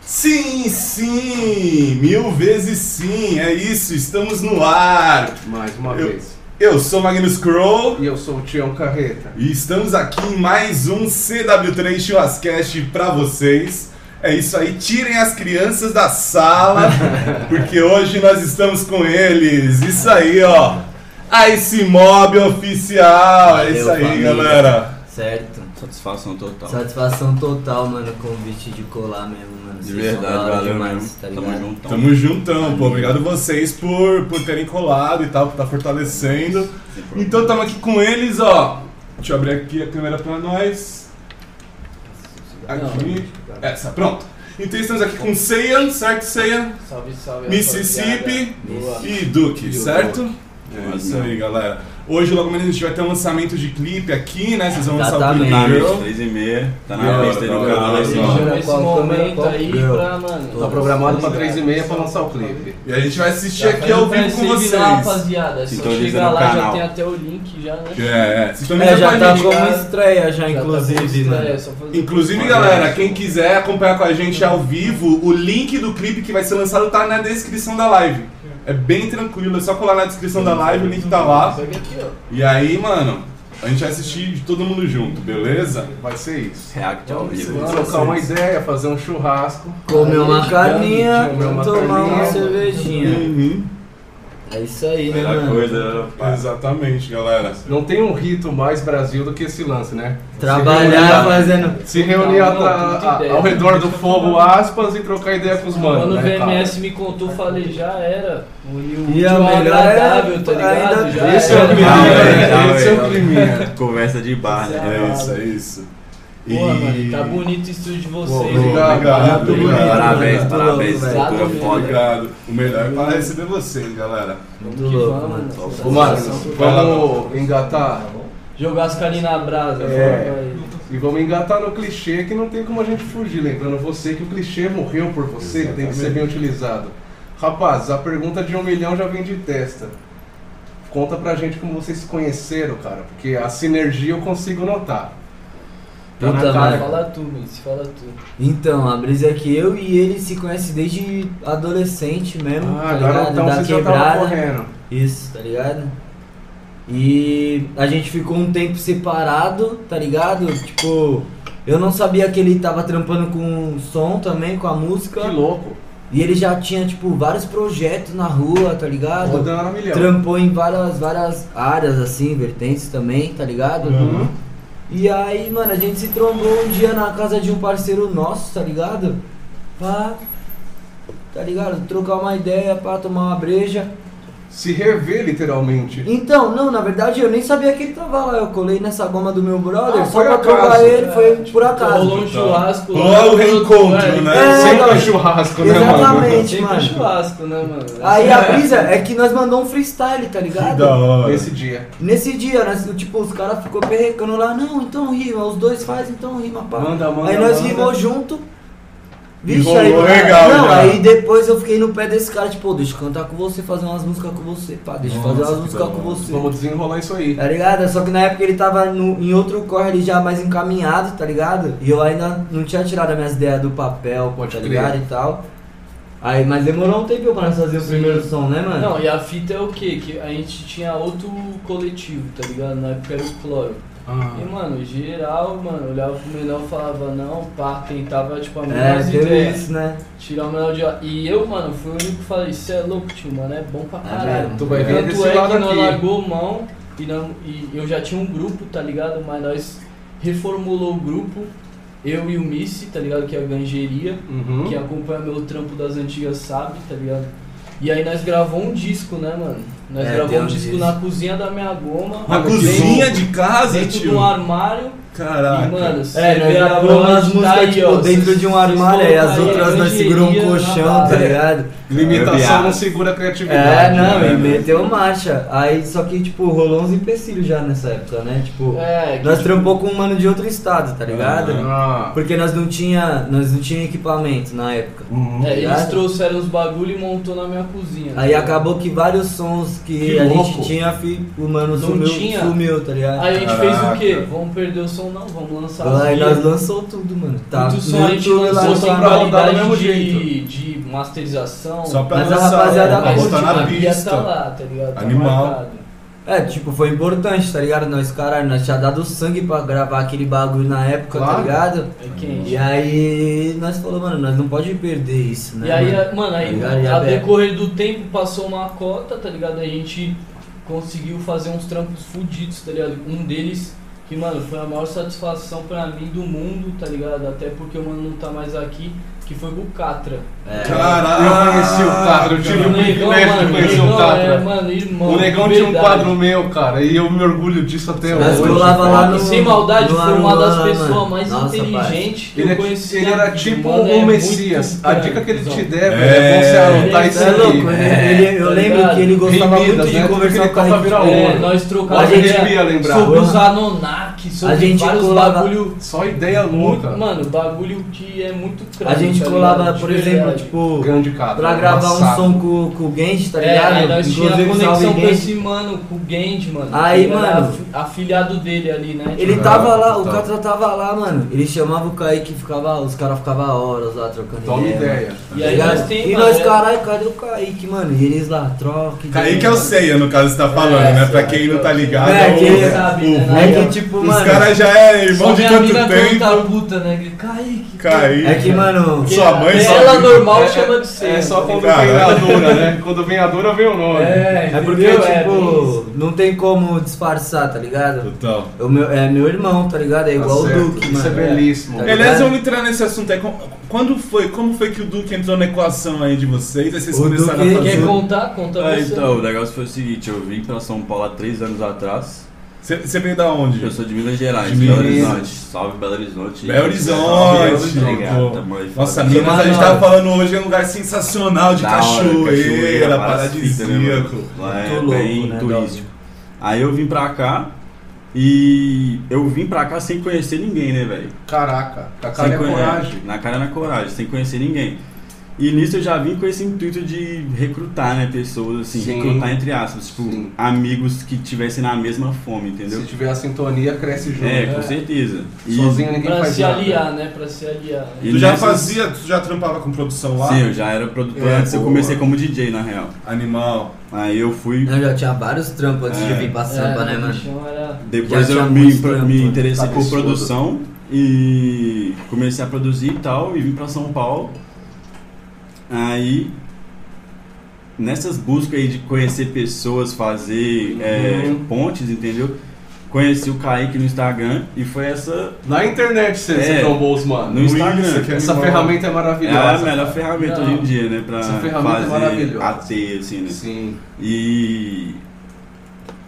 Sim, sim, mil vezes sim, é isso, estamos no ar. Mais uma Eu- vez. Eu sou Magnus Crow E eu sou o Tião Carreta. e estamos aqui em mais um CW3 Churrascast pra vocês. É isso aí, tirem as crianças da sala, porque hoje nós estamos com eles. Isso aí, ó. Ice Mob oficial, é Valeu, isso aí, família. galera. Certo. Satisfação total. Satisfação total, mano, o convite de colar mesmo, mano. De Vocês verdade, são da hora valeu demais, mesmo. tá Tamo ligado? juntão. Tamo juntão, pô. Obrigado vocês por, por terem colado e tal, por tá fortalecendo. Sem problema. Então estamos aqui com eles, ó. Deixa eu abrir aqui a câmera pra nós. Aqui. Essa, pronto. Então estamos aqui com Seiya, certo, Seiya? Salve, salve. Mississippi rapaziada. e Duke, E o certo? É Duke. isso aí, galera. Hoje, logo menos, a gente vai ter um lançamento de clipe aqui, né? Vocês vão lançar o Tá clipe Exatamente. Girl. mesmo, 3 e meia. Tá Da na hora, pista aí da do hora, canal assim, da hora. da Cine. Segura esse Qual- como é- momento qual- aí Girl. pra, mano. Tá programado pra 3 e meia pra lançar o clipe. E a gente vai assistir Já aqui faz ao um vivo é com pré-save lá, vocês. rapaziada. Se Então, Sintoniza chegar no lá, já canal. tem até o link já, né? É, é. Vocês estão É, já tá ligados com a gente, como cara. estreia já, Já inclusive, tá mano. É, só fazer. Inclusive, galera, quem quiser acompanhar com a gente ao vivo, o link do clipe que vai ser lançado tá na descrição da live. É bem tranquilo, é só colar na descrição da live, o link tá lá. Pega aqui, ó. E aí, mano, a gente vai assistir todo mundo junto, beleza? Vai ser isso. React ao vivo. Vamos trocar uma ideia, fazer um churrasco. Comer uma Gigante, carninha, comer uma tomar uma carninha. cervejinha. Uhum. É isso aí, né, Melhor mano? coisa. pá. Exatamente, galera. Não tem um rito mais Brasil do que esse lance, né? Trabalhar fazendo. Se reunir Não, não, atra- não tem ideia. ao redor do fogo, aspas, e trocar ideia com os manos. Quando o né, cara? VMS me contou, falei, já era. Uniu o E a útil ao melhor é- agradável, tá ligado? ainda- já Esse é o era. climinha, Ah, é, né? ah, Esse é é. o climinha. Conversa de bar, Tá né? É isso, é isso. E- Pô, mano, tá bonito o estúdio de Pô, vocês. hein? Obrigado, Tá obrigado. tudo bonito, Parabéns, mano, tá parabéns. louco, velho. Tá Cultura velho. foda. Obrigado. O melhor é para receber vocês, galera. Muito Que louco, vamos, mano. mano. Ô, Marcos, Vai lá, vamos engatar. Jogar as carinhas na brasa. É. vai, vai. E vamos engatar no clichê que não tem como a gente fugir. Lembrando você que o clichê morreu por você, ele tem que ser bem utilizado. Rapaz, a pergunta de um milhão já vem de testa. Conta pra gente como vocês se conheceram, cara, porque a sinergia eu consigo notar. Tá na Puta, cara. mano. Fala tu, mano. Se fala tu. Então, a brisa é que eu e ele se conhecem desde adolescente mesmo, Ah, tá ligado? garotão, da vocês já estavam quebrada. correndo. Isso, tá ligado? E a gente ficou um tempo separado, tá ligado? Tipo, eu não sabia que ele tava trampando com som também, com a música. Que louco. E ele já tinha, tipo, vários projetos na rua, tá ligado? Rodando a milhão. Trampou em várias, várias áreas, assim, vertentes também, tá ligado? Uhum. E aí, mano, a gente se trombou um dia na casa de um parceiro nosso, tá ligado? Pra, tá ligado? Trocar uma ideia, pra tomar uma breja. Se rever literalmente. Então, não, na verdade eu nem sabia que ele tava lá. Eu colei nessa goma do meu brother Ah, só foi né? pra acaso. trocar ele, foi Tipo, por Rolou acaso. um churrasco. Rolou lá, o reencontro, é, né? É, Sempre não, é churrasco, né, mano? Exatamente, Sempre mano. churrasco, né, mano? Aí a brisa é que nós mandou um freestyle, tá Que ligado? da hora. Nesse dia. Nesse dia, nós, tipo, os caras ficou perrecando lá, não, então rima, os dois fazem, então rima, pá. Manda, manda, aí nós manda. rimou junto. E Vixe, rolou aí, legal, não, já. aí depois eu fiquei no pé desse cara, tipo, "Ô, deixa eu cantar com você, fazer umas músicas com você, pá, deixa eu fazer Nossa, umas que músicas da com hora. você. Vamos desenrolar isso aí. Tá ligado? Só que na época ele tava no- em outro corre ali já mais encaminhado, tá ligado? E eu ainda não tinha tirado as minhas ideias do papel, Pode tá crer. ligado? E tal. Aí, mas demorou um tempo pra nós fazer o primeiro som, né, mano? Não, e a fita é o quê? Que a gente tinha outro coletivo, tá ligado? Na época era o Cloro. Ah. E, mano, geral, mano, olhava pro menor e falava, não, pá, tentava, tipo, a é, melhor teve ideia. isso, né? Tirar o menor de lá. E eu, mano, fui o único que falei, cê é louco, tio, mano, é bom pra É caralho. mesmo. Tu vai ver Tanto desse é lado que nós aqui. largou mão e, não, e eu já tinha um grupo, tá ligado? Mas nós reformulou o grupo, eu e o Missy, tá ligado? Que é a ganjeria. Uhum. é Quem acompanha meu trampo das antigas sabe, tá ligado? E aí nós gravou um disco, né, mano? Nós É, tem gravamos um um disco disco. na cozinha da minha goma. Na dentro- cozinha de casa, Dentro de tio. um armário. E, Caraca. mano, você É, nós vê a gravamos banda, umas tá músicas, aí, tipo, ó, dentro vocês- de um vocês armário, aí as vão botar outras aí, nós seguramos um engenharia na colchão, tá base. ligado? Limitação Gambiarra. não segura a criatividade. É, não, né? e meteu marcha. Aí, só que, tipo, rolou uns empecilhos já nessa época, né? Tipo, É, que nós tipo, trampou com um mano de outro estado, tá ligado? Ah. Porque nós não tinha, nós não tinha equipamento na época. Uhum. É, eles ligado? trouxeram os bagulho e montou na minha cozinha. Aí tá acabou que vários sons que, Que a louco. gente tinha, fi- o mano Não sumiu, tinha. sumiu, tá ligado? Aí a gente Caraca. fez o quê? Vamos perder o som som não, vamos lançar Lá, e as nós minhas. lançou tudo, mano. Tá. Muito som no a gente YouTube lá, lançou tá. sem pra rodar do qualidade mesmo de, de masterização. Só pra Mas a lançar, É, rapaziada pra mas gosta, botar tipo, na a guia pista. tá lá, tá ligado? Tá Animal. marcado. É, tipo, foi importante, tá ligado? Nós, caralho, nós tinha dado sangue pra gravar aquele bagulho na época, Claro. tá ligado? É quente. E aí nós falou, mano, nós não pode perder isso, né? E aí, mano? a- mano, Tá aí ligado? E a a Bea- decorrer do tempo passou uma cota, tá ligado? A gente conseguiu fazer uns trampos fudidos, tá ligado? Um deles que, mano, foi a maior satisfação pra mim do mundo, tá ligado? Até porque o mano não tá mais aqui, que foi com o Catra. É. Caralho! Eu conheci o Tatra, eu tive O o Negão, privilégio de mano, o conhecer o né? Negão é, Tatra. mano, irmão. O de Negão tinha um verdade. quadro meu, cara, e eu me orgulho disso até Nós hoje. colava cara. lá E no- sem maldade, no foi uma das Aruan, pessoas mano. mais Nossa, inteligentes que Ele, eu é- conheci. ele na era vida. tipo Mano, é um muito Messias. A dica que ele te grandão. der, velho, É. é bom você anotar Ele isso Você é louco, aqui. né? ele, eu Tá lembro ligado? que ele gostava Remidas, muito de né? conversar Porque com a ele gente. vira É, É, onda. nós A trocávamos gente ideia devia lembrar. sobre os Anunnaki, sobre A gente vários colava- bagulho Só ideia louca. Muito- Mano, bagulho que é muito A crânio, gente tá colava, ligado? por De exemplo, verdade. tipo, Grande cara. pra gravar um Embaçado. som com, com o Genji, tá É, aí ligado? nós Inclusive, tínhamos salve conexão com Genji. esse mano, com o Genji, mano. Aí, Ele era mano, afi- Afilhado dele ali, né? Ele Tá, tava lá, o tá. Catra tava lá, mano. Ele chamava o Kaique, ficava, os caras ficavam horas lá trocando Toma ideia. ideia. E aí Tá ligado? nós tem, e mano, nós, é- caralho, cadê o Kaique, mano? E eles lá, troca. ideia. Kaique é o Ceia, no caso, você tá falando, É, né? Pra é, quem não é, tá ligado, é, o- que- sabe, o- né? É que, tipo, os mano. caras já é irmão Só de minha tanto mina conta a tempo. puta, né? Kaique. Kaique. É que, mano. Porque Sua mãe até só- Ela normal É- chama de ser. É só quando Cara. vem a dura, né? Quando vem a dura, vem o nome. É, É porque, entendeu? É, tem isso. tipo, não tem como disfarçar, tá ligado? Total. O meu, é meu irmão, tá ligado? É Tá igual certo. o Duque, Isso é mano. belíssimo. Tá ligado? Aliás, vamos entrar nesse assunto aí. Com- Quando foi? Como foi que o Duque entrou na equação aí de vocês? Aí vocês O começaram Duque- a fazer. um- Quer contar? Conta É, Ah, você. então, o negócio foi o seguinte, eu vim pra São Paulo há três anos atrás. Você você veio da onde? Eu sou de Minas Gerais, De Belo Minas. Horizonte. Salve Belo Horizonte. Belo Horizonte, Salve, Obrigado, pô. mãe. Nossa, Minas, a Fala- gente Maravilhosa. tava falando hoje, é um lugar sensacional de Da hora, é cachoeira, várias fitas, né, mano? paradisíaco. Lá é Muito louco, bem né, turístico. Aí eu vim pra cá e eu vim pra cá sem conhecer ninguém, né, velho? Caraca, com a Sem cara é conhe- coragem. Na cara e na coragem, sem conhecer ninguém. E nisso eu já vim com esse intuito de recrutar, né, pessoas assim, Sim. recrutar entre aspas, tipo, Sim. amigos que tivessem na mesma fome, entendeu? Se tiver a sintonia, cresce junto. É, com É. certeza. E- Sozinho ninguém Pra faz se nada. aliar, né? Pra se aliar. né? E Tu já nessas- fazia, tu já trampava com produção lá? é- Sim, eu já era produtor É, antes, eu boa. comecei como DJ na real. Animal. Aí eu fui. Eu já tinha vários trampos antes É. de vir pra Sampa, É, né, o mano? bichão era- Depois Já tinha eu me, muito trampo, me né? interessei Tá por absurdo. produção e comecei a produzir e tal, e vim pra São Paulo. Aí, nessas buscas aí de conhecer pessoas, fazer é, Uhum. pontes, entendeu? Conheci o Kaique no Instagram e foi essa, Na internet você, É. você trombou os mano. No Instagram. Isso aqui é Essa animal. ferramenta é é a maravilhosa. melhor ferramenta Não. hoje em dia, né? Pra Essa ferramenta é fazer maravilhosa. a teia, assim, né? Sim. E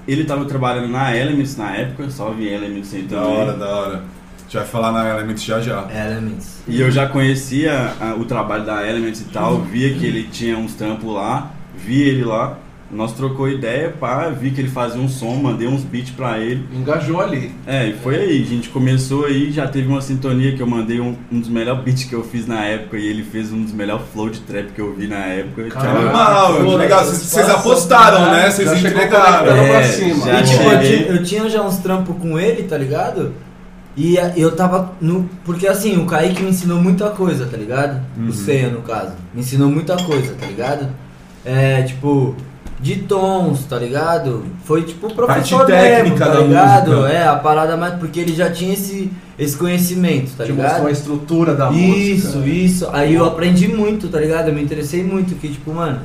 ele tava trabalhando na Elements na época, salve Elements aí Da também. hora, da hora. A gente vai falar na Elements já já. É, Elements. E eu já conhecia a- o trabalho da Elements e tal, via que ele tinha uns trampos lá, vi ele lá, nós trocou ideia, pá, vi que ele fazia um som, mandei uns beats pra ele. Engajou ali. É, e foi aí, a gente começou aí, já teve uma sintonia que eu mandei um, um dos melhores beats que eu fiz na época e ele fez um dos melhores flow de trap que eu vi na época. que é Caralho. era- Animal, Pô, legal. vocês Vocês vocês passam, apostaram, né? caralho. Vocês já chegou entregaram. conectando pra É, cima. já E, tipo, eu, cheguei. tinha, eu tinha já uns trampos com ele, tá ligado? E a- eu tava no. Porque assim, o Kaique me ensinou muita coisa, tá ligado? Uhum. O Ceia, no caso. Me ensinou muita coisa, tá ligado? É, tipo, de tons, tá ligado? Foi tipo o professor Parte mesmo, técnica tá da ligado? música. É, a parada mais. Porque ele já tinha esse, esse conhecimento, tá Te ligado? mostrou a estrutura da Isso, música. isso. né? Aí eu aprendi muito, tá ligado? Eu me interessei muito, que tipo, mano,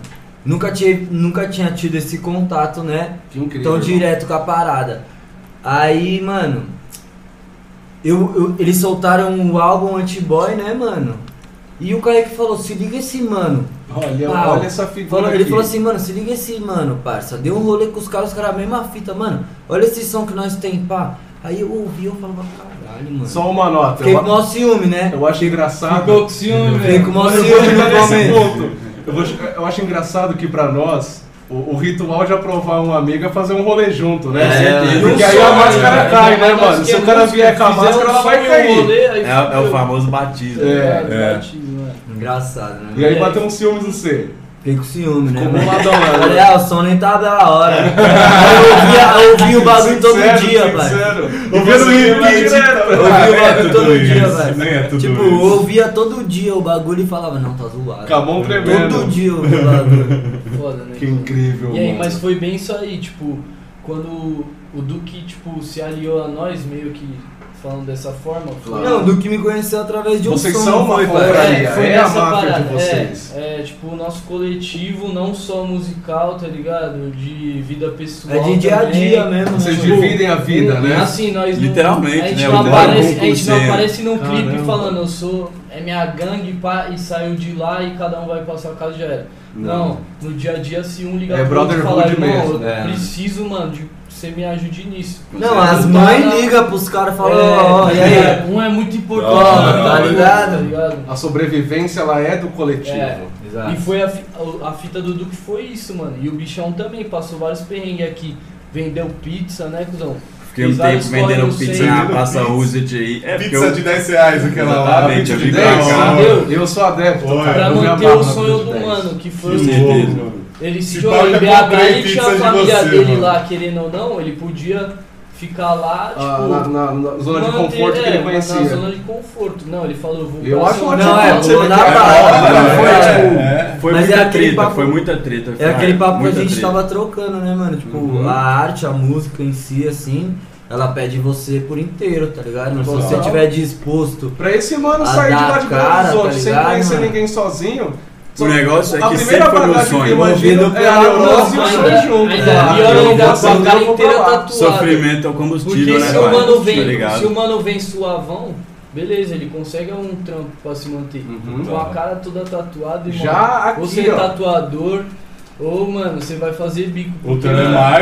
nunca tinha, nunca tinha tido esse contato, né? Que incrível. Tão direto com a parada. Aí, mano, eu, eu- eles soltaram o álbum Antiboy, né, mano? E o cara que falou, se liga esse mano. Olha, Pau. olha essa figura Falou- ele aqui. falou assim, mano, se liga esse mano, parça. Deu um rolê com os caras, os caras, mesma fita, mano. Olha esse som que nós tem, pá. Aí eu ouvi, eu falava, caralho, mano. Só uma nota. Fiquei Eu, com o maior ciúme, né? eu acho engraçado. Ficou com ciúme, Fiquei com velho. o maior Mas eu ciúme vou no chegar nesse momento. ponto. Eu, vou che- eu acho engraçado que pra nós, o, o ritual de aprovar um amigo é fazer um rolê junto, né? É, certeza. Porque aí a é. máscara cai, né, mano? Se o cara vier com a um máscara, ela vai cair. É, é o famoso batismo. É. É, É. batismo, é. Engraçado, né? E aí bateu um ciúmes no C. Fiquei com ciúme, né? Ficou mano? boladão, né? Falei, ah, o som nem tava da hora. Aí eu ouvia, eu ouvia o bagulho todo Sincero, dia, velho. sincero. Ouvindo o repeat, Eu né? Ah, ouvia o nem é bagulho tudo todo dia, isso, nem é velho. tudo Tipo, isso. eu ouvia todo dia o bagulho e falava, não, tá zoado. Camão tremendo. Todo dia eu ouvia o bagulho. Foda, né? Que incrível, E aí, mano. mas foi bem isso aí, tipo, quando o Duque, tipo, se aliou a nós, meio que falando dessa forma, foi... Claro. Não, do que me conheceu através de um Vocês som. são uma foi, coisa, velho. é, é a essa máfia de parada, é, vocês. É, tipo, o nosso coletivo, não só musical, tá ligado? De vida pessoal É de dia a também. dia mesmo. né, tipo, Vocês mano. dividem a vida, né? Um Assim, nós não- Literalmente, a gente né? Não O aparece, álbum a gente não com aparece num clipe Caramba. falando eu sou, é minha gangue pá, e saiu de lá e cada um vai pra sua casa e já era. Não, no dia a dia se um ligar É pro outro e falar, brotherhood irmão, mesmo, eu é. preciso, mano, de, você me ajude nisso. Não, as mães ligam pros caras e falam, ó, ó, É, e aí? Um é muito importante, Ó, mano, tá ligado? Tá ligado? A sobrevivência, ela é do coletivo. É. E Tá. Exato. foi a, fi- a fita do Duque foi isso, mano. E o bichão também passou vários perrengues aqui. Vendeu pizza, né, cuzão? Fiquei um Fiz tempo vários vendendo corre, eu pizza sei. na Praça Roosevelt aí. É porque Pizza eu... de 10 reais, aquela lá. Exatamente, pizza eu de vim De 10 pra cá. reais. Entendeu? Eu sou adepto, Foi. cara. Pra É, eu me manter amarro o na sonho vida do de 10. mano, que foi Com o certeza. Ele se Se jogou pau, em já BH, comprei ele tinha pizza a de família você, dele mano. lá, querendo ou não, ele podia ficar lá, tipo... Ah, na, na- na zona de manter- conforto que é, ele Na conhecia. zona de conforto. Não, ele falou, eu vou Eu pra acho zona- ótimo. Não, é, Você vê vou que na é praia. hora, Foi, né? tipo, É. Foi Mas é muita aquele treta, papo- foi muita treta. É foi aquele papo que a muita gente treta. tava trocando, né, mano? Tipo, Uhum. a arte, a música em si, assim, ela pede você por inteiro, tá ligado? Se Total. você estiver disposto. Pra esse mano A sair de dar lá a de cara, Belo Horizonte tá sem ligado, conhecer mano? ninguém sozinho. O negócio é a que primeira sempre foi meu bagagem que sonho. eu imagino Movido é a pela Rose e o Ainda- Sanji junto. ainda cara. pior é Eu ainda, vou com a pra cara lá. inteira tá tatuada. Sofrimento é o combustível, Porque né, se o pai? mano Tá vem, ligado? se o mano vem suavão, beleza, ele consegue um trampo pra se manter. Uhum. Com a cara toda tatuada e Já mano, ou você aqui, é ó. tatuador, ou mano, você vai fazer bico. O porque,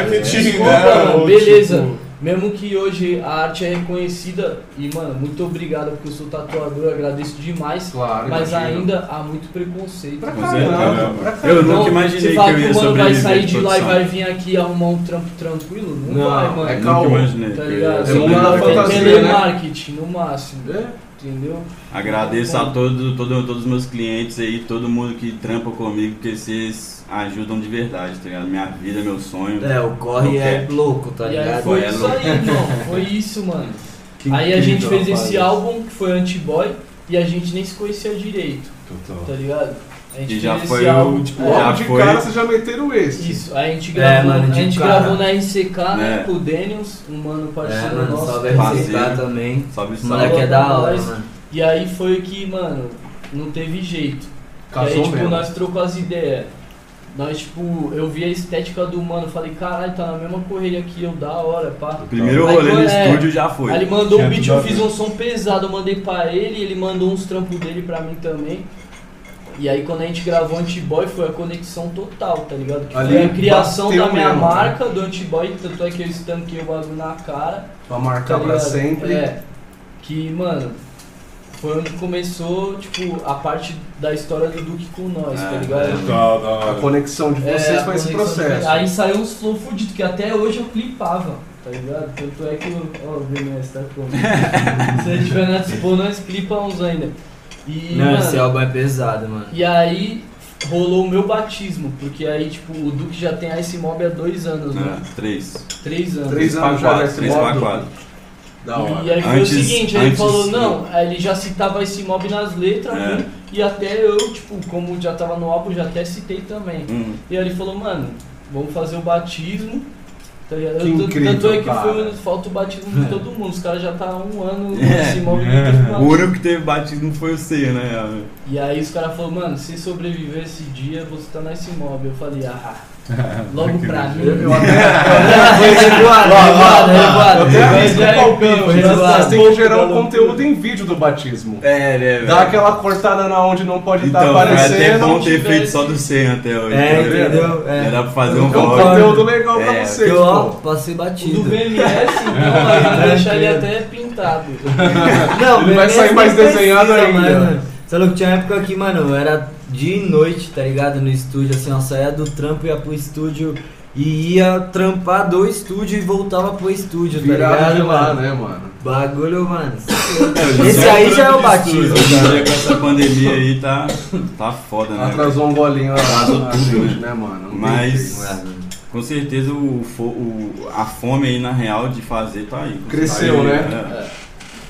telemarketing, Desculpa, né? mano, o beleza. tipo- Mesmo que hoje a arte é reconhecida, e mano, muito obrigado porque eu sou tatuador, eu agradeço demais, Claro, mas imagino. ainda há muito preconceito. Pra Com caramba. certeza. pra Eu caramba. nunca Então, imaginei você que fala eu ia o mano vai sair sobreviver de de lá e produção. vai vir aqui arrumar um trampo tranquilo? Não, Não, vai, mano. é Nunca Calma, imaginei. que Tá é ligado? eu Você ia mundo vai da lá sobreviver. fazer fantasia, né? telemarketing no máximo, É. entendeu? Agradeço a todo, todo, todos os meus clientes aí, todo mundo que trampa comigo, porque vocês ajudam de verdade, tá ligado? Minha vida, meu sonho. É, o corre é louco, tá e aí ligado? foi É isso louco. aí, irmão. Foi isso, mano. Que aí a gente incrível, fez rapaz. esse álbum que foi Anti-Boy e a gente nem se conhecia direito, tá ligado? A gente E já fez foi esse o, álbum. tipo, é, Já Logo de foi. cara vocês já meteram esse. Isso, a gente É, gravou, mano, a de gente cara. gravou na RCK, né? É. Com o Daniels, um mano É, parceiro mano, nosso. salve parceiro. RCK também. Salve, Esse salve. moleque é da hora, Nós. mano. E aí foi que, mano, não teve jeito. e aí, Casou tipo, mesmo. nós trocou as ideias. Nós, tipo, eu vi a estética do mano, falei, caralho, tá na mesma correria que eu, da hora, pá. O primeiro Aí rolê foi, no é. estúdio já foi. Aí ele mandou Tinha um beat, tudo a eu fiz ver. um som pesado, eu mandei pra ele, ele mandou uns trampos dele pra mim também. E aí quando a gente gravou Antiboy foi a conexão total, tá ligado? Que Ali foi a criação bateu da minha mesmo, né? marca do Antiboy, tanto é que eu estanquei o bagulho na cara. Pra tá marcar pra ligado? sempre. É. Que, mano, foi onde começou, tipo, a parte da história do Duque com nós, tá É, ligado? Total, da A hora. conexão de É, vocês a foi esse conexão de- processo. Aí saiu uns flow fudido, que até hoje eu clipava, tá ligado? Tanto é que eu. Ó, o BMS tá como. Se a gente tiver na Expo, nós clipa uns ainda. E, Não, mano, esse álbum é pesado, mano. e aí rolou o meu batismo, porque aí, tipo, o Duque já tem a esse mob há dois anos, né? É, três. Três anos. Três pra anos já quatro, nesse três pra modo. quatro. Da E hora. aí foi Antes- o seguinte, aí ele antes- falou, não, aí ele já citava esse mob nas letras, É. né? e até eu, tipo, como já tava no álbum, já até citei também. Hum. E aí ele falou, mano, vamos fazer o batismo. Tá ligado? Que Eu- incrível, tanto é que cara. É. foi, falta o batismo de todo mundo, os caras já tá há um ano com É. esse mob. É. O único que teve batismo foi o C, né? E aí os caras falaram, mano, se sobreviver esse dia, você tá nesse mob. Eu falei, ah, logo pra mim. Eu até. Foi revoado, revoado, Eu tenho a revoado. risco do palpite. Foi mas revoado. Vocês têm que gerar um conteúdo em vídeo do batismo. É, né, velho? Dá aquela cortada na onde não pode estar Então, é até aparecendo. bom ter feito só do 100 até hoje. É, tá ligado? entendeu? É. Era pra fazer É um um vlog. conteúdo legal pra É, vocês, Eu, ó, pô. passei O do batido. VMS, então, aí vai deixar ele até pintado. Não, Ele vai beleza, sair mais não desenhado ainda. Mano. Sei lá, que tinha época que, mano, era dia e noite, tá ligado? No estúdio, assim, ó, saía do trampo, ia pro estúdio, E ia trampar do estúdio e voltava pro estúdio, tá Virado ligado, de lá, mano? né, mano? Bagulho, mano. Isso Tipo, Esse é aí já é trampo o de batismo, estúdio. cara. Hoje em dia, com essa pandemia aí tá, tá foda, né? Atrasou um golinho lá. Atrasou a tudo, gente, né? né, mano? Não é, tem Mas- jeito. Com certeza o, fo- o- a fome aí na real de fazer tá aí. Cresceu, Aí, né? é.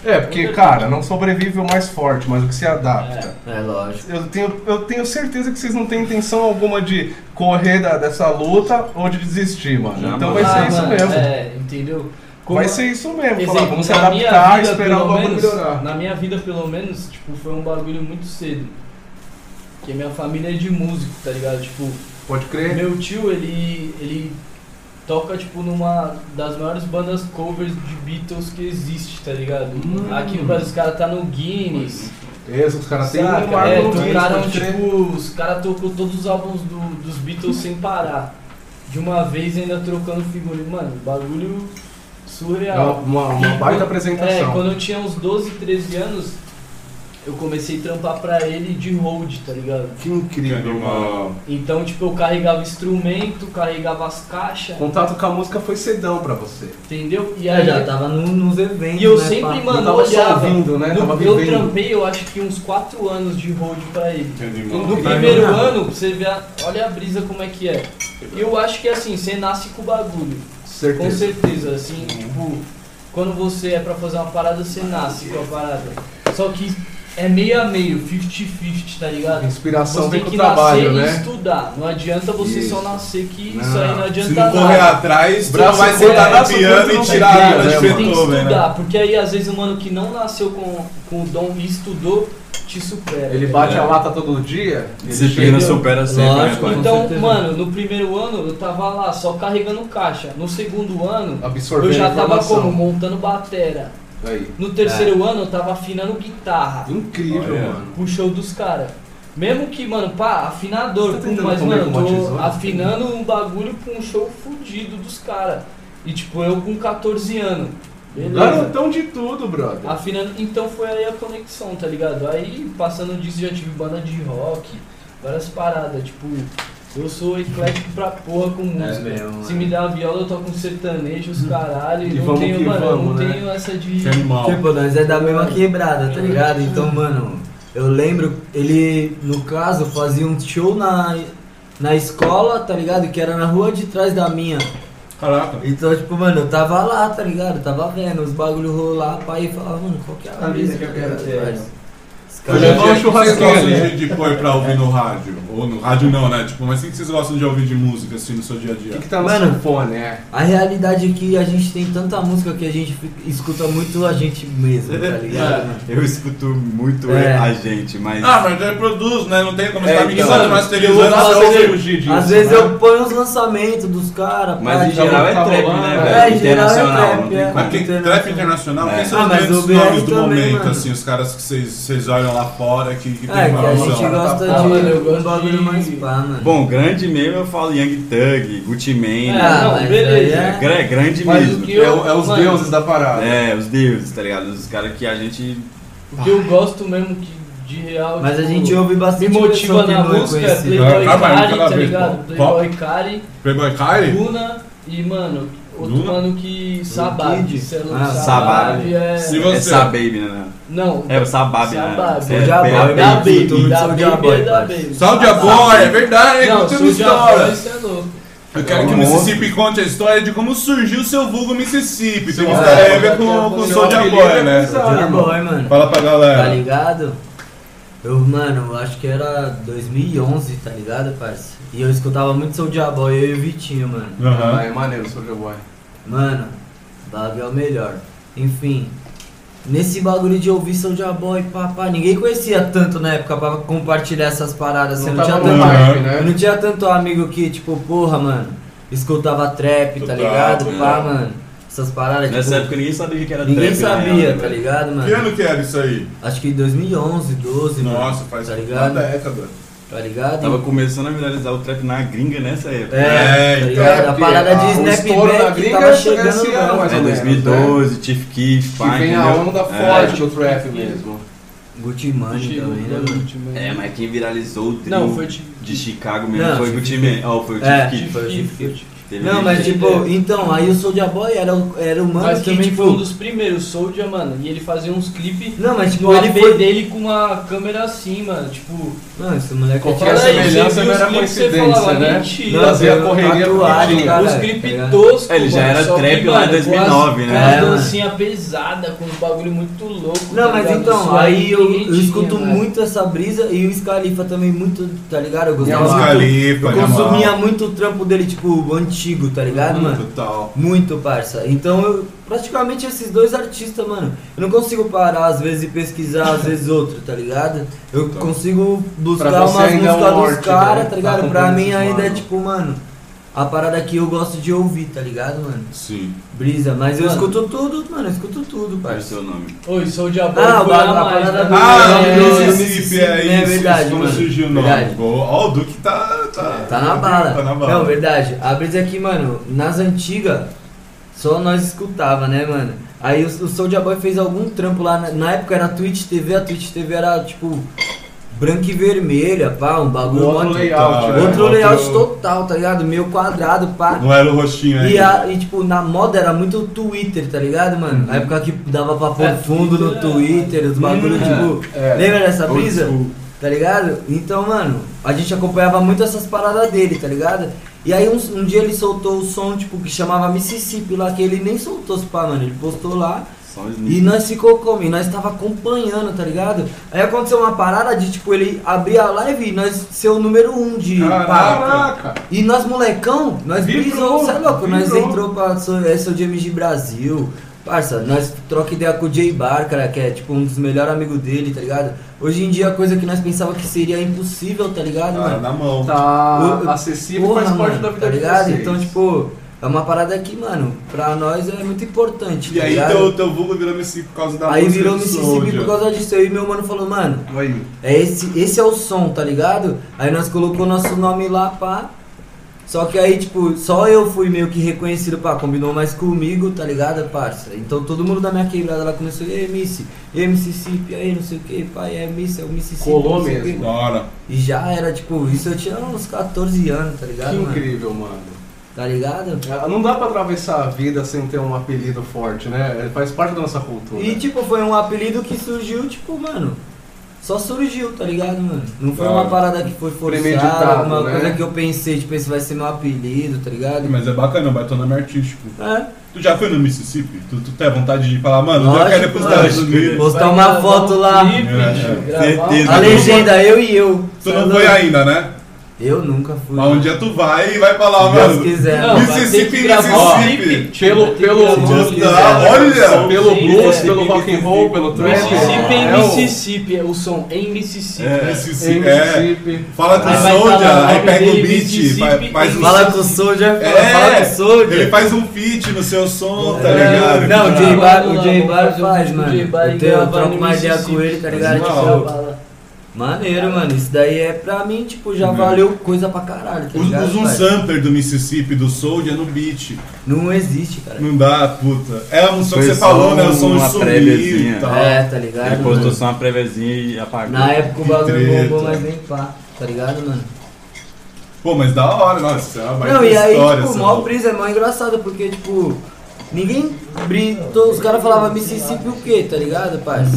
É, porque, cara, não sobrevive o mais forte, mas o que se adapta. É lógico. Eu tenho, eu tenho certeza que vocês não têm intenção alguma de correr da- dessa luta ou de desistir, mano. Jamais. Então vai ser Ah, isso mano, mesmo. É, entendeu? Como- Vai ser isso mesmo. falar, Exemplo, vamos se na minha adaptar, vida, esperar o pelo bagulho menos, melhorar. Na minha vida, pelo menos, tipo, foi um bagulho muito cedo. Porque minha família é de músico, tá ligado? Tipo, Pode crer? meu tio, ele, ele toca, tipo, numa das maiores bandas covers de Beatles que existe, tá ligado? Hum. Aqui no Brasil, os caras tá no Guinness. Esse, os caras têm um saca? marco é, no Guinness, tocaram, pode crer. tipo, os caras tocou todos os álbuns do- dos Beatles sem parar. De uma vez ainda trocando figurino. Mano, bagulho É surreal. uma, uma- uma E baita quando- É, apresentação. quando eu tinha uns 12, 13 anos, eu comecei a trampar pra ele de road, tá ligado? Que incrível, mano. Animal. Então, tipo, eu carregava instrumento, carregava as caixas, Contato com a música foi sedão pra você. entendeu? É, E E aí, aí, É, tá já tava no- nos eventos. e eu né, sempre, pá? mano, tava só olhava. ouvindo, né? No- Tava eu vivendo. trampei, eu acho que uns 4 anos de road pra ele. Animal. No Não vai primeiro nada. ano, você vê, a, olha a brisa como é que é. Eu acho que assim, você nasce com o bagulho. Com Certeza. certeza, assim, tipo, quando você é pra fazer uma parada, você nasce com a parada. Só que é meio a meio, 50-50, tá ligado? Inspiração Você vem tem com o que nascer trabalho, e né? estudar. Não adianta você só Isso. nascer que Não. isso aí não Se adianta não correr nada. Então, atrás, tu Braço vai com sentar no braço, piano corpo e não tirar tem a nada, viola de né, Você tem que Beethoven, né? estudar, porque aí às vezes o mano que não nasceu com, com o dom e estudou, te supera. Ele tá bate É. a lata todo dia. Disciplina Entendeu? supera sempre, né, Lógico, pai? Com Então, certeza. mano, no primeiro ano eu tava lá só carregando caixa. No segundo ano, Absorvendo eu já tava informação. como? Montando batera. Aí. No É. terceiro ano eu tava afinando guitarra. Incrível, Olha. mano. pro show dos caras. Mesmo que, mano, pá, afinador, Você tá pum, tentando mas, comer mano, com uma tô tesoura? afinando um bagulho pra um show fudido dos caras. E, tipo, eu com 14 anos. Beleza. Garotão de tudo, brother. Afinando, então foi aí a conexão, tá ligado? Aí, passando disso, já tive banda de rock, várias paradas. Tipo, eu sou eclético pra É porra com música. mesmo, Se me dá uma viola, eu toco um sertanejo, os caralho. Hum. E E não vamos tenho, que mano, eu vamos, não né? tenho essa de. Animal. Tipo, nós é da mesma quebrada, tá ligado? Então, mano, eu lembro, ele, no caso, fazia um show na, na escola, tá ligado? Que era na rua de trás da minha. Caraca. Então, tipo, mano, eu tava lá, tá ligado? Tava vendo os bagulho rolar, pai, e falava, mano, qual que é a A brisa brisa que eu tá quero ligado? ter. Mas- Os Eu Eu já já caras- vi vou ao o que vocês churrasquinho gostam ali. de, de pôr pra ouvir no rádio. Ou no rádio não, né? Tipo, mas o que vocês gostam de ouvir de música assim no seu dia a O que, dia? que tá no Mano. seu fone, é? A realidade é que a gente tem tanta música que a gente fica- escuta muito a gente mesmo, tá ligado? Eu escuto muito É. a gente, mas. Ah, mas eu produzo, né? Não tem como você É, tá mixando, então. masterizando, você ouve. fugir Às vezes né? eu ponho os lançamentos dos caras, Mas pá, em tipo, geral é tá trap, rolando, né, né? velho? É, em geral é Internacional, trap, não tem é. como. Mas que trap internacional, É. quem são Ah, os mas grandes o BR nomes do também, momento, mano. assim, os caras que vocês, vocês olham lá fora, que, que É, tem uma que a noção? gente gosta Ah, mano, de eu gosto um bagulho de- mais pá, mano. Bom, grande mesmo eu falo Young Thug, Gucci Mane. Ah, não, mas beleza. aí É, gra- é grande Mas o mesmo. que É, o- é os mano, deuses da parada. É, os deuses, tá ligado? Os caras que a gente. O que eu gosto mesmo que, de real. Mas a tipo, gente ouve me bastante motiva pessoa que na não é música é conhecida. Playboy Ah, mas Cari, cada tá vez, ligado? pô. Qual? Playboy Cari, Playboy Kylie? Luna e, mano, outro Luna? mano que Sabab. Kid? Celo- Ah, Sabab é. Se É você. Sababe, né? Não, É o Sabab, né? Sabab. É, O Jaboy, Baby. da Baby. Baby, da Soulja Baby Boy, é da parceiro. Baby. Salve a boy, é verdade, Não, conta uma Soulja história. Boy, isso é louco. Eu quero que o Mississippi conte a história de como surgiu o seu vulgo Mississippi. Tem Seu uma história a apelido ver com, é- com o seu Soulja apelido Boy, é né? bizarro. Já boy, mano. Fala pra Tá galera. ligado? Eu, mano, eu acho que era 2011, tá ligado, parceiro? E eu escutava muito Soulja Boy, eu e o Vitinho, mano. Aham. Ah, é maneiro, Soulja Boy. Mano, bagulho é o melhor. Enfim, nesse bagulho de ouvir Soulja Boy, papá, ninguém conhecia tanto na época pra compartilhar essas paradas. Você não tinha tava no tanto tanto- hype, né? Eu não tinha tanto amigo que, tipo, porra, mano, escutava trap, Total, tá ligado? né? Pá, mano, essas paradas, Nessa tipo, época ninguém sabia o que era ninguém trap, na real, sabia, né, tá velho? ligado, mano? Que ano que era isso aí? Acho que 2011, 12, mano, Nossa, faz tá uma ligado? década. Tá ligado? Tava começando a viralizar o trap na gringa nessa época. Né? É, É, tá ligado? então, a parada de porque a- o estouro da snapback gringa tava chega chegando, esse ano, mano. mais É, ou menos, 2012, Chief Keef, Que pá, vem a entendeu? onda É. forte do trap mesmo. Gucci Mane Chegou, também, né, foi o mano? último, É, né? mas quem viralizou o trio Não, foi o Chief de Chicago mesmo Não, foi o Chief Gucci Man. Oh, foi o Chief É, Keef. foi o Keef, Chief foi o Keef. Chief Teve Não, gente mas que- tipo, então, aí o Soulja Boy era, o- era o mano Mas que também tipo. foi um dos primeiros, Soulja, mano. E ele fazia uns clipes Não, mas tipo, no ele AB foi. dele com uma câmera assim, mano. Tipo, Não, esse moleque é Qual Qualquer Fala aí, semelhança você não viu era os clipes, você coincidência, falava, né? "Mentira". Fazia Fazia correria tatuagem, bonitinha. cara. os tá clipes ligado? toscos. Ele já mano, era só que, trap lá em mano, com as- 2009, né? Com as É, dancinha pesada, com um bagulho muito louco. Não, tá mas ligado? então, Suave, aí eu, ninguém eu tinha, escuto velho. muito essa brisa e o Scalifa também muito, tá ligado? Eu gostava Os muito. Califa, Eu na moral. consumia muito o trampo dele, tipo, antigo, tá ligado, mano? Total. Muito, parça. Então, eu, praticamente esses dois artistas, mano, eu não consigo parar, às vezes, e pesquisar, às vezes, outro, tá ligado? Eu Tá. consigo buscar Então. Pra você umas ainda é um músicas norte, dos caras, né? tá ligado? Tá pra mim acompanhando ainda esses é manos. tipo, mano, a parada que eu gosto de ouvir, tá ligado, mano? Sim. Brisa, mas eu Mano. escuto tudo, mano, eu escuto tudo, Qual é o parça. seu nome? Oi, Soulja Boy Ah, o foi ba- a a mais, parada né? do- Ah, É, do é, um Mississippi, é é isso. verdade, isso, como mano. surgiu o Verdade. nome. Boa. Ó, o Duque tá. Tá, Tá na bala. Tá na bala. Não, verdade. A brisa é que, mano, nas antigas, só nós escutava, né, mano? Aí o, o Soulja Boy fez algum trampo lá, na, na época era Twitch TV, a Twitch TV era, tipo, branca e vermelha, pá, um bagulho... Outro mó- layout. Tá, né? é. outro layout outro- total, tá ligado? Meio quadrado, pá. Não era o roxinho né? aí. E, a- e, tipo, na moda era muito Twitter, tá ligado, mano? Na época que dava pra pôr É, fundo no Twitter, Twitter, os bagulhos, Hum, tipo... é, é. Lembra dessa Old brisa? school. Tá ligado? Então, mano, a gente acompanhava muito essas paradas dele, tá ligado? E aí um, um dia ele soltou o som, tipo, que chamava Mississippi lá, que ele nem soltou se pá, mano. Ele postou lá Só o e Uhum. Sniff. nós ficou como? E nós tava acompanhando, tá ligado? Aí aconteceu uma parada de, tipo, ele abrir a live e nós ser o número um de pá. Caraca! E nós, molecão, nós Vibrou, brisou, cê é louco? Nós vibrou. entrou pra é, SOGMG Brasil. Parça, nós troca ideia com o Jay Bar, cara, que é tipo um dos melhores amigos dele, tá ligado? Hoje em dia, a coisa que nós pensava que seria impossível, tá ligado, Ah, mano? na mão. Tá Eu- eu- acessível, Porra, faz parte mano, da vida tá ligado? de vocês. Então, tipo, é uma parada que, mano, pra nós é muito importante, E tá aí ligado? teu, teu vulgo virou Mississippi por causa da Aí música virou do Mississippi Soulja. por causa disso. Aí meu mano falou, mano, Aí. é esse, esse é o som, tá ligado? Aí nós colocou nosso nome lá, pá. Só que aí, tipo, só eu fui meio que reconhecido, pá, combinou mais comigo, tá ligado, parça? Então todo mundo da minha quebrada lá começou, ei, Missy, ei, Mississippi, aí, não sei o que, pai, é Missy, é o Mississippi. Colou não sei o quê. mesmo. Da hora. E já era, tipo, isso eu tinha uns 14 anos, tá ligado? Que mano? incrível, mano. Tá ligado? Ah, Não dá pra atravessar a vida sem ter um apelido forte, né? Faz parte da nossa cultura. né? E, tipo, foi um apelido que surgiu, tipo, mano. Só surgiu, tá ligado, mano? Não foi uma Claro. parada que foi forçada, Premeditado, alguma né? coisa que eu pensei, tipo, esse vai ser meu apelido, tá ligado? Mas é bacana, é um batonome artístico. É, Tu já foi no Mississippi? Tu, tu tem vontade de falar, mano, eu Lógico, quero ir pros mano. Estados Unidos. postar Vai uma gravar foto um lá. clipe, É, tio, é. gravar um Certeza. A legenda, eu e eu. Tu Tá não louco? foi ainda, né? Eu nunca fui. Mas um dia tu vai e vai falar, Se Deus mano. quiser. Não, vai ter que Mississippi, gravar um Mississippi. clipe. Pelo- Vai ter que pelo- gravar um Total, clipe. né? olha! Pelo Sim, blues, é. pelo rock and roll, pelo trap. Mississippi É em o- Mississippi, é o som em Mississippi. É, Em Mississippi. É. Mississippi. Fala com Aí vai o Soulja, falar aí nome pega o dele, beat, Mississippi, fa- faz um. Fala com o Soldier, É, fala com o Ele Soldier. faz um feat no seu som, tá É, ligado? Não, o Tá, Jay Bar, vamos o lá, Jay vamos Bar fazer um faz, vídeo mano. do Jay Bar e Eu, tenho- eu gravar troco no uma ideia Mississippi. com ele, tá ligado? Mas Tipo, não. Maneiro, mano. Isso daí é pra mim, tipo, já Uhum. valeu coisa pra caralho, tá Usa ligado? usa um pai? sampler do Mississippi, do Soulja no beat. Não existe, cara. Não dá, puta. É um som que Foi você só falou, né? O som uma de sumir préviazinha. e tal. É, tá ligado? Ele postou mano? só uma préviazinha e apagou. Na época o Que bagulho bombou, treta. mas nem pá, tá ligado, mano? Pô, mas da hora, nossa. É uma baita não, e aí, história, né? tipo, essa mó louca. brisa, é mó engraçado, porque, tipo, ninguém brindou, os caras falavam Mississippi o quê, tá ligado, parça?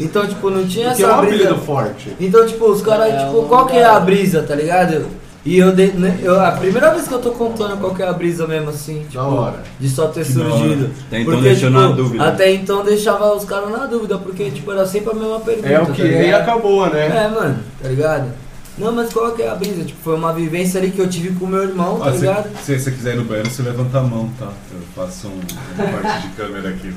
Então, tipo, não tinha Que é um essa brisa. apelido forte. Então, tipo, os caras, tipo, qual que é a brisa, tá ligado? E eu, dei, né, eu, a primeira vez que eu tô contando qual que é a brisa mesmo, assim, tipo, Da hora. de só ter Que da hora. surgido. Até então deixou na dúvida. Até então deixava os caras na dúvida, porque, tipo, era sempre a mesma pergunta. É o que tá é e ligado? acabou, né? É, mano, tá ligado? Não, mas qual que é a brisa? Tipo, foi uma vivência ali que eu tive com meu irmão, tá Ó, se, ligado? se você quiser ir no banheiro, você levanta a mão, tá? Eu faço um, uma parte de câmera aqui.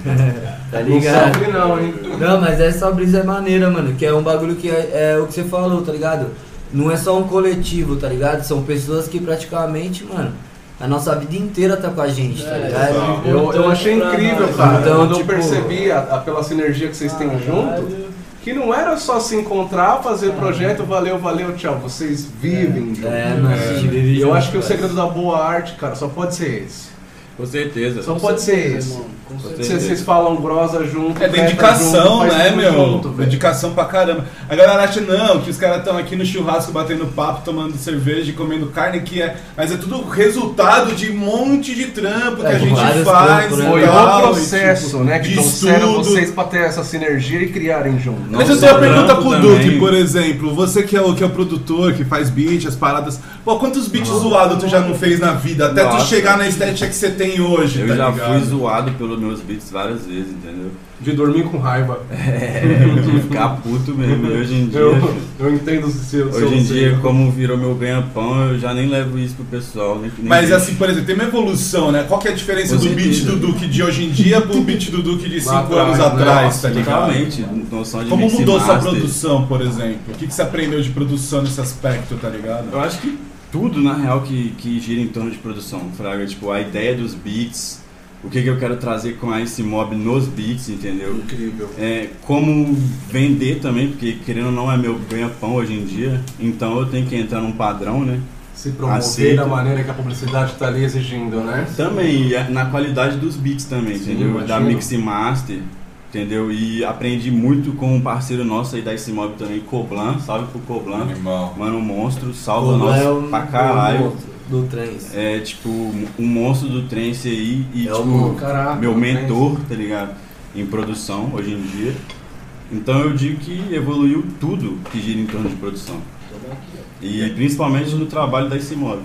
Tá Não ligado? sofre não, hein? Não, mas essa brisa é maneira, mano, que é um bagulho que é, é o que você falou, tá ligado? Não é só um coletivo, tá ligado? São pessoas que praticamente, mano, a nossa vida inteira tá com a gente, tá É, ligado? exato. Eu, eu achei incrível, cara. Então, Quando eu tipo- percebi a- a- pela sinergia que vocês têm junto, Que não era só se encontrar, fazer projeto, valeu, valeu, tchau. Vocês vivem. junto. É, mano, a gente vive E eu junto, acho que o velho. segredo da boa arte, cara, só pode ser esse. Com certeza. Só um pode ser esse. irmão, com com certeza. Vocês vocês falam grosa junto, É treta dedicação, junto, faz né, tudo meu? junto, velho. dedicação pra caramba. A galera acha, não, que os caras estão aqui no churrasco batendo papo, tomando cerveja e comendo carne, que é. Mas é tudo resultado de um monte de trampo que É, a gente vários faz. trampos, né? Foi e o tal, processo, e, tipo, né? Que de trouxeram estudo. vocês pra ter essa sinergia e criarem junto. Não. Deixa eu Nossa, ter uma o pergunta trampo pro também. Duque, por exemplo. Você que é o, que é o produtor, que faz beat, as paradas. Pô, quantos beats zoados tu já não fez na vida? Até tu Nossa. chegar na estética que você tem hoje, Eu tá já ligado? fui zoado pelos meus beats várias vezes, entendeu? De dormir com raiva. É, de ficar puto mesmo. E hoje em dia, Eu, eu entendo o seu. seu- hoje em seu- dia como virou meu ganha-pão, eu já nem levo isso pro pessoal. nem- nem Mas deixo. assim, por exemplo, tem uma evolução, né? Qual que é a diferença Com do beat certeza. do Duque de hoje em dia pro beat do Duque de Lá 5 anos atrás, né? atrás, tá ligado? Totalmente, noção de Como mix e mudou sua master. produção, por exemplo? O que, que você aprendeu de produção nesse aspecto, tá ligado? Eu acho que tudo, na real, que, que gira em torno de produção, Fraga. Tipo, a ideia dos beats, o que, que eu quero trazer com esse mob nos beats, entendeu? Incrível. É, como vender também, porque querendo ou não é meu ganha-pão hoje em dia, então eu tenho que entrar num padrão, né? Se promover Aceito. da maneira que a publicidade tá ali exigindo, né? Também, e a- na qualidade dos beats também, Sim, entendeu? Da imagino. mix e master, entendeu? E aprendi muito com um parceiro nosso aí da esse mob também, Coblan, salve pro Coblan. Animal. Mano, um monstro, salva Pô, lá é nós um- pra caralho. Do trem. assim. É tipo o monstro do trance aí e É tipo, o- Caraca. meu parabéns. mentor, tá ligado? Em produção hoje em dia. Então eu digo que evoluiu tudo que gira em torno de produção. E principalmente no trabalho da Simob.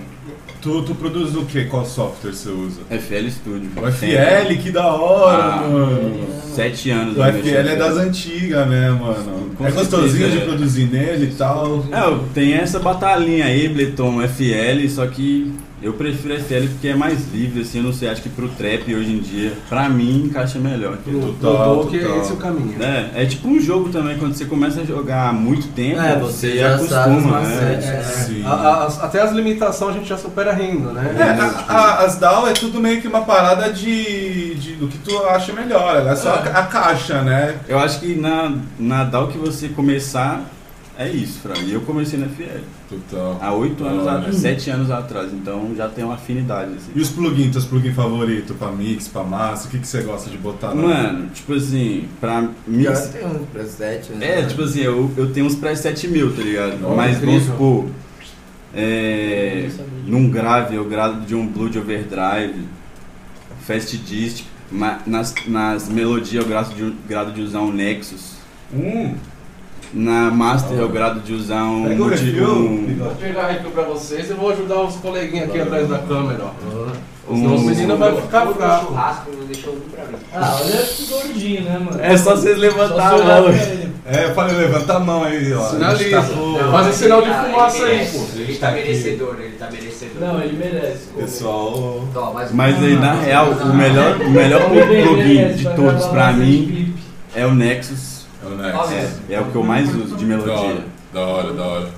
Tu, tu produz o que? Qual software você usa? FL Studio. O FL, que da hora, Ah. mano. Sete anos. né, O eu mexo FL é em das antigas, né, mano? Com é gostosinho certeza, de é. produzir nele e tal. É, eu- tem essa batalhinha aí, Bleton, FL, só que eu prefiro FL porque é mais livre, assim, eu não sei, acho que pro trap hoje em dia, pra mim, encaixa melhor. Pro, pro Total, Doug, total. esse é o caminho. É, é tipo um jogo também, quando você começa a jogar há muito tempo, É, você você já sabe os acostuma, macetes, né? né? Sim. É, A- a- as- até as limitações a gente já supera rindo, né? É, a- a- as DAO é tudo meio que uma parada de, de- do que tu acha melhor. Ela é só a, a caixa, né? Eu acho que na, na DAO que você começar, é isso, Fran. E eu comecei na FL Total. há oito anos, Ah, atrás, sete anos atrás, então já tem uma afinidade, assim. E os plugins, teus plugins favoritos? Pra mix, pra massa? O que, que você gosta de botar? na- Mano, tipo assim, pra mim... Já tem um preset, né? É, tipo assim, eu, eu tenho uns preset mil, tá ligado? Olha, Mas incrível. vamos supor, é, num grave, eu gravo de um Blue de Overdrive, Fast Dist, ma- nas, nas melodias eu grado de, grado de usar um Nexus, É. Hum, na Master eu grado de usar um... Pega o multi- refil, um- bigode. Vou pegar aqui pra vocês e vou ajudar os coleguinhas aqui atrás da câmera, ó. um- Senão o menino vai ficar fraco. churrasco, não deixou um pra mim. Ah, olha esse gordinho, né, mano? É só vocês Só levantar a se olhar mão. pra ele. É, eu falei, levanta a mão aí, ó. Sinaliza. A gente tá pro- Faz esse sinal de Ah, ele fumaça aí, merece. pô. Ele tá merecedor, ele tá merecedor. Não, ele merece. Pessoal. Toma, mais um. Mas aí, na real, o melhor, o melhor Ele merece, plugin vai de gravar todos pra bastante mim clipe. é o Nexus, É o Olha Nex. isso. é, é o que eu mais uso de Da melodia. hora, da hora, da hora.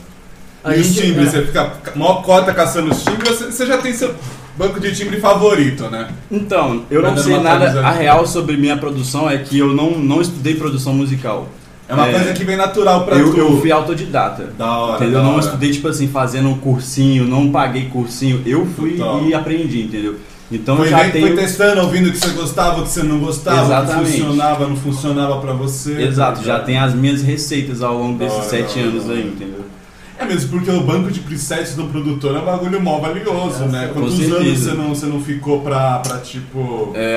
A e os gente- timbres, É. você fica ca- mó cota caçando os timbres, você- você já tem seu banco de timbre favorito, né? Então, eu não Mandando sei uma nada atualização. a real sobre minha produção, é que eu não, não estudei produção musical. É uma É. coisa que vem natural pra Eu, tu. eu fui autodidata. Da hora, Entendeu? da Eu não hora. estudei, tipo assim, fazendo um cursinho, não paguei cursinho. Eu fui Total. e aprendi, entendeu? Então Foi, eu já vendo, foi tenho. testando, ouvindo o que você gostava, o que você não gostava, o que Exatamente. funcionava, não funcionava pra você. Exato, já tem as minhas receitas ao longo Da desses hora, sete da hora, anos da hora. aí, entendeu? É mesmo, porque o banco de presets do produtor é um bagulho mó valioso, né? com Quantos certeza. anos você não, você não ficou pra, pra tipo. É,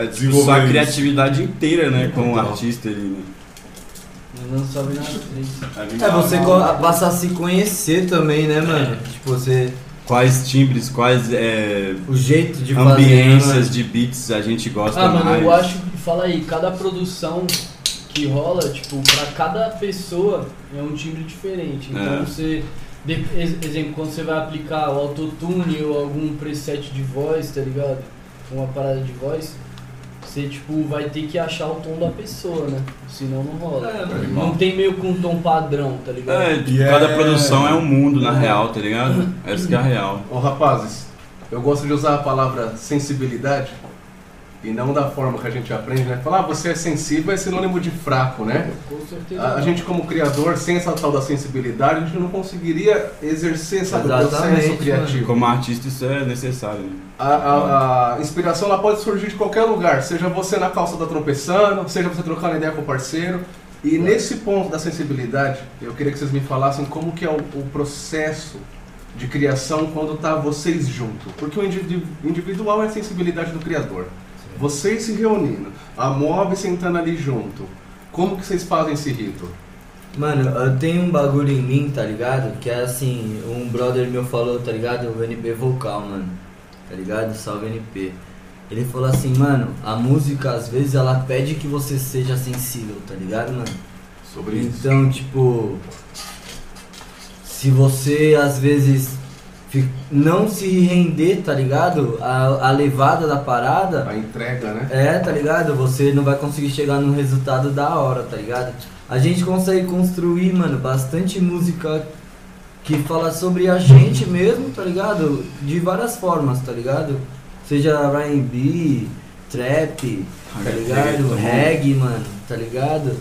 é, é tipo, Desenvolver sua isso. criatividade inteira, né, como Total. artista ali, né? Não sobe na frente. É, você co- passar a se conhecer também, né, É. mano? Tipo, você. Quais timbres, quais é, O jeito de fazer. né? ambiências de beats a gente gosta Ah, mais. mano, eu acho que, fala aí, cada produção que rola, tipo, pra cada pessoa é um timbre diferente. Então É. você, de, ex- exemplo, quando você vai aplicar o autotune ou algum preset de voz, tá ligado? Uma parada de voz, você, tipo, vai ter que achar o tom da pessoa, né? Senão não rola. não tem meio com um tom padrão, tá ligado? É, tipo, Yeah. cada produção é um mundo na real, tá ligado? Essa que é a real. Ô rapazes, eu gosto de usar a palavra sensibilidade E não da forma que a gente aprende, né? Falar, ah, você é sensível é sinônimo de fraco, né? Com certeza. A, a não. gente, como criador, sem essa tal da sensibilidade, a gente não conseguiria exercer essa o Exatamente, senso criativo. Como artista isso é necessário, né? A, a- a inspiração ela pode surgir de qualquer lugar, seja você na calça da tropeçando, seja você trocando ideia com o parceiro. E nesse ponto da sensibilidade, eu queria que vocês me falassem como que é o, o processo de criação quando tá vocês junto. Porque o indivi- individual é a sensibilidade do criador. né, Vocês se reunindo, a MOB sentando ali junto. Como que vocês fazem esse rito? Mano, eu tenho um bagulho em mim, tá ligado? Que é assim, um brother meu falou, tá ligado? O NP Vocal, mano. Tá ligado? Salve NP. Ele falou assim, mano, a música às vezes ela pede que você seja sensível, tá ligado, mano? Sobre isso. Então, tipo, se você às vezes fi- não se render, tá ligado? A, a levada da parada, A entrega, né? é, tá ligado? Você não vai conseguir chegar num resultado da hora, tá ligado? A gente consegue construir, mano, bastante música que fala sobre a gente mesmo, tá ligado? De várias formas, tá ligado? Seja R&B, trap, tá ligado? Reggaeton. Reggae, mano, tá ligado?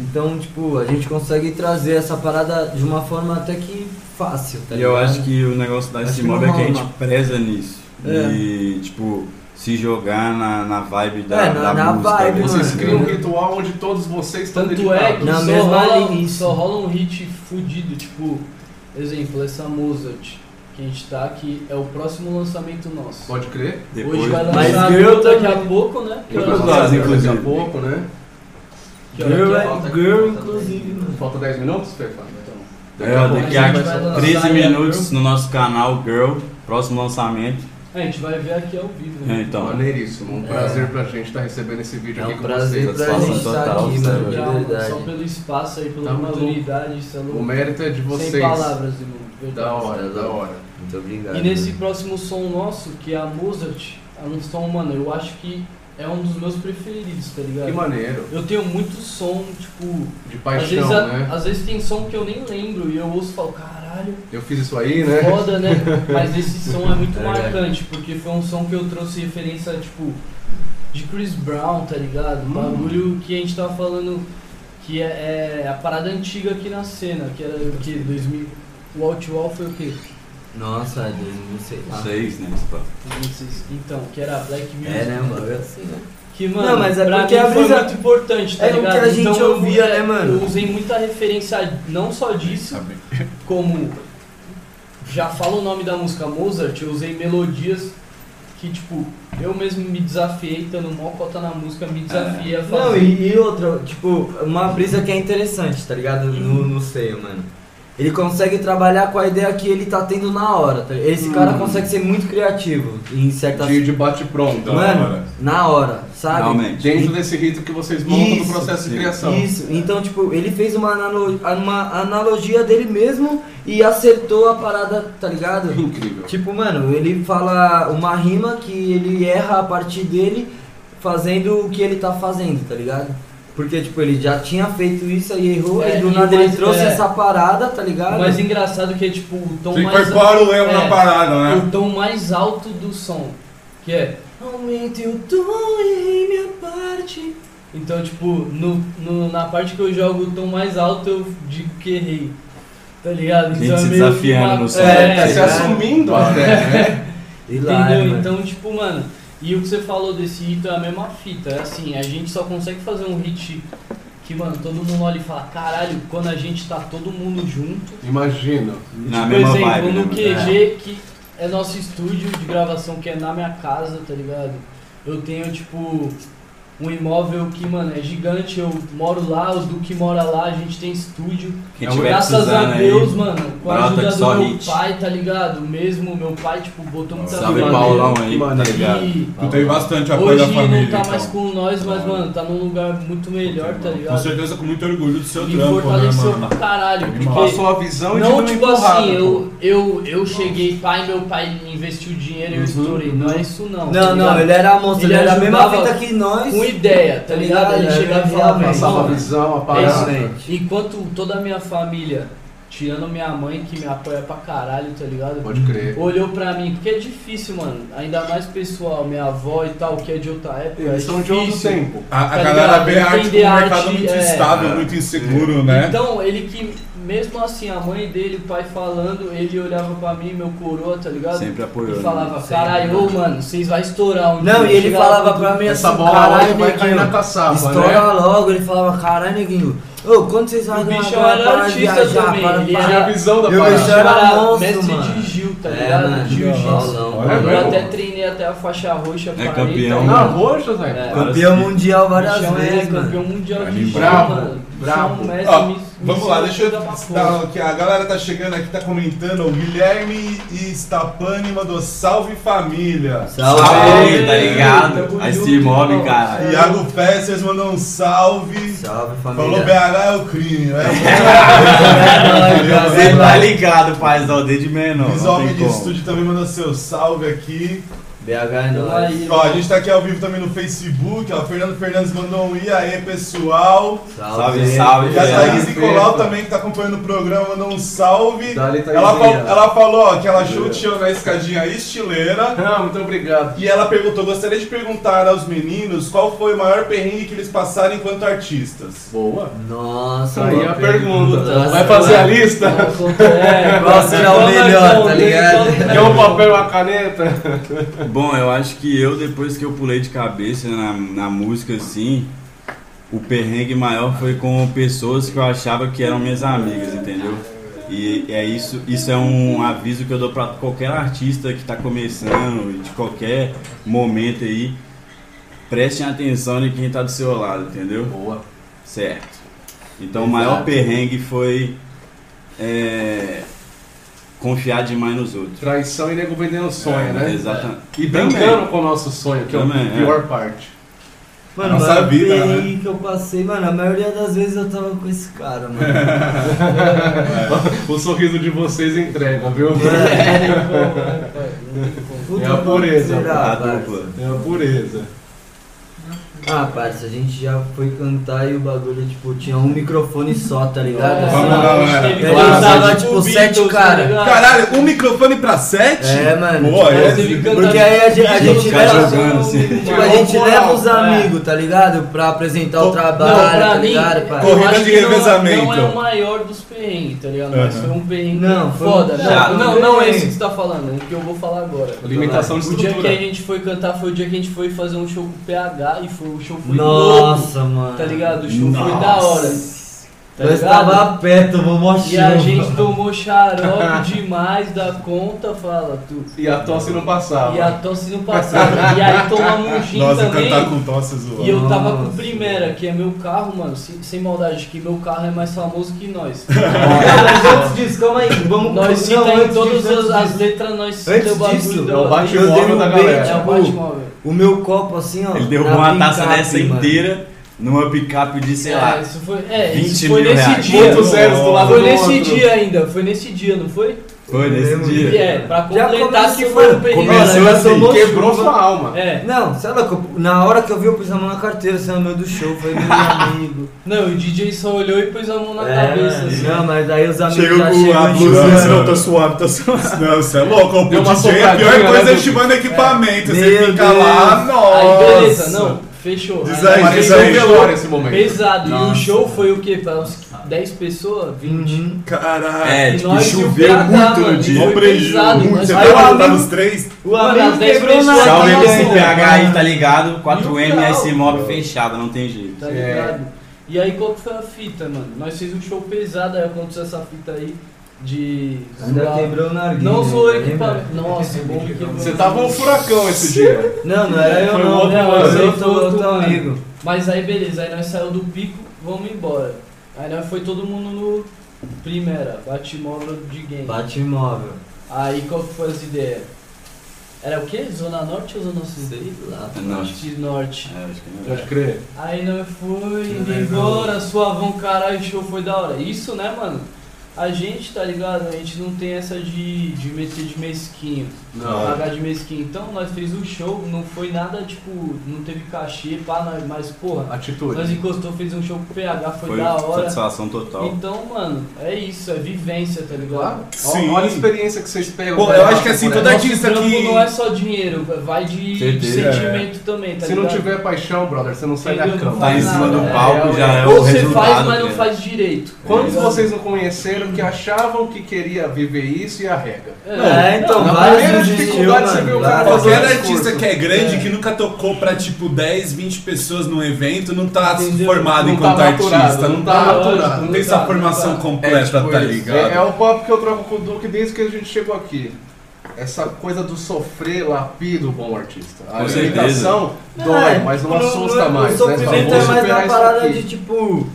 Então, tipo, a gente consegue trazer essa parada de uma forma até que fácil, tá E ligado? eu acho que o negócio da Acho que Steambob não é que a rola, gente não. preza nisso. É. E, tipo, se jogar na, na vibe da, É, na- da na música. vibe, né? Vocês mano. criam um ritual onde todos vocês estão Tanto é que dedicados. Na só, mesma linha, rola, isso. só rola um hit fudido, tipo, exemplo, essa Mozart que a gente tá, que é o próximo lançamento nosso. Pode crer? Hoje vai Depois, Mas tá lançar eu Girl daqui também. a pouco, né? Eu Que tô hora- zoado. horas, inclusive. Daqui a pouco, né? que hora Girl, que é? é- girl inclusive, né? mano. Falta 10 minutos, Fefa? é, daqui a a gente vai lançar 13 a minutos no nosso canal Girl, próximo lançamento. É, a gente vai ver aqui ao vivo, É, né? então, Maneiríssimo. Um É. prazer pra gente estar recebendo esse vídeo É aqui um com prazer vocês. pra gente satisfação estar total, aqui, sabe? mano, de Já, mano, É verdade. só pelo espaço aí, pela Tá maluco. maturidade, isso é louco. O mérito é de Sem vocês. palavras, irmão. verdade. Da hora, da hora. Muito obrigado. E nesse próximo som nosso, que é a Mozart, é um som, mano, eu acho que é um dos meus preferidos, tá ligado? Que maneiro. Eu tenho muito som, tipo. De às, vezes, paixão, a- né? às vezes tem som que eu nem lembro e eu ouço e falo, caralho, Eu fiz isso aí, né? foda, né? Mas esse som é muito É. marcante, porque foi um som que eu trouxe referência, tipo, de Chris Brown, tá ligado? Hum. Um bagulho que a gente tava falando que é, é a parada antiga aqui na cena, que era o que? 2000. O Out Wall foi o quê? Nossa, Deus, não sei lá. vocês, né? Então, que era Black Music. É, né, mano? É assim, né? Que, mano, Não, mas é pra porque mim a brisa- foi muito importante, tá é o que ligado? a gente então, eu- ouvia, né, mano? Eu usei muita referência não só disso, como já fala o nome da música Mozart, eu usei melodias que, tipo, eu mesmo me desafiei, estando mó cota na música, me desafiei a Não, fazer. e, e outra, tipo, uma brisa que é interessante, tá ligado? No, no seio, mano. Ele consegue trabalhar com a ideia que ele tá tendo na hora. tá ligado? Esse cara consegue ser muito criativo em certas. De, de bate-pronto. Mano, na hora, sabe? Realmente. Dentro desse rito que vocês montam no Isso, processo de sim. criação. Isso, então, tipo, ele fez uma, analo- uma analogia dele mesmo e acertou a parada, tá ligado? Incrível. Tipo, mano, ele fala uma rima que ele erra a partir dele fazendo o que ele tá fazendo, tá ligado? Porque, tipo, ele já tinha feito isso aí errou, É, e do e nada o ele mais- trouxe é. essa parada, tá ligado? O mais engraçado que é, tipo, o tom Você mais. incorpora o erro na é. parada, né? o tom mais alto do som, que é Aumente o tom e errei minha parte. Então, tipo, no, no- na parte que eu jogo o tom mais alto, eu digo que errei. Tá ligado? Gente Então se é meio que desafiando uma- no som. né? É, É, se é, assumindo até, né? E lá, Entendeu? mano. Então, tipo, mano, e o que você falou desse hit é a mesma fita. É assim, a gente só consegue fazer um hit que, mano, todo mundo olha e fala, caralho, quando a gente tá todo mundo junto. Imagino. Na Tipo, Por mesma exemplo, vibe, né, no mano? QG, que é nosso estúdio de gravação, que é na minha casa, tá ligado? Eu tenho, tipo, um imóvel que, mano, é gigante, eu moro lá, o Duque mora lá, a gente tem estúdio. Quem É, tiver Graças a precisando aí, Deus, mano, com a brota ajuda né? que do só meu hit. pai, tá ligado? Mesmo meu pai, tipo, botou muita salve grana Paulão nele. aí, Mano, tá ligado? E Tu tem bastante apoio hoje da família. não tá então. mais com nós, mas, mano, tá num lugar muito melhor, tá Com ligado? certeza, com muito orgulho do seu Me trampo, né, fortaleceu mano? pra caralho. Me porque- Passou a visão e te não, deu tipo uma empurrada, assim, pô. eu, eu, eu cheguei, pai, meu pai investiu dinheiro e eu estourei. Não é isso não. tá Não, não, ligado? ele era monstro, ele, Ele era a mesma ajudava fita que nós. Com ideia, tá ligado? Ele Ele chegava e realmente falava, Passava a irmão, visão, a é isso. parada. Exatamente. enquanto toda a minha família Tirando minha mãe, que me apoia pra caralho, tá ligado? Pode crer. Olhou pra mim, porque é difícil, mano. Ainda mais pessoal, minha avó e tal, que é de outra época. é Eles são de outro difícil. tempo. A, a Tá galera ligado? vê a arte como Entender um a mercado arte, muito é. instável, muito inseguro, né? Então, ele que, mesmo assim, a mãe dele, o pai falando, ele olhava pra mim, meu coroa, tá ligado? Sempre né? apoiando. E falava, Sempre. caralho, ô, mano, vocês vão estourar um Não, dia." e ele Chegava falava tudo- pra mim assim, Essa bola caralho, hoje vai cair na neguinho, caçapa, estoura né? logo. Ele falava, caralho, neguinho, ô, quando vocês vão O bicho gravar era para de artista viajar, também, para ele para- era- Tinha a visão da Eu parada. deixava- era Cara, monstro, mestre mano. de Gil, tá É, ligado? mano, Jiu-jitsu. Paulão, Olha, Eu Paulão. mesmo? até treinei até a faixa roxa É parei, campeão. tá Na ligado? rocha, Zé. É. Campeão mundial várias Bichão é vezes, mano. campeão mundial de Animal. Gil, Brabo, mano. brabo. Bichão, mestre, Ó, me- Vamos me lá, chama deixa eu pra dar porra. aqui. A galera tá chegando aqui, tá comentando. O Guilherme e Stapani mandou salve família. Salve. Salve, tá Aê, ligado? tamo Aí se junto, move, irmão. cara. Iago Fessers mandou um salve. Salve, Falou BH família. é o crime, né? Você Você tá ligado, paizão, desde menor. Não Visual tem de como. Estúdio também mandou seu salve aqui. BH é Tamo nóis. aí, Ó, a gente tá aqui ao vivo também no Facebook. Ó, Fernando Fernandes mandou um e aí, pessoal. Salve, salve, E a Thaís galera. Nicolau também, que tá acompanhando o programa, mandou um salve. Dali, tá Thaisinha. Ela, fal- ela falou ó, que ela achou o tio na escadinha estileira. Ah, muito obrigado. E ela perguntou: gostaria de perguntar aos meninos qual foi o maior perrengue que eles passaram enquanto artistas. Boa. Nossa, Tá Aí é boa a pergunta. Nossa, Vai fazer a mano. lista? É, Qual será o melhor, tá ligado? Quer um papel e uma caneta? Bom, eu acho que eu, depois que eu pulei de cabeça na, na música, assim, o perrengue maior foi com pessoas que eu achava que eram minhas amigas, entendeu? E é isso, isso é um aviso que eu dou pra qualquer artista que tá começando, de qualquer momento aí. Prestem atenção em quem tá do seu lado, entendeu? Boa. Certo. Então o Exato. maior perrengue foi é, confiar demais nos outros. Traição e nego vendendo sonho, né? Exatamente. E Também. brincando com o nosso sonho, que é Também, a pior parte. Mano, Nossa mas vida, eu vi que eu passei, mano, a maioria das vezes eu tava com esse cara, mano. É. O sorriso de vocês entrega, viu? É. Puta É a que pureza, será, a parça? dupla. É a pureza. Ah, parça, a gente já foi cantar e o bagulho, tipo, tinha um microfone só, tá É. ligado? Vamos Assim, lá, a gente vai. teve Ele cantada usava, tipo, Beatles, sete tá cara. ligado? Caralho, um microfone pra sete? É, mano. Boa, tipo, é. Teve cantada Porque aí a gente, a gente tá Ficar leva, jogando, assim. tipo, a gente leva os amigos, tá ligado? Pra apresentar o Não, trabalho, É. Não, pra tá mim, ligado, parça? eu Corrida acho de que não- revezamento. Não é o maior dos perrengues, tá ligado? Mas Aham. foi um perrengue Não, foi um foda. né? chato. Não, não é Perrengue. esse que você tá falando, é o que eu vou falar agora. Limitação de O dia que estrutura. a gente foi cantar foi o dia que a gente foi fazer um show com o PH e foi, o show foi louco, Nossa, mano. tá ligado? O show foi Nossa. da hora. Tá eu ligado? estava perto, tomou mó E a chuva. gente tomou xarope demais da conta, fala tu. E a tosse não passava. E a tosse não passava. E aí tomamos um gin Nossa, também. cantar com tosse zoando. E eu tava com o Nossa. Primera, que é meu carro, mano, sem, sem maldade, que meu carro é mais famoso que nós. Nós- antes disso, calma aí, vamos nós não, cita antes em todas disso, as, antes as disso. letras, nós cita Antes o bagulho disso, do- é o bate Eu dei móvel um da bait, galera. É o Batmóvel. O meu copo assim, ó. Ele na derrubou uma taça picape, dessa mano. inteira numa picape de, sei É, lá, isso foi, é, 20 isso foi mil nesse reais. dia. Ponto zeros do lado Foi do nesse outro. dia ainda, foi nesse dia, não foi? foi nesse Lembro. E dia. é, pra Já completar que começou, assim, foi o mano, período. começou Olha, assim, tomou Quebrou chuva. sua alma. É, Não, sabe louco? Na hora que eu vi, eu pus a mão na carteira, saiu meu do show, foi meu amigo. não, o DJ só olhou e pôs a mão na cabeça. assim. É, Não, mas aí os amigos Chegou já com a um chegam blusa, enxugando. Não, não, tô suave, tô suave. Não, você é louco. O Deu uma DJ é a pior sopradinha, coisa né, é estimando equipamento. Você Meu fica Deus. lá, Aí nossa. beleza, não, fechou. Diz Aí, aí, nós diz Pareceu aí. um velório esse momento. Pesado. E o Nossa. show foi o quê? Pra uns 10 pessoas? 20? Uhum. Caralho. É, E tipo, nós choveu e o muito Braga, no mano. dia. Mó Foi prejuízo. é pesado, mas Você aí vai o botar amigo- nos três? Uhum. O Mano, amigo as dez quebrou né? na pessoas- Salve Não, MC não. PH aí, tá ligado? 4M Não. e esse mob fechado, não tem jeito. Tá É. ligado? E aí qual que foi a fita, mano? Nós fizemos um show pesado, aí aconteceu essa fita aí de. Ainda zoar. quebrou o né? nariz. Não zoou o zoou equipamento. Nossa, bom que quebrou. Você tava um furacão esse dia. Não, não era eu Foi não, outro né? mano. Foi outro, Foi outro outro mano. amigo. Mas aí beleza, aí nós saímos do pico, vamos embora. Aí nós foi todo mundo no. Primeira, batimóvel de game. Bate imóvel. Aí qual que foi as ideias? Era o quê? Zona Norte ou Zona Sul? Sei lá. É, Não. Acho que Norte. É, acho que não. Pode crer. Aí nós foi, Que indo legal. embora, suavão, caralho, o show foi da hora. Isso, né, mano? A gente, tá ligado? A gente não tem essa de, de me- ser de mesquinho. Ah. Não. Pagar de mesquinho. Então nós fez o show, não foi nada, tipo, não teve cachê, pá, nós- mas porra. Nós Atitude. encostou, fez um show com o PH, foi, Foi da hora. satisfação total. Então, mano, é isso, é vivência, tá ligado? Claro. Sim. Olha a experiência que vocês pegam. Pô, pra eu passar acho que assim, por toda- ela. Nosso artista trampo que- não é só dinheiro, vai de Certeza. sentimento também, tá Se ligado? não tiver paixão, brother, você não sai da Entendeu? cama. Tá em Não, cima do é, palco, é, já é o Ou você resultado. faz, mas não velho. faz direito. é. Quantos tá ligado? vocês não conheceram que achavam que queria viver isso e arrega? É, então, na primeira vários dificuldade você vê o cara vários. Qualquer Fazer um artista discurso. que é grande, É. que nunca tocou pra tipo 10, 20 pessoas num evento, não tá Entendeu? formado Não enquanto tá maturado, artista. Não, não tá tá, maturado. não tem essa Não tá, formação não tá. completa, tá ligado? É, é o papo que eu troco com o Duque desde que a gente chegou aqui. Essa coisa do sofrer lapida o bom artista. A Com limitação dói, mas não assusta mais. O né? Fala, É, sofrimento "Vou é mais superar na isso parada aqui". de tipo.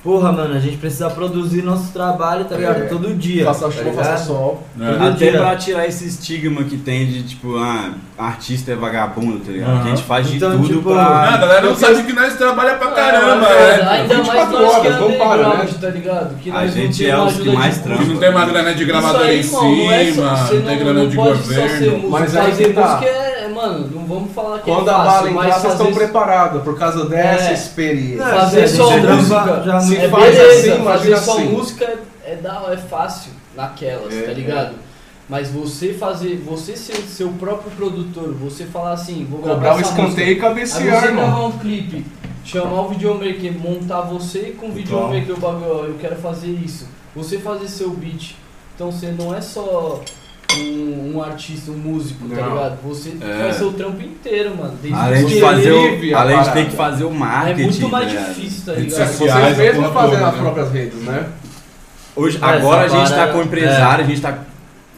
Porra, mano, a gente precisa produzir nosso trabalho, tá ligado? É. Todo dia. Faça tá chuva, ligado? faça sol. Todo Até dia. pra tirar esse estigma que tem de tipo, ah, artista é vagabundo, tá ligado? A gente faz de Então, tudo tipo, Ah, a pra. galera não sabe que nós trabalha pra caramba, é, né? Ainda mais 24 nós que é horas, não para, underground, né? tá ligado? Que A nós não gente tem é uma os que ajuda de mais custo. Que não tem mais grana de gravador Isso aí, em irmão, não é cima, só- você não tem grana de pode só ser um governo. músico. Mas aí fazer que tá. música é, mano, não vamos falar que Quando é a fácil, bala entrar, mas vocês estão fazer- preparados por causa dessa É. experiência. Não, Fazer se a só gente música grava- já se não- É faz beleza, assim, fazer imagina só assim. música é- é, da, é fácil naquelas, É, tá ligado? Mas você fazer, você ser seu próprio produtor, você falar assim, vou Cobrar gravar o essa música. escanteio e Aí cabecear, você irmão. gravar um clipe, chamar o videomaker, montar você com o Então. videomaker, o bagulho, ó, eu quero fazer isso. Você fazer seu beat. Então você não é só um, um artista, um músico, tá Não. ligado? Você É. faz seu trampo inteiro, mano. Desde Além você de fazer vive o. a Além de parada. ter que fazer o É marketing. muito mais tá ligado? difícil, tá Redes ligado? sociais, Vocês a mesmos porra fazem toda, nas né? próprias redes, né? Hoje, Mas agora a essa gente tá parada- é- com o empresário, a gente tá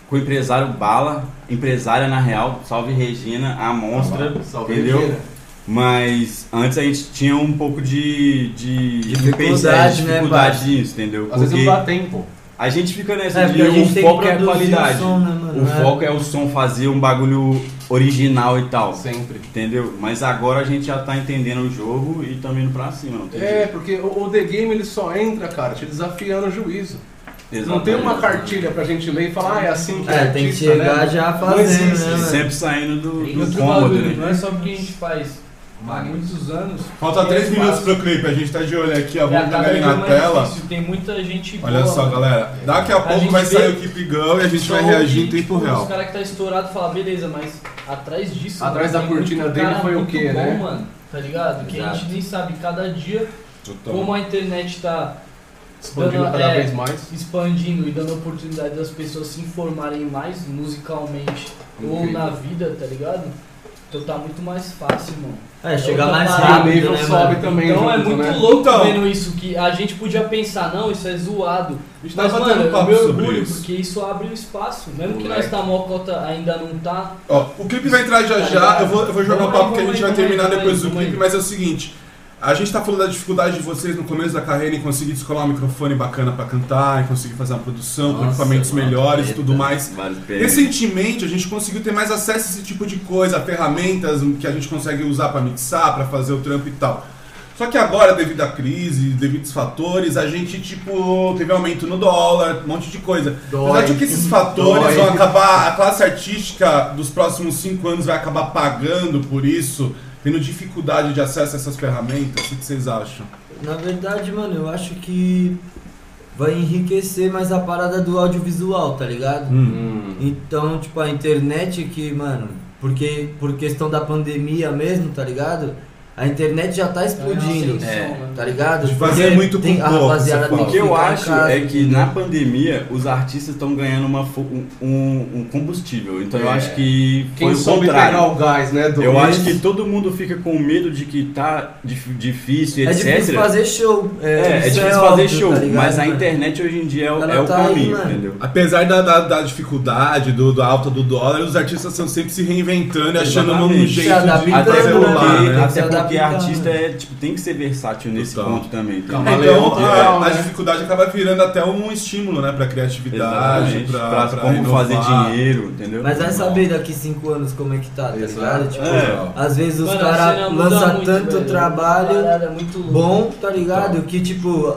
com o empresário Bala, empresária na real, salve Regina, a monstra, Salve, entendeu? Regina. Mas antes a gente tinha um pouco de, de Dificuldade, de né, dificuldade nisso, entendeu? Às vezes Porque não dá tempo. a gente fica nessa É, de porque a o gente tem foco que é a produzir o qualidade. som, né, mano? O foco é o som fazer um bagulho original e tal. Sempre. Entendeu? Mas agora a gente já tá entendendo o jogo e tá indo pra cima, não tem É, jeito. porque o, o The Game ele só entra, cara, te desafiando o juízo. Não tem uma Exatamente. cartilha pra gente ler e falar, ah, é assim que é, É, tem que artista, chegar né? já Não fazendo, existe. né? mano? Sempre saindo do, E do outro cômodo, bagulho, né? Não é só porque a gente faz há muitos anos. Falta que 3 é minutos fácil. pro clipe, a gente tá de olho aqui, ó. É, a Vamos cada pegar ele vez na mais tela. difícil, Tem muita gente Olha boa, só, mano. galera. Daqui a, pouco gente vai vê- sair o Keep Go e a gente vai Só reagir em que, tempo tipo, real. Os caras que tá estourado falam, beleza, mas atrás disso. Atrás da tem muito cortina dele cara foi o muito quê, bom, né? Mano, tá ligado? Que a Exato. gente nem sabe cada dia Total. como a internet tá Expandindo Dando- cada é. vez mais. expandindo e dando oportunidade das pessoas se informarem mais musicalmente ou Incrível. na vida, tá ligado? Então tá muito mais fácil, mano. É, chegar Outra mais o parada, rápido, nível né, sobe mano? também. tá. então é junto, muito né? louco Então. vendo isso, que a gente podia pensar, não, isso é zoado. A gente Mas, tava mano, batendo é um papo meu sobre orgulho, isso. porque isso abre o espaço. Mesmo que Moleque. nós tá mocota ainda não tá, Ó, o clipe vai entrar já Tá já, ligado? eu vou, eu vou jogar o Vamos aí, papo que a vamos gente vai aí, vamos aí, terminar vamos depois aí, do vamos clipe, aí. mas é o seguinte. A gente tá falando da dificuldade de vocês no começo da carreira em conseguir descolar um microfone bacana pra cantar, em conseguir fazer uma produção com Nossa, equipamentos mano, melhores e eita. tudo mais. Vários perrengues. Recentemente a gente conseguiu ter mais acesso a esse tipo de coisa, a ferramentas um, que a gente consegue usar pra mixar, pra fazer o trampo e tal. Só que agora, devido à crise, devido aos fatores, a gente, tipo, teve aumento no dólar, um monte de coisa. Dói. Mas acho que esses fatores Dói. vão acabar, a classe artística dos próximos cinco anos vai acabar pagando por isso, tendo dificuldade de acesso a essas ferramentas? O que vocês acham? Na verdade, mano, eu acho que vai enriquecer mais a parada do audiovisual, tá ligado? Hum. Então, tipo, a internet que, mano, porque por questão da pandemia mesmo, tá ligado? A internet já tá explodindo, É. tá ligado? De fazer muito com tem, a pouco, rapaziada você tem fala. O que eu ficar em acho casa. tá é que na pandemia os artistas estão ganhando uma fo- um, um- um combustível. Então eu É. acho que Quem foi o soube pegar contrário. o gás, né? Do Eu é mês, acho que todo mundo fica com medo de que tá dif- difícil, É etc. difícil fazer show. É, é isso difícil óbvio, fazer tá show, ligado, mas a mano? internet hoje em dia é, o- Ela é o tá aí, caminho, mano. entendeu? Apesar da, da, da dificuldade, do, da alta do dólar, os artistas estão sempre se reinventando e achando um Exatamente. é jeito Se de adaptando, Até fazer porque, né? rolar, né? até Se porque adaptar, artista né? é, tipo, tem que ser versátil nesse Total. ponto também. tá? Calma, Então, Valeu, a, né? a dificuldade acaba virando até um estímulo, né, pra criatividade, Exatamente. pra, Pra pra como renovar. fazer dinheiro, entendeu? Mas é vai saber daqui cinco anos como é que tá, tá Exato. ligado? Tipo, Tá É. às vezes os Mano, a caras cena muda lançam muito, tanto velho. é trabalho Parada é muito louca. bom, tá ligado? Que tipo,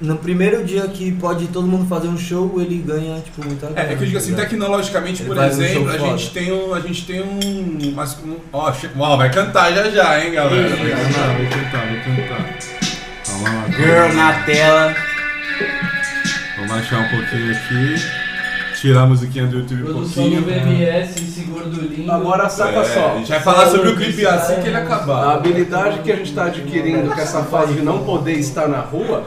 no primeiro dia que pode todo mundo fazer um show, ele ganha, tipo, muita É, é que eu digo assim, tá ligado? tecnologicamente, Ele por faz um exemplo, show a gente foda. tem um. A gente tem um. umas- um- ó, che- ó, vai cantar já já, hein, galera? Vai cantar, vai cantar, vai cantar. Calma lá. Girl na tela. Vou baixar um pouquinho aqui. Tirar a musiquinha do YouTube um Produção do pouquinho. VMS, seguro do Lingo. Agora saca É, só. a gente vai falar sobre o clipe Saúde, assim que ele saúde. A acabar. habilidade que a gente está adquirindo com essa fase de não poder estar na rua,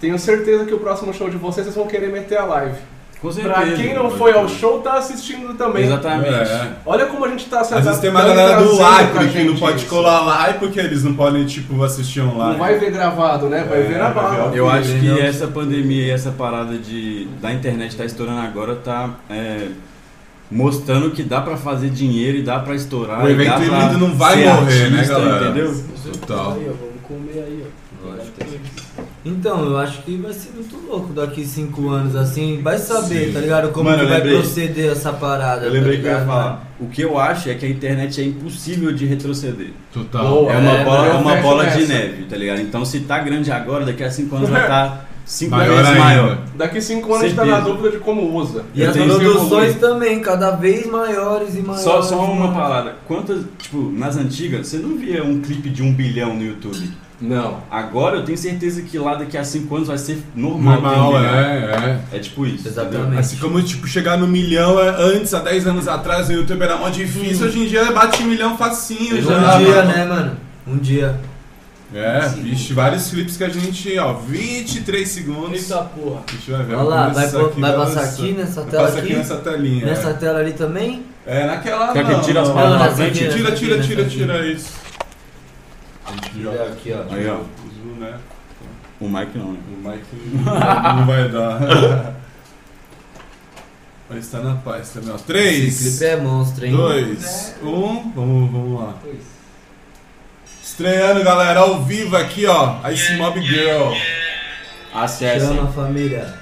tenho certeza que o próximo show de vocês, vocês vão querer meter a live. Com certeza. Pra quem não foi ao show, tá assistindo também. Exatamente. É. Olha como a gente tá se Às vezes tem uma adaptando e galera do trazendo pra Acre que gente não pode isso. colar lá e porque eles não podem, tipo, assistir online. Não vai ver gravado, né? Vai É, ver na vai ver ao bala. Eu acho que Entendeu? essa pandemia e essa parada de, da internet tá estourando agora tá é, mostrando que dá pra fazer dinheiro e dá pra estourar. O e evento dá pra híbrido não vai ser morrer, né, artista, galera? Entendeu? Total. Aí, ó, vamos comer aí, ó. Então, eu acho que vai ser muito louco daqui cinco anos, assim. Vai saber, Sim. tá ligado? Como Mano, que eu vai lembrei. proceder essa parada. Eu lembrei tá que eu ia ligado? falar. O que eu acho é que a internet é impossível de retroceder. Total. Boa, É uma é, bola, eu é uma fecho bola nessa. de neve, tá ligado? Então se tá grande agora, daqui a cinco anos vai estar cinco É. Maior vezes ainda. maior. Daqui cinco anos a gente tá na Certeza. dúvida de como usa. E Eu as tenho produções também, cada vez maiores e maiores. Só, só uma mano. parada. Quantas, tipo, nas antigas, você não via um clipe de um bilhão no YouTube. Não. Agora eu tenho certeza que lá daqui a cinco anos vai ser normal. ter um Normal, bilhão. é, é. É tipo isso. Exatamente. entendeu? Assim como, tipo, chegar no milhão é, antes, há 10 anos atrás, o YouTube era mó difícil, hoje em dia bate um milhão facinho. Hoje já. em Um dia, né, mano? Um dia. É, vixe, vários clipes que a gente, ó, 23 segundos. Eita porra. Deixa eu ver. Olha lá, vai, isso pô- vai passar nossa. aqui nessa Vai tela passar aqui. aqui nessa telinha. é. Nessa tela ali também. É, naquela Quer que não, eu tire as não. palavras Não, na não, frente? não, não. Tira, tira, tira, Aqui, tira isso. A gente joga Aqui, ó. Aí, ó. Zoom, né? O Mike não, né? O Mike não vai dar. Mas tá na paz também, ó. Esse 3, clipe é monstro, hein? 2, 1. Vamos, vamos lá. Estreando, galera, ao vivo aqui, ó. Ice Mob Girl. Acesse. Chama a família.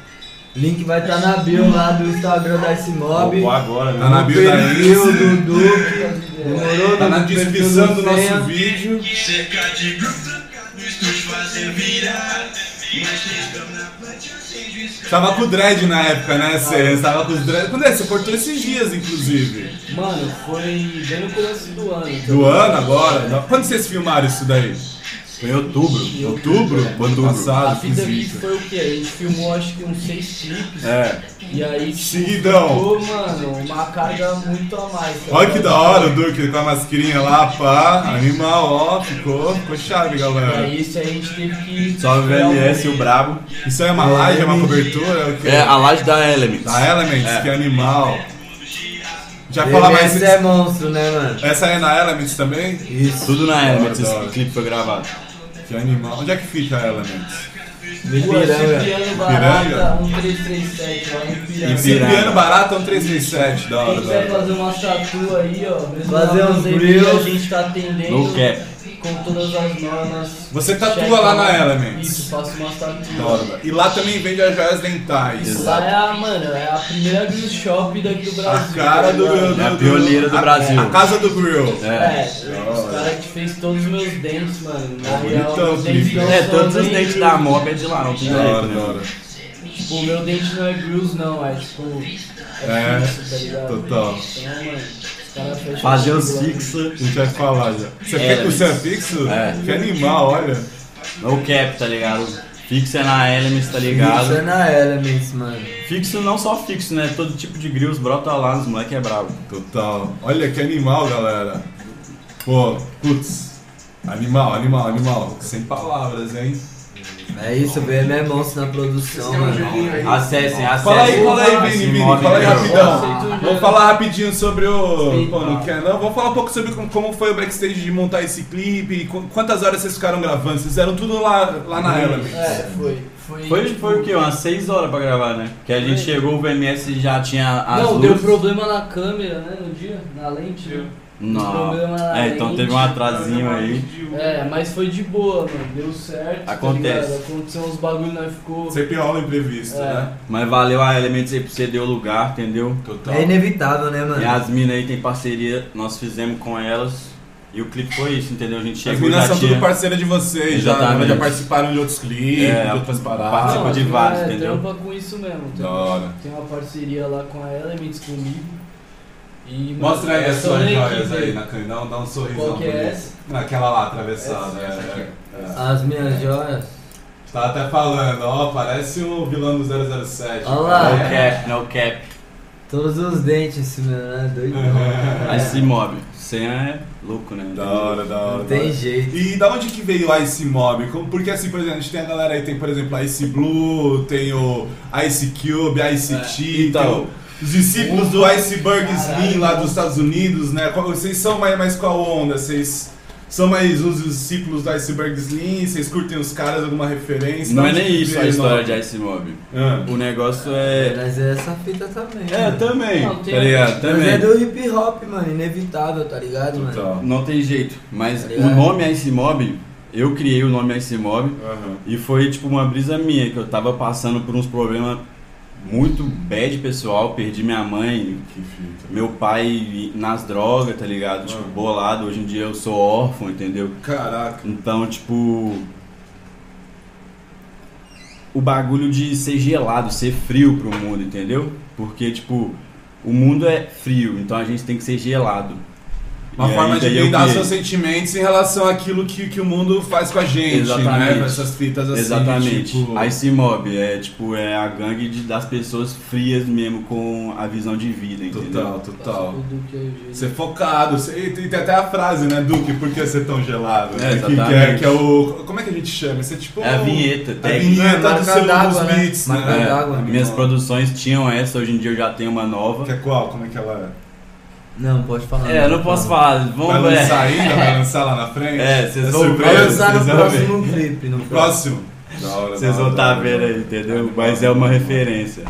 Link vai estar na bio lá do Instagram da Smob. Vou agora, né? Tá na bio da Perfil Ice. do Duque. Demorou? Tá na Perfil do descrição do Senha. nosso vídeo. Tava com o dread na época, né, Cê? Você Tava com os dread. Quando é? Você cortou esses dias, inclusive. Mano, foi bem no começo do ano. então. Do ano agora. Da- Quando vocês filmaram isso daí? Foi em outubro. Em Outubro? É. Ano A é passado, fiz fita aqui vídeo. foi o quê? A gente filmou acho que uns seis clipes. É. E aí, tipo, Seguidão. ficou, mano, uma carga muito a mais. tá Olha que ligado? da hora o Duque com a mascarinha lá, pá. Animal, ó. Ficou, ficou chave, E galera. aí, isso aí a gente teve que. Salve criar um- VLS, o Brabo. Isso aí é uma laje, é uma cobertura? É, o quê? laje da Element. Da Elements, É. que animal. Já falar mais. Esse é monstro, né, mano? Essa é na Elements também? Isso. Tudo na Element, Adoro. esse clipe foi gravado. Que animal. Onde é que fica a Elements? Me Pô, piranga. Cipriano Barata, 1337, lá em E Piranga. se piano barato é um 337, da Quem hora, da quiser hora. fazer uma tatu aí, ó, mesmo Fazer nós uns aí, brilhos. a gente tá atendendo No cap. com todas as normas. Você tatua Checa lá na Elements. Isso, faço umas tatuas. Da hora. E lá também vende as joias dentais. Isso lá é a, mano, é a primeira grill shop daqui do A Brasil. tá cara do. ligado? do- É a pioneira do a- Brasil. A casa do Grill. É, É. os caras que fez todos os meus dentes, mano. Na É real, bonitão, meus dentes Felipe. não É, são todos os nem- dentes da Mob é de lá, não tem Da jeito, hora, da hora. né? Tipo, o meu dente não é grills, não, é tipo. É, É, fixo, tá ligado? total. Então, mano, os caras fecham. Fazer tudo os lá. A fixos. gente vai falar já. Você É, fica com o seu fixo? É. Que animal, olha. No cap, tá ligado? Fixo é na Elements, tá ligado? Isso é na Elements, mano. é. Fixo não só fixo, né? Todo tipo de grills brota lá, os moleque é brabo. Total. Olha que animal, galera. Pô, putz. Animal, animal, animal. Sem palavras, hein? É isso, o BM é monstro na Vocês é produção, querem um mano. gelinho né, aí? Acessem, Assim, acessem. Fala aí, fala aí, Esse Vini, Vini, mob fala aí é rapidão. aceito o Vamos gelo. falar rapidinho sobre o. Sim. Pô, não quer não? Vamos falar um pouco sobre como- como foi o backstage de montar esse clipe. qu- Quantas horas vocês ficaram gravando? Vocês fizeram tudo lá, lá na Element. É, foi. Foi, Foi, tipo, foi o quê? Umas 6 horas pra gravar, né? Que a gente Foi. chegou, o VMS já tinha as Não, luzes. deu problema na câmera, né? No dia, na lente. né? Não. problema na É, então lente. teve um atrasinho aí. É, mas foi de boa, mano. Deu certo. tá Acontece. ligado? Aconteceu uns bagulho, nós ficou. Sempre rola imprevisto, É. né? Mas valeu a Elements aí pra você deu lugar, entendeu? Total. É inevitável, né, E mano? as minas aí tem parceria, nós fizemos com elas. E o clipe foi isso, entendeu? A gente Tá As chegou meninas Tipo, já são tinha... tudo parceira de vocês, já, Exatamente. já participaram de outros clipes, É, de outras paradas. participou Não, de ela vários, entendeu? trampa com isso mesmo. Da Tem, hora. tem uma parceria lá com a Elements comigo. E, Mostra aí as essa é suas uma joias equipe. aí, né? Natan. Dá, um- dá um sorrisão Qual que é bonito. essa? Naquela lá, atravessada. Essa, essa é, aqui. é. As minhas joias. Tá até falando, ó, parece o vilão do 007. Olha lá. No É. cap, no cap. Todos os dentes, esse mano, é doidão. Ice Mob. Senha é louco, né? Da hora, da hora. Não da hora. tem jeito. E da onde que veio o Ice Mob? Como- Porque assim, por exemplo, a gente tem a galera aí, tem por exemplo Ice Blue, tem o Ice Cube, Ice É. T, Então. um tem o- os discípulos do Iceberg Caralho. Slim lá dos Estados Unidos, né? Qual- Vocês são mais, mais qual onda? Vocês são mais os discípulos do Iceberg Slim? Vocês curtem os caras, alguma referência? Não é Onde nem que isso a veio o história nome? de Ice Mob. Ah. O negócio é. Mas é essa fita também. É, mano. também. Não, tem- Tá ligado? Mas é Também. do hip hop, mano, inevitável, tá ligado, mano? Total. Não tem jeito. Mas Tá ligado? o nome Ice Mob, eu criei o nome Ice Mob. Aham. E foi tipo uma brisa minha, que eu tava passando por uns problemas muito bad pessoal, perdi minha mãe, Que fita. meu pai nas drogas, tá ligado? Tipo, Ah. bolado, hoje em dia eu sou órfão, entendeu? Caraca. Então, tipo. O bagulho de ser gelado, ser frio pro mundo, entendeu? Porque, tipo, o mundo é frio, então a gente tem que ser gelado. Uma E aí, é forma de daí eu blindar criei. seus sentimentos em relação àquilo que, que o mundo faz com a gente, Exatamente. né? Essas fitas assim, Exatamente. tipo... A Ice Mob é tipo é a gangue de- das pessoas frias mesmo com a visão de vida, entendeu? Total, total. Passa pro Duque aí, gente. Ser focado, ser- e tem tem até a frase, né, Duque, por que ser tão gelado? né? É, que, que é, exatamente. que é o. Como é que a gente chama? Isso é tipo. É a vinheta, A tem. vinheta do Marca selo dos d'água, né? beats, né? Marca É, d'água. minhas produções tinham essa, hoje em dia eu já tenho uma Que nova. é qual? Como é que ela é? Não, pode falar. É, eu não posso falar, Vai vamos ver. lançar ainda? Vai lançar lá na frente? É, vocês vão- surpresa, Vai lançar no vocês vão ver. próximo clipe, no próximo. Próximo. Da hora, da Vocês hora, vão da estar hora. vendo aí, entendeu? Mas é uma referência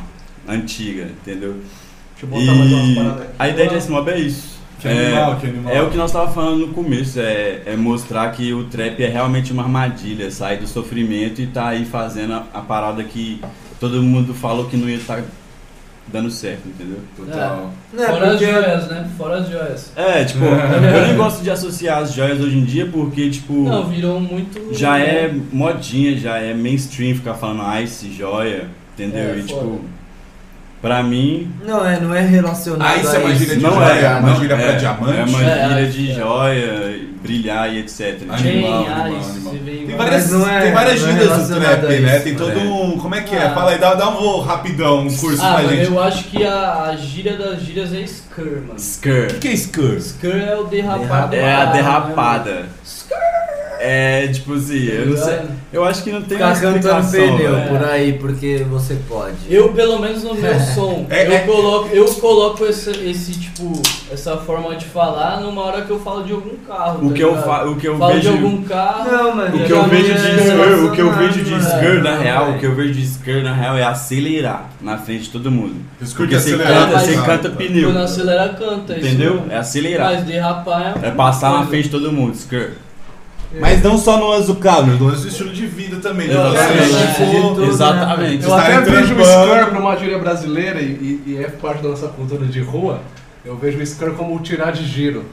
antiga, entendeu? Deixa eu botar mais umas E paradas aqui. a ideia de Ice Mob é isso. Que É, animal, que animal. é o que nós tava falando no começo, é, é mostrar que o trap é realmente uma armadilha, sair do sofrimento e tá aí fazendo a, a parada que todo mundo falou que não ia estar dando certo, entendeu? Total. Não, é Fora as porque- joias, né? Fora as joias. É, tipo, eu nem gosto de associar as joias hoje em dia porque, tipo, Não, virou muito. já é modinha, já é mainstream ficar falando ice, joia, entendeu? É, e foda. tipo, pra mim, Não, é, não é relacionado Ah, isso é uma gíria de Não joia, é, uma não gíria pra é, diamante. É uma gíria É, é, de é. joia, brilhar e etc. Tipo, Animal, Jane, animal, Ice, animal. você vem Tem várias- várias, não é- tem várias não é gírias do relacionado trap, a né? isso, Tem né? todo um. Como é que é? Ah. Fala aí, dá, dá um voo rapidão, um curso Ah, pra mano, gente. eu acho que a, a gíria das gírias é Skr, mano. O Skr. que é Skur? Skr é o derrapado. Ah, É a derrapada. É tipo assim, eu não sei. Eu acho que não tem uma Ficar cantando explicação. né? pneu velho. por aí, porque você pode. né? Eu, pelo menos no meu som, É, eu, é. Coloco, eu coloco esse, esse, tipo, essa forma de falar numa hora que eu falo de algum carro. O tá que eu, ligado? fa o que eu falo de vejo. algum carro. Não, mano. O que pra eu mim vejo é de Skr, o que eu relacionado, vejo de mano. Skr na real, Não, o que eu vejo de Skr na real é acelerar na frente de todo mundo. Porque você acelerar, canta, mas- você canta pneu. Quando acelera, canta. isso, Entendeu? mano. É acelerar. Mas derrapar é. É passar na frente de todo mundo, Skr. Mas não só no azucado, no lance do estilo de vida também. De Eu- você, é, tipo, né? Exatamente. Vocês Eu até estarem vejo o trampando. Scar pra uma gíria brasileira e, e- e é parte da nossa cultura de rua. Eu vejo o Scar como o tirar de giro.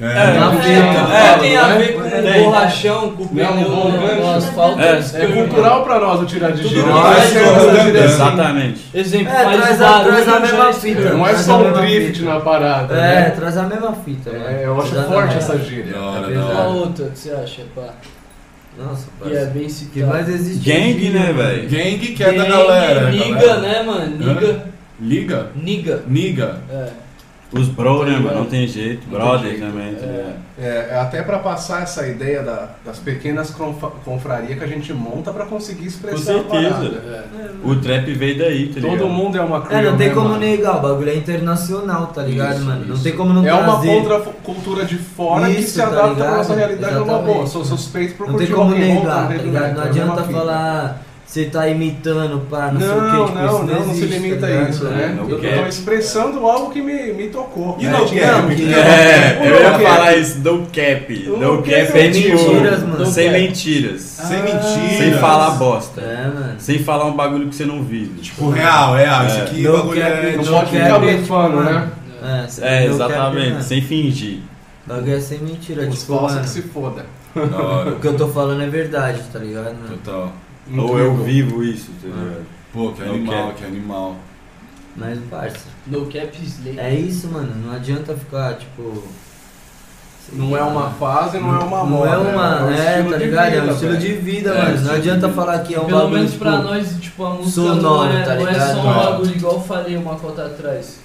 É. na É, né? fita, é, é, tem a ver com um Tem. borrachão, com o Não, pneu bom no- no gancho. asfalto. É, isso É que eu- cultural pra nós o tirar de Tudo giro. bem. Não é Mas só eu- essa eu- direção. Exatamente. Exemplo, É, faz traz a- barulho, traz a já mesma é fita. estranho. Não é Mas só é um uma drift fita. na parada. É, né? traz a mesma fita, mano. É, eu acho Traz a forte mesma- essa gíria. Da É hora, da verdade. Qual hora. outra que você acha, pá? Nossa, E é parceiro. bem O que citada. mais existe? Gang, hoje em né, dia, velho? Gang que é da galera. Niga, galera. né, mano? Niga. Liga? Niga. Niga. É. Os bro, né, mano? Não tem jeito. Brother também. tá É. ligado? É, até pra passar essa ideia da- das pequenas confa- confrarias que a gente monta pra conseguir expressar Com a certeza. parada. É, O trap veio daí, tá ligado? Todo mundo é uma crew, É, não tem né, como mano? negar, o bagulho é internacional, tá ligado, Isso, mano? Não isso. tem como não É uma trazer. contra cultura de fora que Isso, se tá adapta ligado? à nossa realidade numa boa. Exatamente. Sou suspeito por Não tem curtir como rock and roll, negar, tá vendo, ligado? né? Não É a mesma adianta fita. falar, você tá imitando, pá, não, sei o Não, que, tipo, não, isso não, não se existe, limita tá a ligado, isso, mano? né? Não Eu quer. tô expressando algo que me, me tocou. E né? não Tipo, quer, não, porque- que- É, O eu no ia cap. falar isso, no cap. O No no cap cap é é tipo, mentiras, mano. Sem No cap. mentiras. Sem Sem mentira. falar bosta. É, mano. Sem falar um bagulho que você não vive. Tipo, real, real. Isso É. aqui, No bagulho cap, é. Não no tipo, pode quer ficar ver, blefando, tipo, né? É, É, no cap, exatamente. mano. Sem fingir. Bagulho é sem mentira, Os tipo, falsos mano, que se foda. Da hora. o que eu tô falando é verdade, tá ligado? mano? Total. Muito Ou eu legal. vivo isso, tá ligado? Pô, que Não animal, quero. que animal. Mas, parça, No cap slay. é isso, mano. Não adianta ficar, tipo. sei Não é lá, uma fase, não, é uma Não moda. é uma. um É, né? estilo tá de ligado? é um vida, estilo velho. de vida, É, mano. estilo Não de adianta vida. falar que é um Pelo bagulho. menos Tipo, pra nós, tipo, a música sonoro, não, é, tá não é ligado? só um É. bagulho igual eu falei uma cota atrás.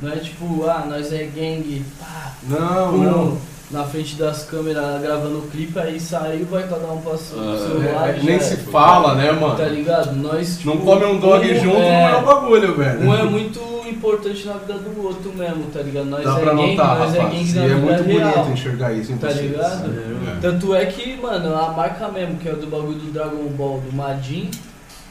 Não é tipo, ah, nós é gangue, pá, Não, pum, não. na frente das câmeras gravando o clipe, aí saiu, vai cada um pra seu Ah, seu lado. É, nem já se é. fala, né, Tá mano? ligado? Nós, tipo, Não come um dog junto, não é um bagulho, velho. Um é muito importante na vida do outro mesmo, tá ligado? Nós Dá é pra gangue, notar, nós é rapaz. gangue E na é vida muito real. bonito enxergar isso em Tá vocês. ligado? É. Tanto é que, mano, a marca mesmo, que é do bagulho do Dragon Ball, do Majin,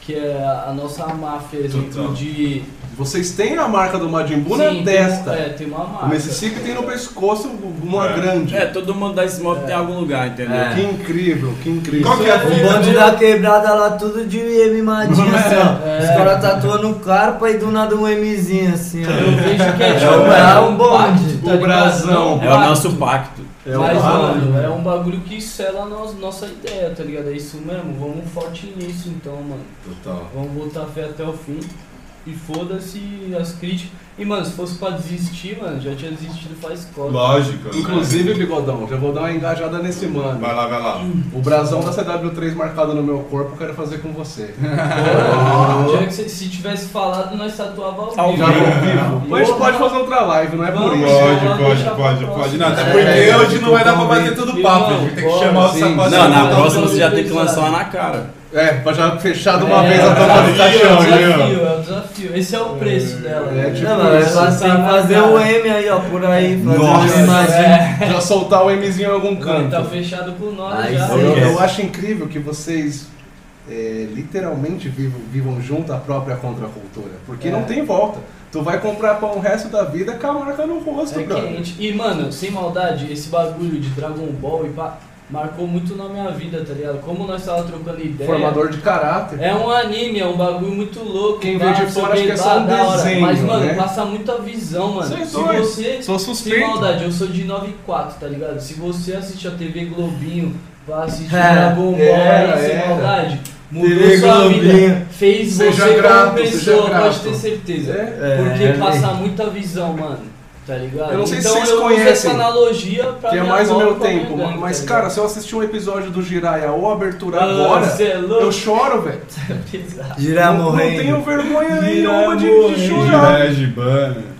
que é a nossa máfia, exemplo, Total. de... Vocês têm a marca do Majin Buu Sim, Um na tem- testa. É, tem uma marca. O Mississippi tem no pescoço uma É. grande. É, todo mundo da Smoke tem algum lugar, entendeu? É. Que incrível, que incrível. Qual que é Um a O fita? um né? bonde da quebrada lá, tudo de M madinho, assim, ó. é, Os caras tatuando o carpa e do nada um Mzinho, assim, Eu ó. vejo que é, É um- é um bonde. pacto, tá O ligado? brasão. Não, É o nosso pacto. É Mas, uma- mano, é um bagulho que sela a nos- nossa ideia, tá ligado? É isso mesmo, vamos forte nisso então, mano. Total. Vamos botar fé até o fim. E foda-se as críticas. E, mano, se fosse pra desistir, mano, já tinha desistido faz cota. Lógico. né? Inclusive, Bigodão, já vou dar uma engajada nesse mano. Vai lá, vai lá. O brasão da CW3 marcado no meu corpo, eu quero fazer com você. Já que se, se tivesse falado, nós tatuava ao vivo. Ao Já Tá ao vivo. Mas a gente pode fazer outra live, não é por Vamos. isso. Pode, pode, pode, pode. Não, até É, porque é, hoje não vai dar pra bater convite. todo o papo. A gente tem que Bora, chamar o sim. sapato. Não, na Mas- próxima você já tem que lançar lá na cara. É, pra já fechar de uma É, vez a tampa do É o caixão, né? desafio, é o desafio. Esse é o preço dela. é né? tipo Não, mas isso. vai fazer, Tá na fazer cara. o M aí, ó, por aí, fazer Nossa. um M madinho. Já soltar o Mzinho em algum Mano, canto. tá fechado com nós Aí já. sim. Eu, Sim. eu acho incrível que vocês é, literalmente vivam, vivam junto a própria contracultura. Porque É. não tem volta. Tu vai comprar pão o resto da vida com a marca no rosto, É brother. quente. E, mano, sem maldade, esse bagulho de Dragon Ball e pá, marcou muito na minha vida, tá ligado? Como nós tava trocando ideia. Formador de caráter. É um anime, é um bagulho muito louco. Quem pá, vê de não sei fora o acha que é pá, só um da hora. desenho, Mas, mano, né? passa muita visão, mano. Vocês Se dois. você. Sou Sem suspeito. maldade, eu sou de 94, tá ligado? Se você assiste a TV Globinho, vai assistir É, Dragon Ball, era, aí, sem era. maldade. Mudou TV sua Globinho. vida, fez Seja você grato, como seja pessoa, pode grato. ter certeza. É. É, Porque é, passa muita visão, mano. Tá ligado? Eu não sei se então vocês eu uso essa conhecem, analogia pra Que é minha mais o volta meu pra minha tempo. gangue, Mas, tá cara, ligado? se eu assistir um episódio do Jiraiya ou abertura Ah, agora, cê é louco, eu choro, velho. pesado. Girar Não, não morrendo. um tenho vergonha Jiraiya nenhuma de, de morrendo. chorar. Gibé, Gibana.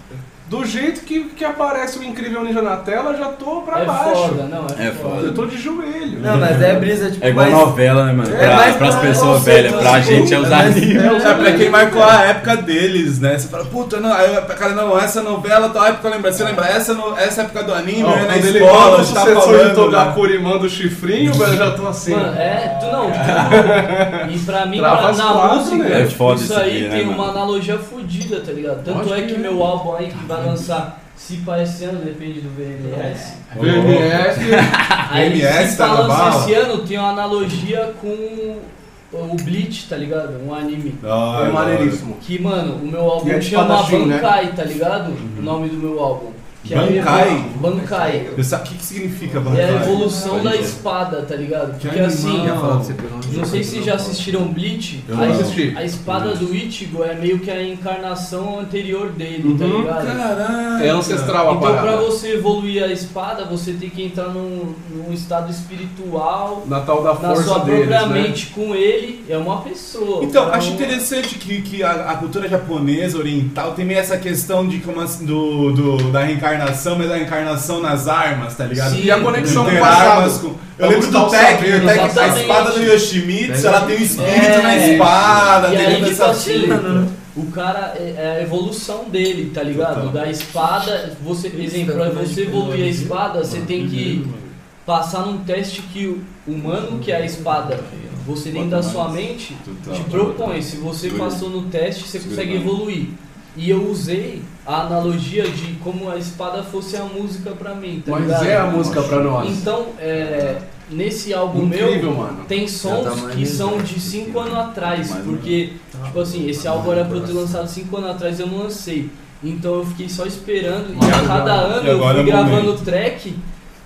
Do jeito que, que aparece o incrível ninja na tela, eu já tô pra É baixo. foda, não, é, É foda. Eu tô de joelho. Não, mas é brisa, tipo, É igual mas- novela, né, mano? É, Pra, mas pras pra- pessoas velhas, pra gente é os mas- animes. tá É, É o pra quem marcou a época deles, né? Você fala, puta, não, aí, cara, não, essa novela, tal época lembra. Você lembra, essa, no, essa época do anime, Ó, né? Na quando ele escola, fala a o gente tá sucessor de falando. né? Togakuri manda o chifrinho, velho, eu já tô assim. Mano, é, tu não, tu não. E pra mim, Trava pra- as na quatro, música, né? É tipo, foda isso isso aí aqui, né, tem mano? uma analogia fodida, tá ligado? Tanto Lógico é que que é. meu álbum aí que vai lançar se parecendo, depende do VMS. VMS, Aí VMS se tá na lança bala? esse ano, tem uma analogia com o Bleach, tá ligado? Um anime. Da hora, é maneiríssimo. Que, mano, o meu álbum E é de chama espadachim, né? Bankai, tá ligado? O nome do meu álbum. Que é a Bankai? evo- Bankai. Eu sabe o que, que significa É a batalha? evolução da espada, tá ligado? Porque animal. assim, Ia falar pra você pegar um não jogo, sei se não já pode. assistiram Bleach, Eu a, não. es- a espada do Ichigo é meio que a encarnação anterior dele, tá Uhum. ligado? Caralho. é ancestral a Então pra parada. você evoluir a espada, você tem que entrar num, num estado espiritual, Natal da na força sua deles, própria né? mente com ele, é uma pessoa. Então, Então, acho interessante que, que a, a cultura japonesa, oriental, tem meio essa questão de como assim, do, do- da reencarnação, mas da reencarnação nas armas, tá ligado? Sim. E a conexão Ter com o passado. armas com- Eu Vamos lembro dar do o Tek, saber, o Tek, a exatamente. espada do Yoshimitsu, ela tem o espírito É, na espada, E tem aí, toda tipo essa assim, Mano, né? o cara é, é a evolução dele, tá ligado? Total. Da espada, você, é exemplo, pra você evoluir né? a espada, você tem Uhum. que passar num teste que o humano que é a espada, você dentro da sua mente te propõe. Se você passou no teste, você consegue evoluir. E eu usei a analogia de como a espada fosse a música pra mim, tá Mas ligado? é a música pra nós. Então, é, nesse álbum meu, Incrível, mano. tem Já tá sons mais que são velho, de 5 anos atrás, porque, tipo assim, esse álbum era pra eu ter lançado 5 anos atrás e eu não lancei. Então eu fiquei só esperando, e a cada ano E eu agora fui é o gravando momento. o track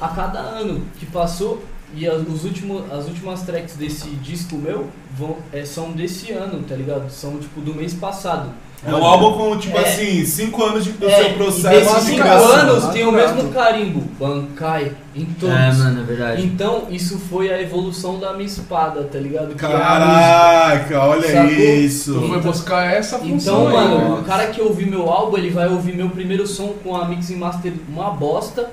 a cada ano que passou, e as, os últimos, as últimas tracks desse disco meu vão, é, são desse ano, tá ligado? São tipo do mês passado. É um álbum com, tipo É. assim, 5 anos de, do É, seu e processo desses de né? cinco criação. anos tem o Maturado. mesmo carimbo, Bankai, em todos. É, mano, é verdade. Então, isso foi a evolução da minha espada, tá ligado? Que é a Caraca, olha Sacou? Tu isso. foi buscar essa função Então, aí, mano, né? o cara que ouvir meu álbum, ele vai ouvir meu primeiro som com a Mixing Master uma bosta.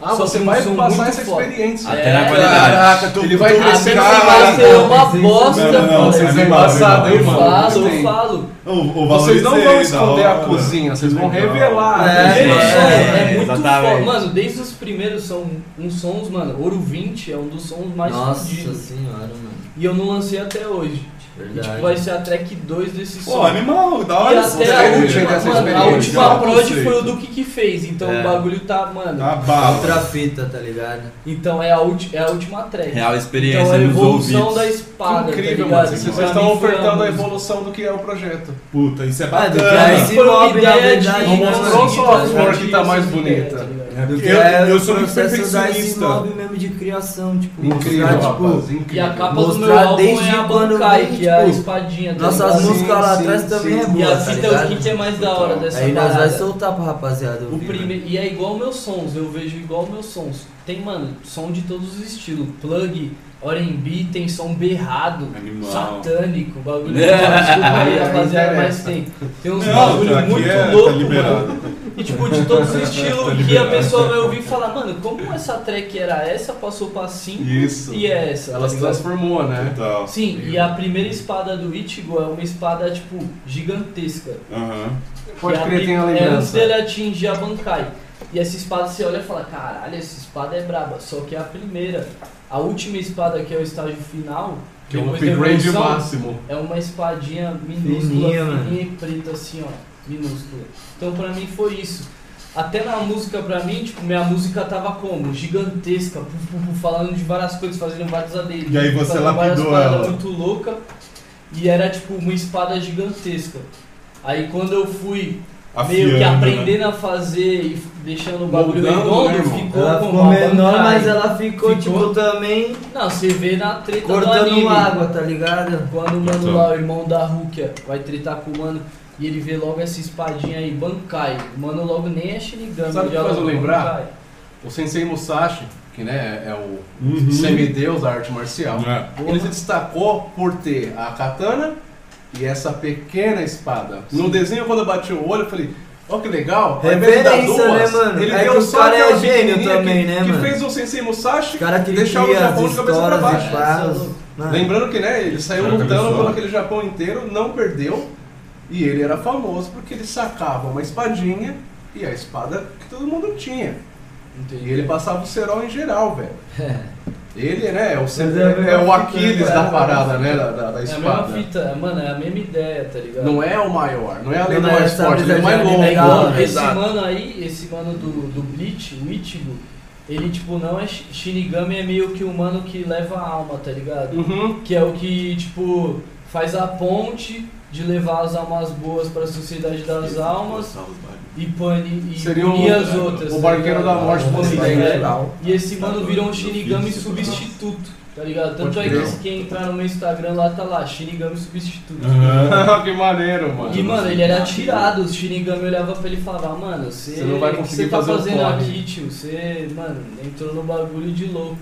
Ah, só você que um vai som passar muito essa foda. experiência. É. Até na qualidade. Caraca, tu, Ele vai tu- A Mixing crescer. Caraca, Master é uma Não, bosta, não, não, mano. você Vocês vai é animal, embaçado, hein, Eu mano? falo, eu Gostei. falo. o, o Vocês não valorizei, vão esconder da a hora. cozinha, vocês vão Legal. revelar. É, Gente, mano, é, é, é muito exatamente. foda. Mano, desde os primeiros são uns sons, mano. Ouro 20 é um dos sons mais Nossa fodidos. senhora, mano. E eu não lancei até hoje. E, tipo, Verdade. vai ser a track 2 desse som. Pô, é animal, da E hora isso. até consegue a chegar última, nessa mano, a experiência, última né? prod Conceito. foi o Duque que fez, então É. o bagulho tá, mano. Na É bala. Outra fita, tá ligado? Então é a, ulti- é a última track. Real experiência então é a nos evolução ouvidos. da espada. Incrível, mano. tá ligado? né? Vocês Pra vocês mim estão foi ofertando a música. evolução do que é o projeto. Puta, isso é Ah, do que bacana. é Mas esse foi uma mob, na ideia de- verdade, Não né, mostrou mano? de só a transmitir flor que tá essa mais ideia, bonita. tá ligado? Do que Eu- é eu o sou muito processo da esse perfeccionista. mob mesmo de criação, tipo, Incrível, mostrar, rapaz. tipo, E a Incrível. capa do meu Mostrar álbum desde é a quando Bankai, vem, que é a tipo, espadinha. tá nossas ligado? músicas lá Sim, atrás sim, também sim. é E boa, a tá fita, o que que é ligado? mais da hora dessa Aí nós parada? vai soltar pra rapaziada O ouvir, né? prime... E é igual meus sons, eu vejo igual meus sons. Tem, mano, som de todos os estilos. Plug, R&B, tem som berrado, Animal. satânico, bagulho. Desculpa aí, rapaziada, é mas tem. Tem uns É, Não, bagulho tá aqui muito é, tá louco, mano. liberado. E tipo, de todos os Tá estilos que a liberado. pessoa vai ouvir e falar, mano, como essa track era essa, passou pra 5 Isso. e é essa. tá Ela se ligado? transformou, né? Total. Sim, e a primeira espada do Ichigo é uma espada, tipo, gigantesca. Aham. Pode Que crer, a- tem a É antes lembrança. dele atingir a Bankai. E essa espada você olha e fala, caralho, essa espada é braba, só que é a primeira. A última espada que é o estágio final, Que é um depois da upgrade evolução, máximo. é uma espadinha minúscula, Fininha, fininha, mano. e preta assim, ó, minúscula. Então pra mim foi isso. Até na música pra mim, tipo, minha música tava como? Gigantesca, pu- pu- pu, falando de várias coisas, fazendo vários adereços. E aí você fazendo várias lapidou paradas ela. muito louca. E era tipo uma espada gigantesca. Aí quando eu fui meio que Afiando, né? aprendendo a fazer e f- deixando o bagulho Moldando, redondo, né, irmão? ficou Ela como ficou uma menor, bancada. mas ela ficou, Ficou. tipo, também Não, você vê na treta do cortando anime. água, tá ligado? Quando o mano Então. lá, o irmão da Rukia, vai tretar com o mano e ele vê logo essa espadinha aí, Bankai. O mano logo nem é Shinigami. Sabe o que já faz eu logo lembrar? Bankai. O Sensei Musashi, que né, é o Uhum. semideus da arte marcial, É. ele se destacou por ter a katana e essa pequena espada. No desenho, quando eu bati o olho, eu falei, ó que legal. ao invés de dar Referência, duas, né, mano? Ele É deu que o só cara aquela é gênio pequenininha também, que, né, que mano? fez o Sensei Musashi Os caras que deixar o cria as Japão de cabeça é pra baixo. histórias e pás. Mano, Lembrando que, né, ele saiu Cara, lutando cabeçola. pelo aquele Japão inteiro, não perdeu, e ele era famoso porque ele sacava uma espadinha e a espada que todo mundo tinha. E ele passava o cerol em geral, velho. Ele, né, é o, ce- Mas é a mesma é o fita, Aquiles né? da parada, né, da, da- da É a mesma espada. fita, mano, é a mesma ideia, tá ligado? Não é o maior, não é a lei do Não, maior essa esporte, ele é brisa mais de longo. anime é igual, Esse Exato. mano aí, esse mano do, do Bleach, o Ichigo, ele tipo não é shi- Shinigami, é meio que o mano que leva a alma, tá ligado? Uhum. Que é o que, tipo, faz a ponte de levar as almas boas pra sociedade das almas e pane e Seria o- punir as outras. o É. tá barqueiro ligado? da morte do Essa ocidente. ideia. E esse mano virou um Shinigami Difícil, né? substituto, tá ligado? Tanto Pode é que crer. esse- quem entrar no meu Instagram lá tá lá, Shinigami substituto. Aham. que maneiro, mano. E, mano, ele era tirado. O Shinigami olhava pra ele e falava, mano, né? Você você não vai o que conseguir você tá fazer o fazendo corre." aqui, tio? Você, mano, entrou no bagulho de louco.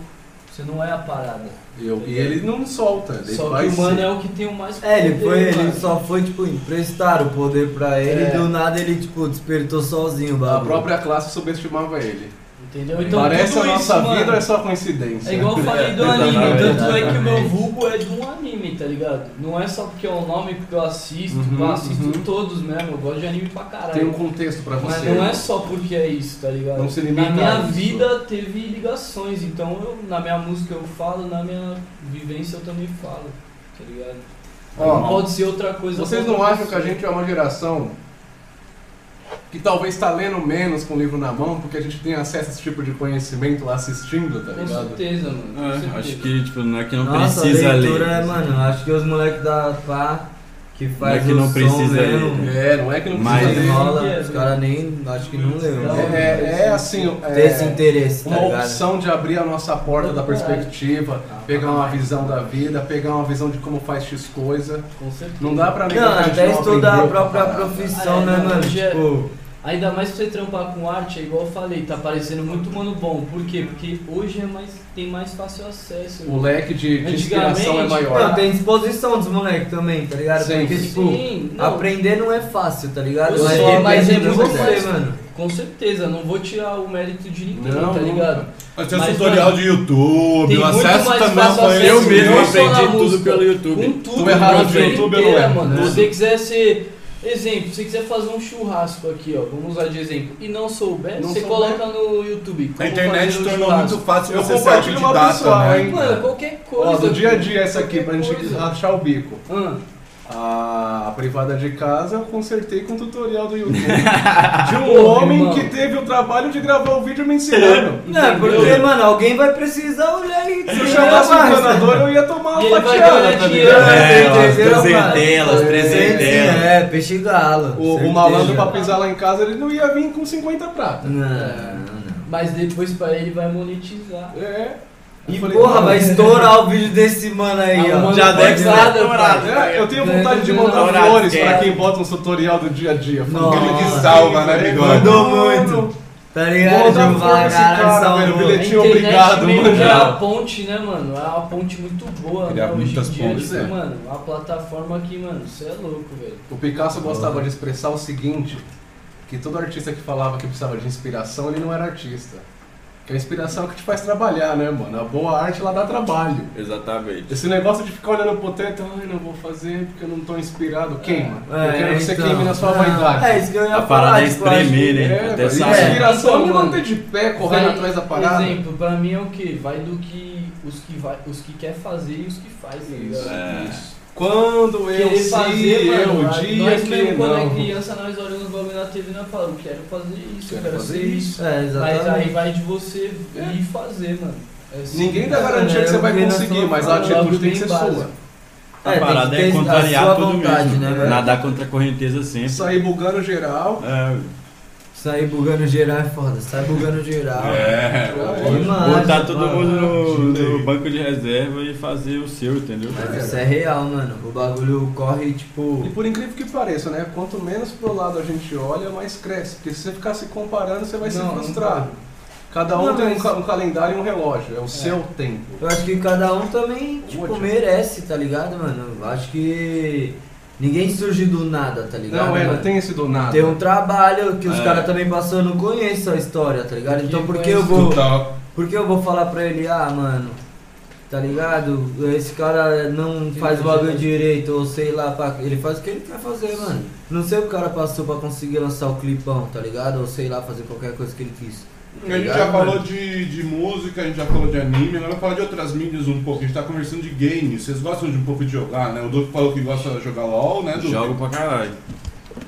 Você não é a parada. Eu- e ele não solta, ele Só que vai o mano ser. é o que tem o mais É, ele foi, ele mano. só foi, tipo, emprestar o poder pra ele É. e do nada ele, tipo, despertou sozinho o A bagulho. própria classe subestimava ele. Entendeu? Então, Parece tudo a nossa isso, vida ou mano, é só coincidência? É igual eu falei do É, anime, exatamente. tanto é que o meu vulgo é de um anime, tá ligado? Não é só porque é o nome, porque eu assisto, Uhum, eu assisto uhum. todos mesmo, eu gosto de anime pra caralho. Tem um contexto pra Mas você. não é só porque é isso, tá ligado? Não se limita na minha a isso. vida teve ligações, então eu, na minha música eu falo, na minha vivência eu também falo, tá ligado? Ó, Pode ser outra coisa. Vocês pra não outra acham que a pessoa. gente é uma geração que talvez está lendo menos com o livro na mão porque a gente tem acesso a esse tipo de conhecimento lá assistindo, tá Com ligado? certeza, mano. com É, certeza. acho que, tipo, não é que não Nossa, precisa leitura, ler. mano, acho que os moleques da pá que faz Não é que o não som precisa mesmo. ler, É, não é que não Mas- precisa Mas ler. rola, os caras nem. Acho que não leu. né? É, é assim, Tem esse é, interesse, tá uma ligado? opção de abrir a nossa porta da Caralho. perspectiva, pegar uma visão da vida, pegar uma visão de como faz X coisa. Com certeza. Não dá pra negar Não, que a gente até não estudar a aprendeu própria pra caralho. profissão, Ah, é, né, não, mano? hoje é- Tipo, Ainda mais pra você trampar com arte, é igual eu falei, tá parecendo muito mano bom. Por quê? Porque hoje é mais, tem mais fácil acesso. O leque de, de inspiração é Antigamente- maior. não, tem disposição dos moleques também, tá ligado? Sim. Porque, tipo, Sim, não. aprender não é fácil, tá ligado? Eu Mas sou, mas depende é de muito você, fácil. mano. Com certeza, não vou tirar o mérito de ninguém, Não, tá não. ligado? Mas tem Mas, um tutorial mano, de YouTube, tem o muito acesso mais também fácil foi acesso, esse, mesmo né? não só aprendi na tudo música, pelo YouTube. Com tudo, Tu errava mano, no vida YouTube, eu não inteira, erro, mano. né? Se você quiser ser. Exemplo, se você quiser fazer um churrasco aqui, ó, vamos usar de exemplo, e não souber, Não você souber. coloca no YouTube. como A internet fazer um tornou churrasco. muito fácil Eu você ser compartilho uma pessoal, autodidata, hein? né? Mano, qualquer coisa. Ó, do dia a pô. dia essa aqui, pra gente Coisa. rachar o bico. Ah, A privada de casa eu consertei com o tutorial do YouTube. De um Porra, homem irmão. que teve o trabalho de gravar o vídeo me ensinando. Não, é porque, mano, alguém vai precisar olhar isso. Se eu chamasse o né? encanador, eu ia tomar E uma ele vai fatiada, ganhar tá dinheiro. ligado? Você É, umas entendeu, trezentelas, mano? trezentelas. É, peixe galo. O, o certeza. malandro pra pisar lá em casa, ele não ia vir com 50 prata. Não, não. mas depois pra ele vai monetizar. É. E Eu falei, porra, mano, vai estourar o vídeo desse mano aí, Ah, ó. mano, já pode deve ser um nada, estourado. pai. É, eu tenho Ganha vontade de tudo mandar na hora flores pra certa. quem bota uns tutorial do dia a dia. Nossa. Aquele que Salva, né, bigode? Mandou muito. Tá ligado? Manda Vai, força, cara, salvou. velho, beleza. A internet Tinha obrigado, meio mano. que é uma ponte, né, mano? É uma ponte muito boa, Criar né? Hoje em muitas dia, pontes, tipo, né? mano, uma plataforma que, mano, você é louco, velho. O Picasso Uhum. gostava de expressar o seguinte, que todo artista que falava que precisava de inspiração, ele não era artista. Que a inspiração é o que te faz trabalhar, né, mano? A boa arte, ela dá trabalho. Exatamente. Esse negócio de ficar olhando pro teto, ai, não vou fazer porque eu não tô inspirado, queima. eu É, quero que você então. queime na sua Ah, vaidade. É isso que eu ia A falar. parada é tipo, acho- espremer, né? É, Até mas sair. inspiração é Então, me mano, manter de pé, correndo Vai- atrás da parada. Exemplo, pra mim é o que? Vai do que os que, vai, os que quer fazer e os que faz, tá ligado? É. Quando eu Querer se eu, fazer, o mano, dia nós que mesmo quando é não. criança, nós olhamos o bagulho na TV e nós falamos, quero fazer isso, assim. Quero quero, fazer ser É, isso. Mas aí exatamente. vai de você ir fazer, mano. É assim. Ninguém dá É, garantia que você vai eu vi na conseguir, sua mas a fala, atitude logo tem que bem ser básico. sua. A É, tem parada que é ter a contrariar sua tudo vontade, mesmo. né, velho? Nadar contra a correnteza sempre. Sair bugando geral. É, Sair bugando geral é foda. Sai bugando geral. É, Demais, botar todo mano. mundo no, no banco de reserva e fazer o seu, entendeu? Mas isso é real, mano. O bagulho corre, E tipo. por incrível que pareça, né? Quanto menos pro lado a gente olha, mais cresce. Porque se você ficar se comparando, você vai Não, se não frustrar. Cada um Não, tem um, mas- ca- um calendário e um relógio. É o seu tempo. Eu acho que cada um também, tipo, Ótimo. merece, tá ligado, mano? Eu acho que. Ninguém surge do nada, tá ligado? Não, é, não mano? tem esse do nada. Tem um trabalho que os É. caras também passou, eu não conheço a história, tá ligado? Ninguém Então por que eu conhece. vou. tá total. Por que eu vou falar pra ele, ah, mano, tá ligado? Esse cara não faz o bagulho direito, ou sei lá, pá, ele faz o que ele quer fazer, mano. Não sei o que o cara passou pra conseguir lançar o clipão, tá ligado? Ou sei lá, fazer qualquer coisa que ele quis. A gente já falou de, de música, a gente já falou de anime, agora vamos falar de outras mídias um pouco. A gente tá conversando de games. Vocês gostam de um pouco de jogar, né? O Duque falou que gosta de jogar LOL, né, Duque? Jogo pra caralho.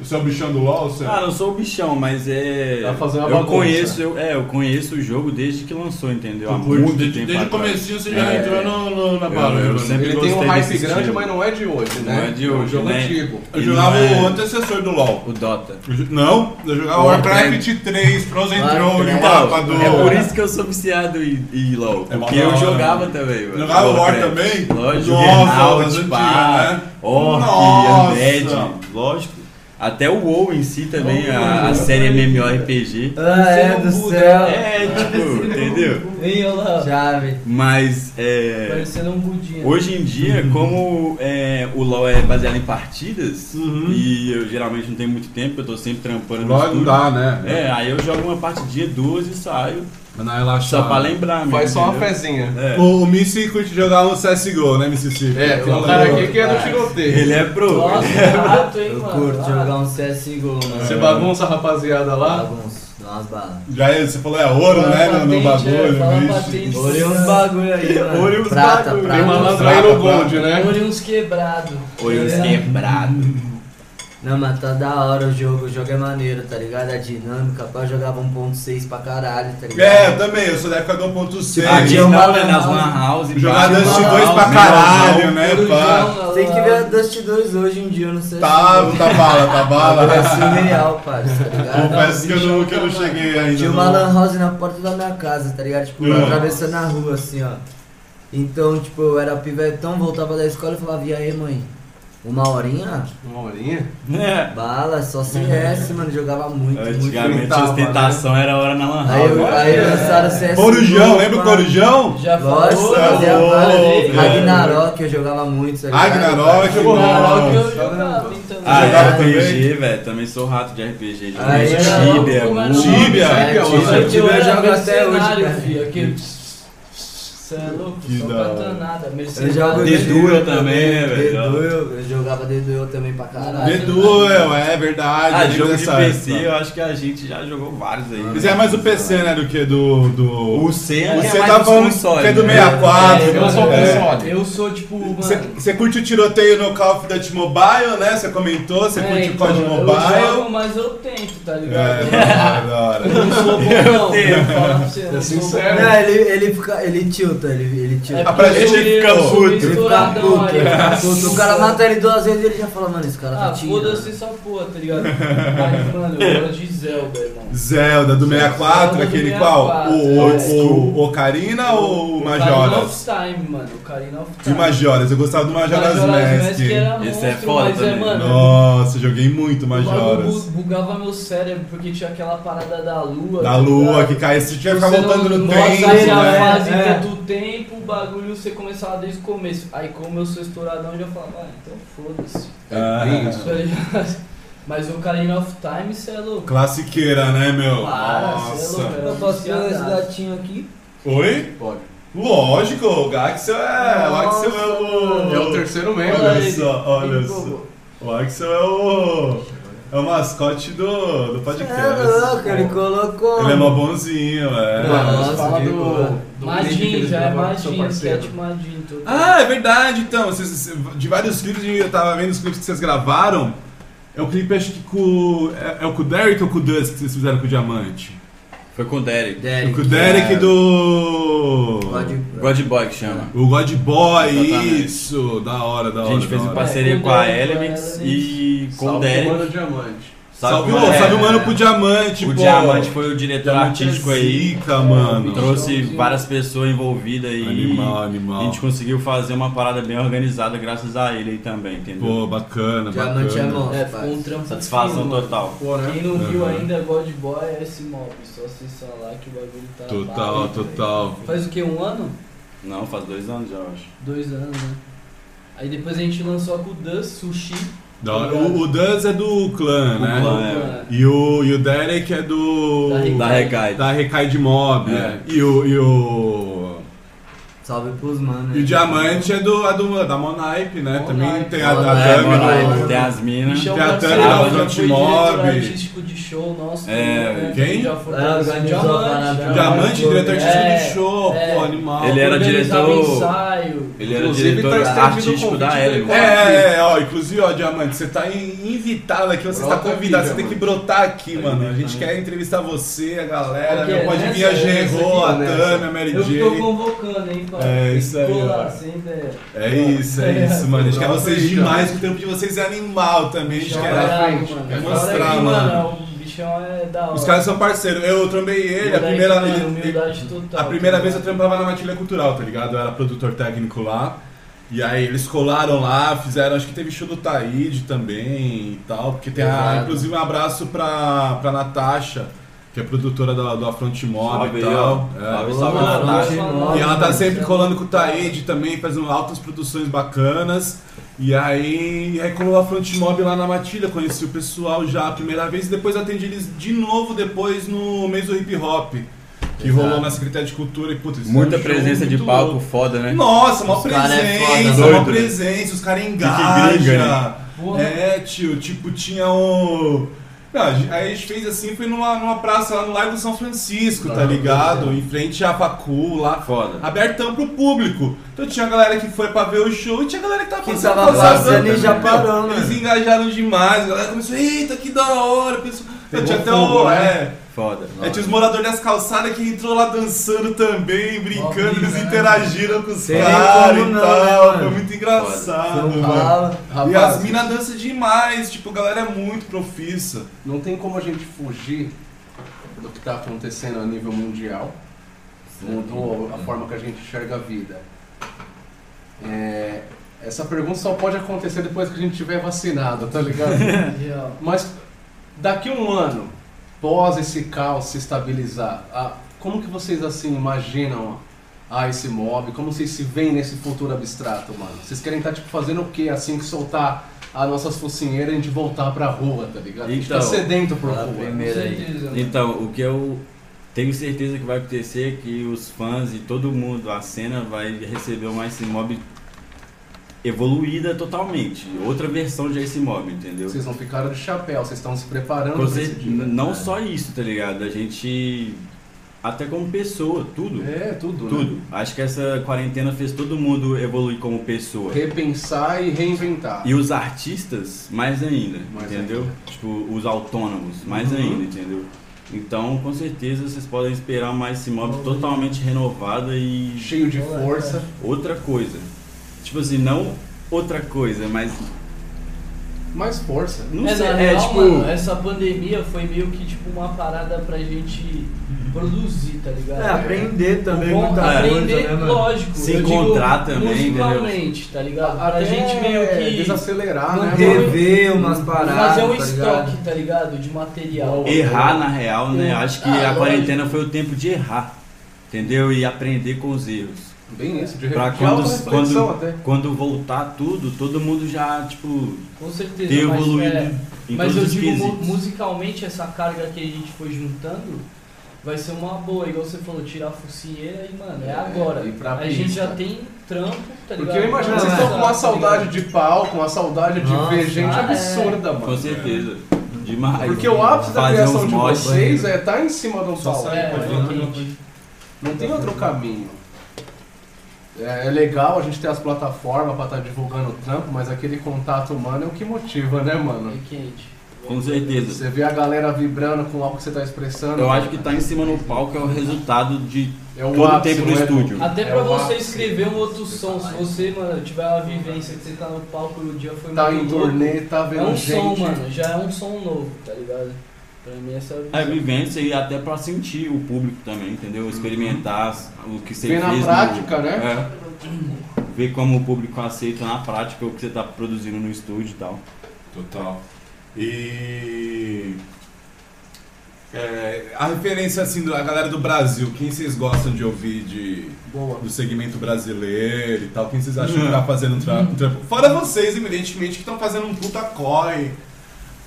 Você é o bichão do LOL, você? Ah, não sou o bichão, mas é. Tá fazendo uma eu bagunça. conheço, eu, é, eu conheço o jogo desde que lançou, entendeu? Há Curte, muito desde, tempo desde o atrás. comecinho você já É. entrou no, no- na Eu- barulho. eu né? sempre- Ele tem um gostei hype desse grande, estilo. mas não é de hoje, né? Não é de um hoje, jogo né? antigo. Eu E jogava não é- o antecessor do LoL. O Dota. Eu jo- Não, eu jogava Warcraft. Warcraft 3, Frozen Warcraft. Throne, o mapa do... É por isso que eu sou viciado em, em LOL. É porque mó da eu hora, jogava né? também, mano. Jogava War Warcraft. também? Lógico, Nossa, das Renault, antigas, Pá, né? Nossa. Orc, Undead, lógico. Até o WoW em si também, a, a série MMORPG. Ah, é do céu. É, tipo, entendeu? Ei, olha lá, Chave. Mas é, parecendo um budinha. hoje em dia, como é, o LoL é baseado em partidas, e eu geralmente não tenho muito tempo, eu tô sempre trampando no LoL não estúdio. dá, né? É, aí eu jogo uma partidinha, duas e saio. Mas não é Só relaxado. pra lembrar, mesmo, Faz só uma entendeu? fezinha. É. O, o Missy curte jogar um CSGO, né, Mississippi? É, tem um Ela- cara aqui que é do tiroteio. Ele é pro. Nossa, rato, hein, Eu mano. curto Ah, jogar um CSGO, Você Ah. mano. bagunça a rapaziada lá. Bagunço, dá umas balas. Já é, você falou é ouro, Fala né, no, no patente, é, bagulho, fala bicho. patente. Olhei uns bagulho aí, mano. Olhei uns prata, bagulho. prata. Tem malandro aí no gold, né? Olhei uns quebrados. Olhos quebrados. Não, mas tá da hora o jogo, o jogo é maneiro, tá ligado? A dinâmica, pá, eu jogava 1.6 pra caralho, tá ligado? É, eu também, eu sou da época do 1.6. Ah, Aqui tinha um- uma na né? lan nas house. lan house. Jogar embaixo, Dust lan 2 house, pra melhor caralho, um não. né, pá? tá- Tem que ver a Dust 2 hoje em dia, eu não sei Tá, tá bala, tá bala. É surreal, parça, tá ligado? Confesso que eu não, que eu não cheguei ainda. Tinha uma não. lan house na porta da minha casa, tá ligado? Tipo, eu Ah. atravessando a rua, assim, ó. Então, tipo, eu era pivetão, voltava da escola e falava, e aí, mãe? Uma horinha? Uma horinha? né? É. Bala, só CS, mano, jogava muito, muito. Antigamente Tava, a né? ostentação era a hora na lan Aí, house. eu, aí lançaram CS. Corujão, novo, lembra o pá. Corujão? Já falou? Nossa, fazia ô, várias. velho. Ragnarok, eu jogava muito, tá ligado? Ragnarok, Ragnarok nossa. eu jogava, então. Ah, Jogava RPG, velho. Também sou rato de RPG. Aí, Joguei Tibia, como era o Mu- nome? Tibia. Tibia, é, Tibia, hoje eu Eu era jogo até hoje, mercenário, cara. fi, aquele... Você é louco, Que sou da hora. platanada, Eu mercenário. jogo The Duel também, né, né, velho? Eu jogava The Duel também pra caralho. The Duel, é verdade. Ah, eu lembro jogo de dessa PC, época. eu acho que a gente já jogou vários aí. Mas é mais o PC, né, do que do... do... O C é, Você é mais tá os falando consoles, que é do né? 64. É, eu sou é. console. Eu sou tipo, mano... Você curte o tiroteio no Call of Duty Mobile, né? Você comentou, você é, curte o então, COD Eu Mobile. jogo, mas eu tento, tá ligado? É, da hora, da hora. Eu não sou bom, não. Vou falar pra você, eu não É sou bom, sincero. Não, ele, ele, fica, ele tilta, ele, ele É tilta. Ah, pra porque gente eu sou fica meio- puto. ele fica misturadão puto, aí. ele fica puto. O cara mata ele duas vezes e ele já fala, mano, esse cara tá Ah, foda-se tirando. essa porra, tá ligado? Mas, mano, eu gosto de Zelda, irmão. Zelda do 64, Zelda do aquele 64, qual? O, o, é. o, o Ocarina ou o Ocarina Majora's? of Time, mano. Ocarina of De Time. Majora's, eu gostava do Majora's, Mask. era Esse monstro, é foda mas é, também. mano... Nossa, joguei muito o bagulho Majora's. bu- bugava meu cérebro, porque tinha aquela parada da lua. Da tá lua ligado? que cai, se tiver ficar Você não- voltando no Nossa, tempo, aí a né? fase É. tanto tempo, o bagulho você começava desde o começo. Aí como eu sou estouradão, eu já falava, ah, então foda-se. Ah, Isso aí, Mas o Ocarina of Time, você é louco. Classiqueira, né, meu? Para, você Nossa. é louco. Era Ah, Eu posso ter esse viciadaço. gatinho aqui? Oi? Pode. Lógico, o Gaxel é. O Axel é o. É o terceiro membro. Olha Olha só, olha ele só. empolgou. O Axel é o. É o mascote do, do Você podcast. é louco, ele colocou. Ele é mó bonzinho, é. Não. Mano, Nossa, fala que boa. do, do clipe que Madin, eles já é gravaram com seu Madin, parceiro. Cat Madin. tudo. Ah, é verdade, então. Vocês- vocês- de vários clipes, eu tava vendo os clipes que vocês gravaram. É o clipe, acho que com. É, é o com o Derek ou com o Dust que vocês fizeram com o Diamante? Foi com o Derek. É com o Derek. Derek é. do. Pode. God Boy que chama. O God Boy, Exatamente. isso. Da hora, da A hora. gente fez da uma hora. parceria É, com a com o Derek, Elements com a e com o Salve Derek. Mano Diamante. Salve, o o, Derek. salve o mano pro Diamante, O pô. Diamante foi o diretor Diamante artístico é aí. zica, mano. Trouxe várias pessoas envolvidas aí. Animal, A animal. gente conseguiu fazer uma parada bem organizada graças a ele aí também, entendeu? Pô, bacana, Diamante é bacana. monstro, É, ficou um parça. trampo. Satisfação fino, total. Pô, mano. né? Quem não viu Uhum. ainda God Boy é esse mob, só acessar lá que o bagulho tá. Total, bala, total. velho. Faz o que? Um ano? Não, faz dois anos já, eu acho. Dois anos, né? Aí depois a gente lançou a com o Dan, Sushi. Da hora. O, o Dance é do clã, O né? clã. Mano, E o, e o Derek é do. Da Recai. Da Recai. da Recai de Mob. né? É. E o. E o, Salve pros manos. e o aí. Diamante é do, a do- da Monaipe, né? Monaipe. Também tem a da Monaipe, É, Thumb. Monaipe. do- mano, tem as minas. Michel Tem a Marcelo Tânia, o já um né? foi Front diretor Mob. artístico de show nosso. É, também, né? quem? Já foi É, diamante. organizou a parada. Diamante, diretor artístico É, de show, é. pô, animal. Ele era Organizava diretor- ensaio. Ele era o Inclusive, diretor tá estendido o artístico convite da pra ele Elements. É, é, é, ó, inclusive, ó, Diamante, você tá in- invitado aqui, você Brota tá convidado, aqui, você tem que Diamante. brotar aqui, Tá mano. A invitado. gente quer entrevistar você, a galera, Porque é meu, pode nessa- vir a Gerô, a nessa aqui, ó, Tânia, a Mary né? Eu que tô J. convocando, hein, pai. É, isso aí, Tô lá, ó. sem ideia. É isso, é isso, mano. A gente quer vocês demais, que o tempo de vocês é animal também, a gente Bichão quer... brabo, frente, mano. quer Olha mostrar, aqui, mano. O bichão é da hora. Os caras são parceiros. Eu trombei ele, a Moleque, primeira, mano, ele- humildade total. a Então, primeira tá vez eu ligado? trampava na Matilha Cultural, tá ligado? Eu era produtor técnico lá. E aí eles colaram lá, fizeram, acho que teve show do Taíde também e tal. Porque tem a, Exato. inclusive um abraço pra, pra Natasha, que é produtora da, do Afront Mob Salve e aí, tal. ó. É. Salve, Boa, salve, mano, Natasha. Front E Mob, E ela tá mano. sempre colando com o Taíde também, fazendo altas produções bacanas. E aí, e aí colou a Front Mob lá na Matilha, conheci o pessoal já a primeira vez e depois atendi eles de novo depois no mês do hip hop. Que Exato. rolou na Secretaria de Cultura e puta, eles Muita fizeram um show presença de muito palco louco. foda, né? Nossa, uma Os cara presença, é foda, uma doido, né? presença, os caras gringa, engajam. Porra, É, tio, tipo, tinha o. Não, a gente- aí a gente fez assim, foi numa, numa praça lá no Largo São Francisco, tá ligado? Em frente à Facu, lá Foda. abertão pro público. Então tinha a galera que foi pra ver o show e tinha a galera que tava Que passando tava passando, passando e meu, já parou, né? Eles engajaram demais, a galera começou, eita, que da hora, pessoal. Eu tinha até fogo, o. né? É, Foda. é, tinha os moradores das calçadas que entrou lá dançando também, brincando, eles interagiram com os Tem caras né? como e não, tal. né, foi mano? muito engraçado, São mano. Paulo. E as Rapaz, minas dançam demais, tipo, a galera é muito profissa. não tem como a gente fugir do que está acontecendo a nível mundial. Mudou a forma que a gente enxerga a vida. É, essa pergunta só pode acontecer depois que a gente tiver vacinado, tá ligado? Real. Mas daqui um ano, pós esse caos se estabilizar, a- como que vocês assim imaginam a esse mob? Como vocês se veem nesse futuro abstrato, mano? Vocês querem estar tipo fazendo o quê assim que soltar as nossas focinheiras e a gente voltar pra rua, tá ligado? a gente tá Então, sedento por fala rua. Com primeiro. certeza, mano. Então, o que eu tenho certeza que vai acontecer é que os fãs e todo mundo, a cena vai receber uma Ice Mob evoluída totalmente. Outra versão de Ice Mob, entendeu? Vocês não ficaram de chapéu, vocês estão se preparando Com pra cer- esse dia. né? n- não só isso, tá ligado? A gente. Até como pessoa, tudo. É, tudo, né? Tudo. Acho que essa quarentena fez todo mundo evoluir como pessoa. Repensar e reinventar. E os artistas, mais ainda, Mais entendeu? Tipo, os autônomos, mais ainda, entendeu? Então, com certeza, vocês podem esperar mais esse mob totalmente renovada e Cheio de força. outra coisa. Tipo assim, não outra coisa, mas Mais força. não é, sei, na é real, tipo... mano, essa pandemia foi meio que tipo uma parada pra gente produzir, tá ligado? É, aprender também Bom, muita aprender, coisa, né, mano? lógico. Se eu digo encontrar também, entendeu? Musicalmente, tá ligado? Pra Até gente meio que desacelerar, né? manter- mano? Rever umas paradas, fazer um tá ligado? estoque, tá ligado? De material. Errar, na real, né? Hum. Acho que é Ah, a lógico. quarentena foi o tempo de errar, entendeu? E aprender com os erros. Bem isso, de, Pra de quando, auto-reflexão até. quando, quando voltar tudo, todo mundo já, tipo, Com ter certeza. mas, evoluído é, em mas todos eu os digo, mu- quesitos. musicalmente, essa carga que a gente foi juntando vai ser uma boa, igual você falou, tirar a focinheira e, mano, é, É, agora. ir pra a gente pista. já tem trampo, tá ligado? Porque eu imagino que Pra vocês lançar, estão com uma tá saudade ligado? de palco, uma saudade de Nossa, ver gente ah, é. absurda, Com mano. certeza. Demais. Porque o ápice da Fazer criação uns de mosh. vocês é estar em cima de um palco. É, tá é ligado? quente. Não tem outro caminho. É é legal a gente ter as plataformas pra estar divulgando o trampo, mas aquele contato humano é o que motiva, né, mano? É quente. Com certeza. Você vê a galera vibrando com algo que você tá expressando. Eu acho que tá em cima no palco é o resultado de é o todo o ápice, tempo no não é? estúdio. Até É pra o você ápice. escrever um outro som, se você, mano, tiver uma vivência que você tá no palco e o dia foi Tá muito em louco, turnê, tá É vendo um gente. som, mano, já é um som novo, tá ligado? Pra mim essa é a A visão. vivência e até pra sentir o público também, entendeu? Experimentar as- o que você Ver na fez. no- prática, né? É. Ver como o público aceita na prática o que você tá produzindo no estúdio e tal. Total. E. é, a referência assim da galera do Brasil, quem vocês gostam de ouvir de, Boa. do segmento brasileiro e tal? Quem vocês acham que tá fazendo tra- trampo? Uhum. Fora vocês, evidentemente, que estão fazendo um puta coi.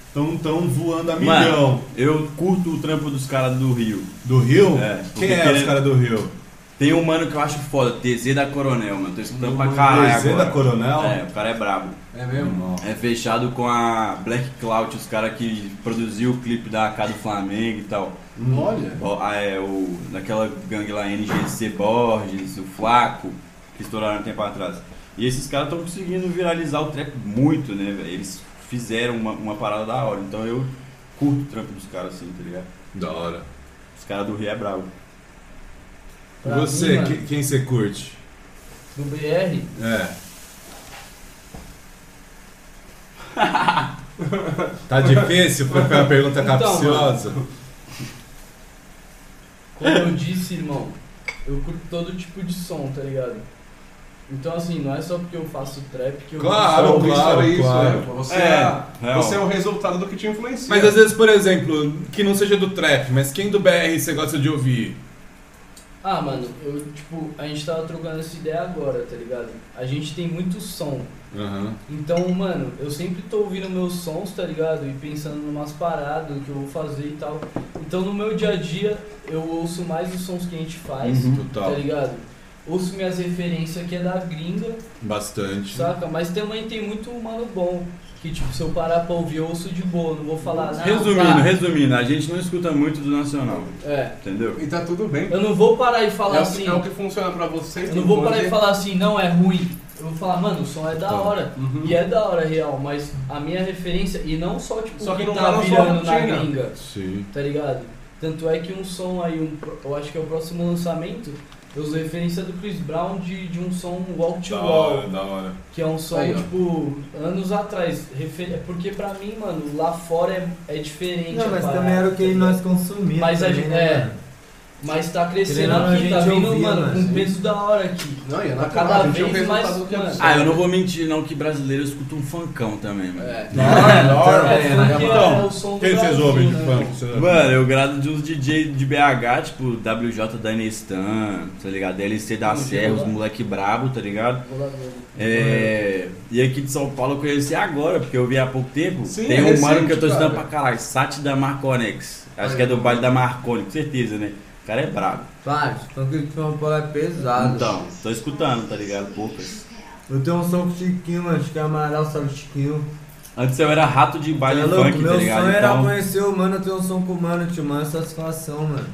Estão tão voando a milhão. Mano, eu curto o trampo dos caras do Rio. Do Rio? É, quem porque é os querendo- caras do Rio? Tem um mano que eu acho foda, TZ da Coronel, mano. Tô escutando pra caralho. DZ da agora. Coronel? É, o cara é brabo. É mesmo? É fechado com a Black Cloud, os caras que produziu o clipe da AK do Flamengo e tal. Olha. Ó, ah, é, o, daquela gangue lá, NGC Borges, o Flaco, que estouraram um tempo atrás. E esses caras estão conseguindo viralizar o trap muito, né, velho? Eles fizeram uma, uma parada da hora. Então eu curto o trampo dos caras assim, tá ligado? Da hora. Os caras do Rio é brabo. Pra você, mim, mano, que- quem você curte? do BR, É. tá difícil? Foi é uma pergunta Então, capciosa. como eu disse, irmão, eu curto todo tipo de som, tá ligado? Então assim, não é só porque eu faço trap que eu Claro, Só isso, claro, é isso, claro. né? Você É, é, é, você ó. é o resultado do que te influencia. Mas às vezes, por exemplo, que não seja do trap, mas quem do BR você gosta de ouvir? Ah, mano, eu, tipo, a gente tava trocando essa ideia agora, tá ligado? A gente tem muito som. Então, mano, eu sempre tô ouvindo meus sons, tá ligado? E pensando em umas paradas, o que eu vou fazer e tal. Então, no meu dia a dia, eu ouço mais os sons que a gente faz, Uhum. tá Total. ligado? Ouço minhas referências que é da gringa, Bastante. saca? Mas também tem muito mano bom. que, tipo, se eu parar pra ouvir, eu ouço de boa, não vou um falar nada. Tá. Resumindo, resumindo, a gente não escuta muito do nacional, É. entendeu? E tá tudo bem. Eu não vou parar e falar é, o- assim. é o que funciona pra vocês. Eu não vou tem né? parar e hoje. falar assim, não é ruim. Eu vou falar, mano, o som é da hora. Uhum. E é da hora real, mas a minha referência, e não só tipo Só que o não tá tá na sua virando na rotina. gringa, Sim. tá ligado? Tanto é que um som aí, um, pro- eu acho que é o próximo lançamento, eu uso referência do Chris Brown de, de um som Walk to Da Wall, hora, da hora. que é um som, Aí, ó. tipo, anos atrás. Refer... é Porque pra mim, mano, lá fora é, é diferente. Não, a mas parada, também era o que tá ligado? nós consumimos. Mas a também, gente- né, é. mano? Mas tá crescendo Querendo ou não, aqui, a tá gente né? vindo, ouvia, mano, mano. um peso da hora aqui. Não, e é Tá natural, cada a gente é o vez mais, resultado do que mano. absorve. Ah, eu não vou mentir não que brasileiro escuta um funkão também, mano. É. Nossa, É, funk Então, é o som do Quem vocês um Brasil, ouvem de né? funk? Você- Mano, eu grado de uns DJ de BH, tipo WJ da Nestan, tá ligado? LC da Serra, os moleque brabo, tá ligado? Vou lá ver. É, e aqui de São Paulo eu conheci agora, porque eu vi há pouco tempo. Sim, tem é um mano recente, que eu tô estudando cara. pra caralho, Sati da Marconex. Acho Aí. que é do baile da Marconi, com certeza, né? O cara é brabo. Vários, funk de São Paulo é pesado. Então, tô escutando, tá ligado? Poucas. Eu tenho um som com o Chiquinho, mano, acho que é Amaral, sabe o Chiquinho. Antes eu era rato de baile Tá louco? funk, Meu tá ligado? sonho era então, conhecer o mano, eu tenho um som com o mano, tio, mano, é satisfação, mano.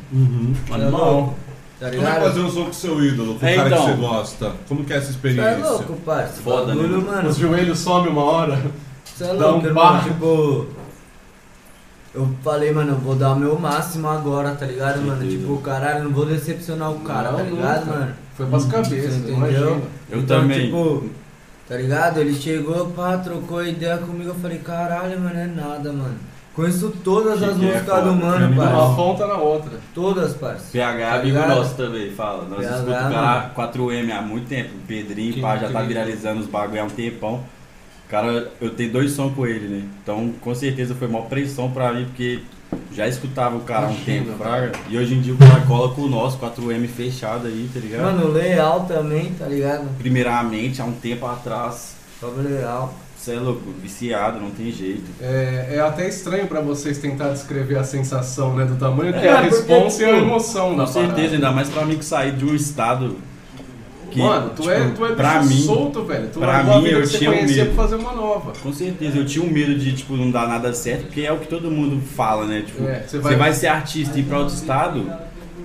é mano, mal. Tá Como é ligado? fazer um som com seu ídolo, com o É, cara então. que você gosta? Como que é essa Cê é experiência? louco, parça. Foda, né, Bagulho, mano. Os joelhos sobem uma hora. Você é Dá louco, um irmão. barra. Tipo, eu falei, mano, eu vou dar o meu máximo agora, tá ligado, mano? Tipo, caralho, eu não vou decepcionar o cara, Não, tá ligado, nunca. mano? Foi pras cabeças, Você imagina. entendeu? Eu Então, também. Tipo, tá ligado? Ele chegou, pá, trocou ideia comigo, eu falei, caralho, mano, é nada, mano. Conheço todas Que as que é músicas foda, do mano, que é Uma animal. parça. ponta na outra. Todas, parça. PH é Tá amigo ligado? nosso também, fala. Nós PH, escutamos cara 4M há muito tempo. O Pedrinho, né? Que pá, já tá incrível. viralizando os bagulho há um tempão. Cara, eu tenho dois sons com ele, né? Então, com certeza foi uma pressão pra mim, porque já escutava o cara há um Imagina, tempo, fraga. E hoje em dia o cara cola com o nosso 4M fechado aí, tá É. ligado? Mano, leal também, tá ligado? Primeiramente, há um tempo atrás, Sobre leal. você é louco, viciado, não tem jeito. É, é até estranho pra vocês tentar descrever a sensação, né? Do tamanho que é, É, a porque, responsa e a tipo, emoção Com da certeza, parada. ainda mais pra mim que saí de um estado que, Mano, tu é, tipo, tu é pra bicho mim, solto, velho. Tu pra largou a mim, vida eu que você tinha um conhecia medo. pra fazer uma nova. Com certeza, eu tinha um medo de, tipo, não dar nada certo, porque é o que todo mundo fala, né? Tipo, É, você você vai- vai... ser artista e ir pra outro estado,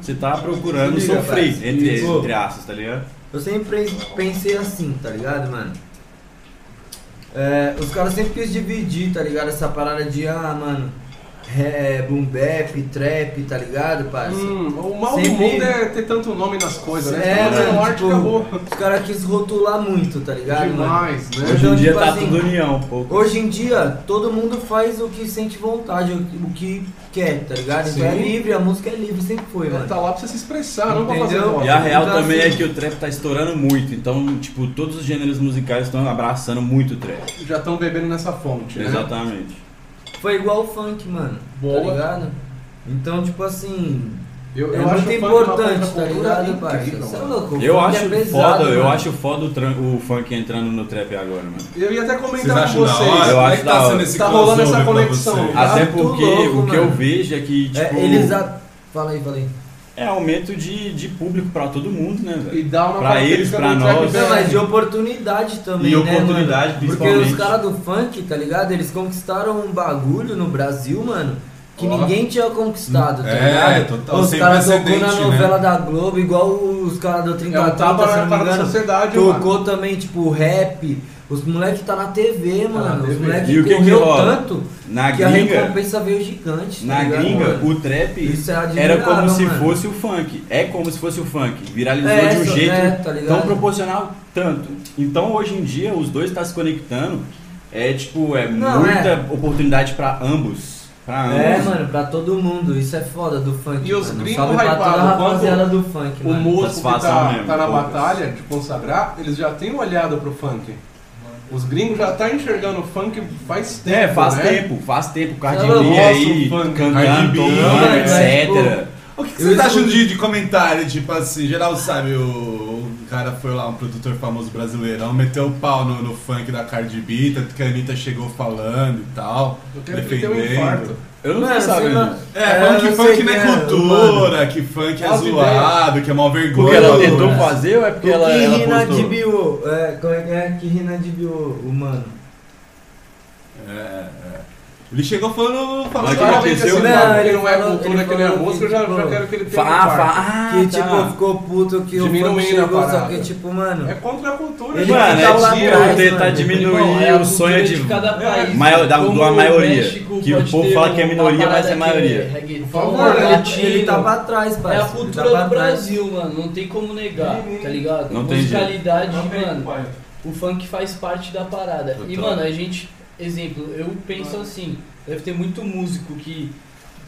você tá procurando Liga, sofrer, parceiro. entre, Isso. entre aspas, tá ligado? Eu sempre pensei assim, tá ligado, mano? É, os caras sempre quis dividir, tá ligado? Essa parada de, ah, mano, é, boom bap, trap, tá ligado, parça? Hum, o mal do Sempre- mundo é ter tanto nome nas coisas, né? É, Tá fazendo mano, arte, tipo, acabou. os caras quis rotular muito, tá ligado, mano? Demais, né? Hoje Então, em dia tipo tá assim, tudo união, um pouco. Hoje em dia, todo mundo faz o que sente vontade, o o que quer, tá ligado? Então é Sim. livre, a música é livre, sempre foi, É, mano. Tá lá pra você se expressar, não pra fazer Entendeu? nota. E a real Então, também assim- é que o trap tá estourando muito, então, tipo, todos os gêneros musicais estão abraçando muito o trap. Já estão bebendo nessa fonte, É. né? Exatamente. Foi igual o funk, mano, Boa. tá ligado? Então, tipo assim, Eu, é eu acho muito o funk uma importante, tá contracultura ligado, parça? incrível, Você é mano. louco, o Eu funk é acho pesado, foda, eu mano. acho foda o, tran- o funk entrando no trap agora, mano. Eu ia até Vocês comentar com acham da vocês. hora? Eu Como é acho que da tá sendo hora. esse Tá rolando essa crossover pra conexão. vocês? Ah, Até Tá muito porque louco, o que eu mano. vejo é que, tipo, É, eles a... Fala aí, fala aí. é aumento de, de público pra todo mundo, né, velho? E dá uma Pra característica eles, pra do trap nós. bem. Não, mas de oportunidade também, É. E né, oportunidade, mano? Porque principalmente. os caras do funk, tá ligado? Eles conquistaram um bagulho no Brasil, mano, que Ó. ninguém tinha conquistado, tá É, ligado? total, os sem caras tocou na precedente, né? novela da Globo, igual os caras do 30 É um tapa se na não me cara da engano. sociedade, mano. Tocou também, tipo, rap. Os moleques tá na TV, na mano. Os TV. moleques E o que que correu rola? tanto Na que a gringa, recompensa veio gigante. tá na ligado, gringa, mano? o trap Isso é admirável, era como se mano. fosse o funk. É como se fosse o funk. Viralizou É, de um só- jeito é, tá ligado? tão proporcional tanto. Então hoje em dia os dois tá se conectando. É tipo, é Não, muita é. oportunidade pra ambos. Pra ambos. É, mano, pra todo mundo. Isso é foda do funk. E os mano. gringos Salve pra toda hypados, a rapaziada do funk, O mano. moço que Satisfação tá, mesmo, tá na poucas. batalha de consagrar, eles já têm olhado pro funk. Os gringos já tá enxergando o funk faz tempo. É, faz né? tempo, faz tempo. Ela Cardinho gosta aí, do funk, cantando, Cardi B, tipo, tocando, né, etc. O que, que Eu vocês escuto- acham de, de comentário? Tipo assim, geral sabe, o, o cara foi lá, um produtor famoso brasileirão, meteu o pau no, no funk da Cardi B, tanto que a Anitta chegou falando e tal, Eu quero que tenha um infarto. defendendo. Eu não Mano, tô sabendo. sei lá. É, É, falando que não funk sei não é quem é, cultura, que funk é As zoado, que é mó vergonha. Porque ela Mano, tentou né? fazer ou é O porque que ela, ela rina postou? de bio? É, como é que é? Que rina de bio, o mano? É, é. Ele chegou falando. Olha falando que Claramente, aconteceu, né? assim, mano. não, ele Ele não é falou- cultura, ele que não é falou música, eu que, já, tipo, já quero que ele tenha Fá, um fá, par. ah, que tá. tipo, ficou puto que o Diminuindo funk a chegou, só parada. que tipo, mano. É contra a cultura, Ele gente. Mano, tá lá é tipo atrás, tentar mano. um diminuir Irmão, é a o sonho cultura de. de cada É. país. maior- da- Como de uma o maioria, México que o pode povo ter fala que é uma minoria, mas é parada maioria. que é reggaeton, Por favor, Mano, ele- latino. ele tá pra trás, É parceiro. a ele cultura tá pra do trás. Brasil, mano, não tem como negar, tá ligado? Não tem jeito. Musicalidade, Não tem mano, pai. o funk faz parte da parada. E, Total. mano, a gente, exemplo, eu penso assim, deve ter muito músico que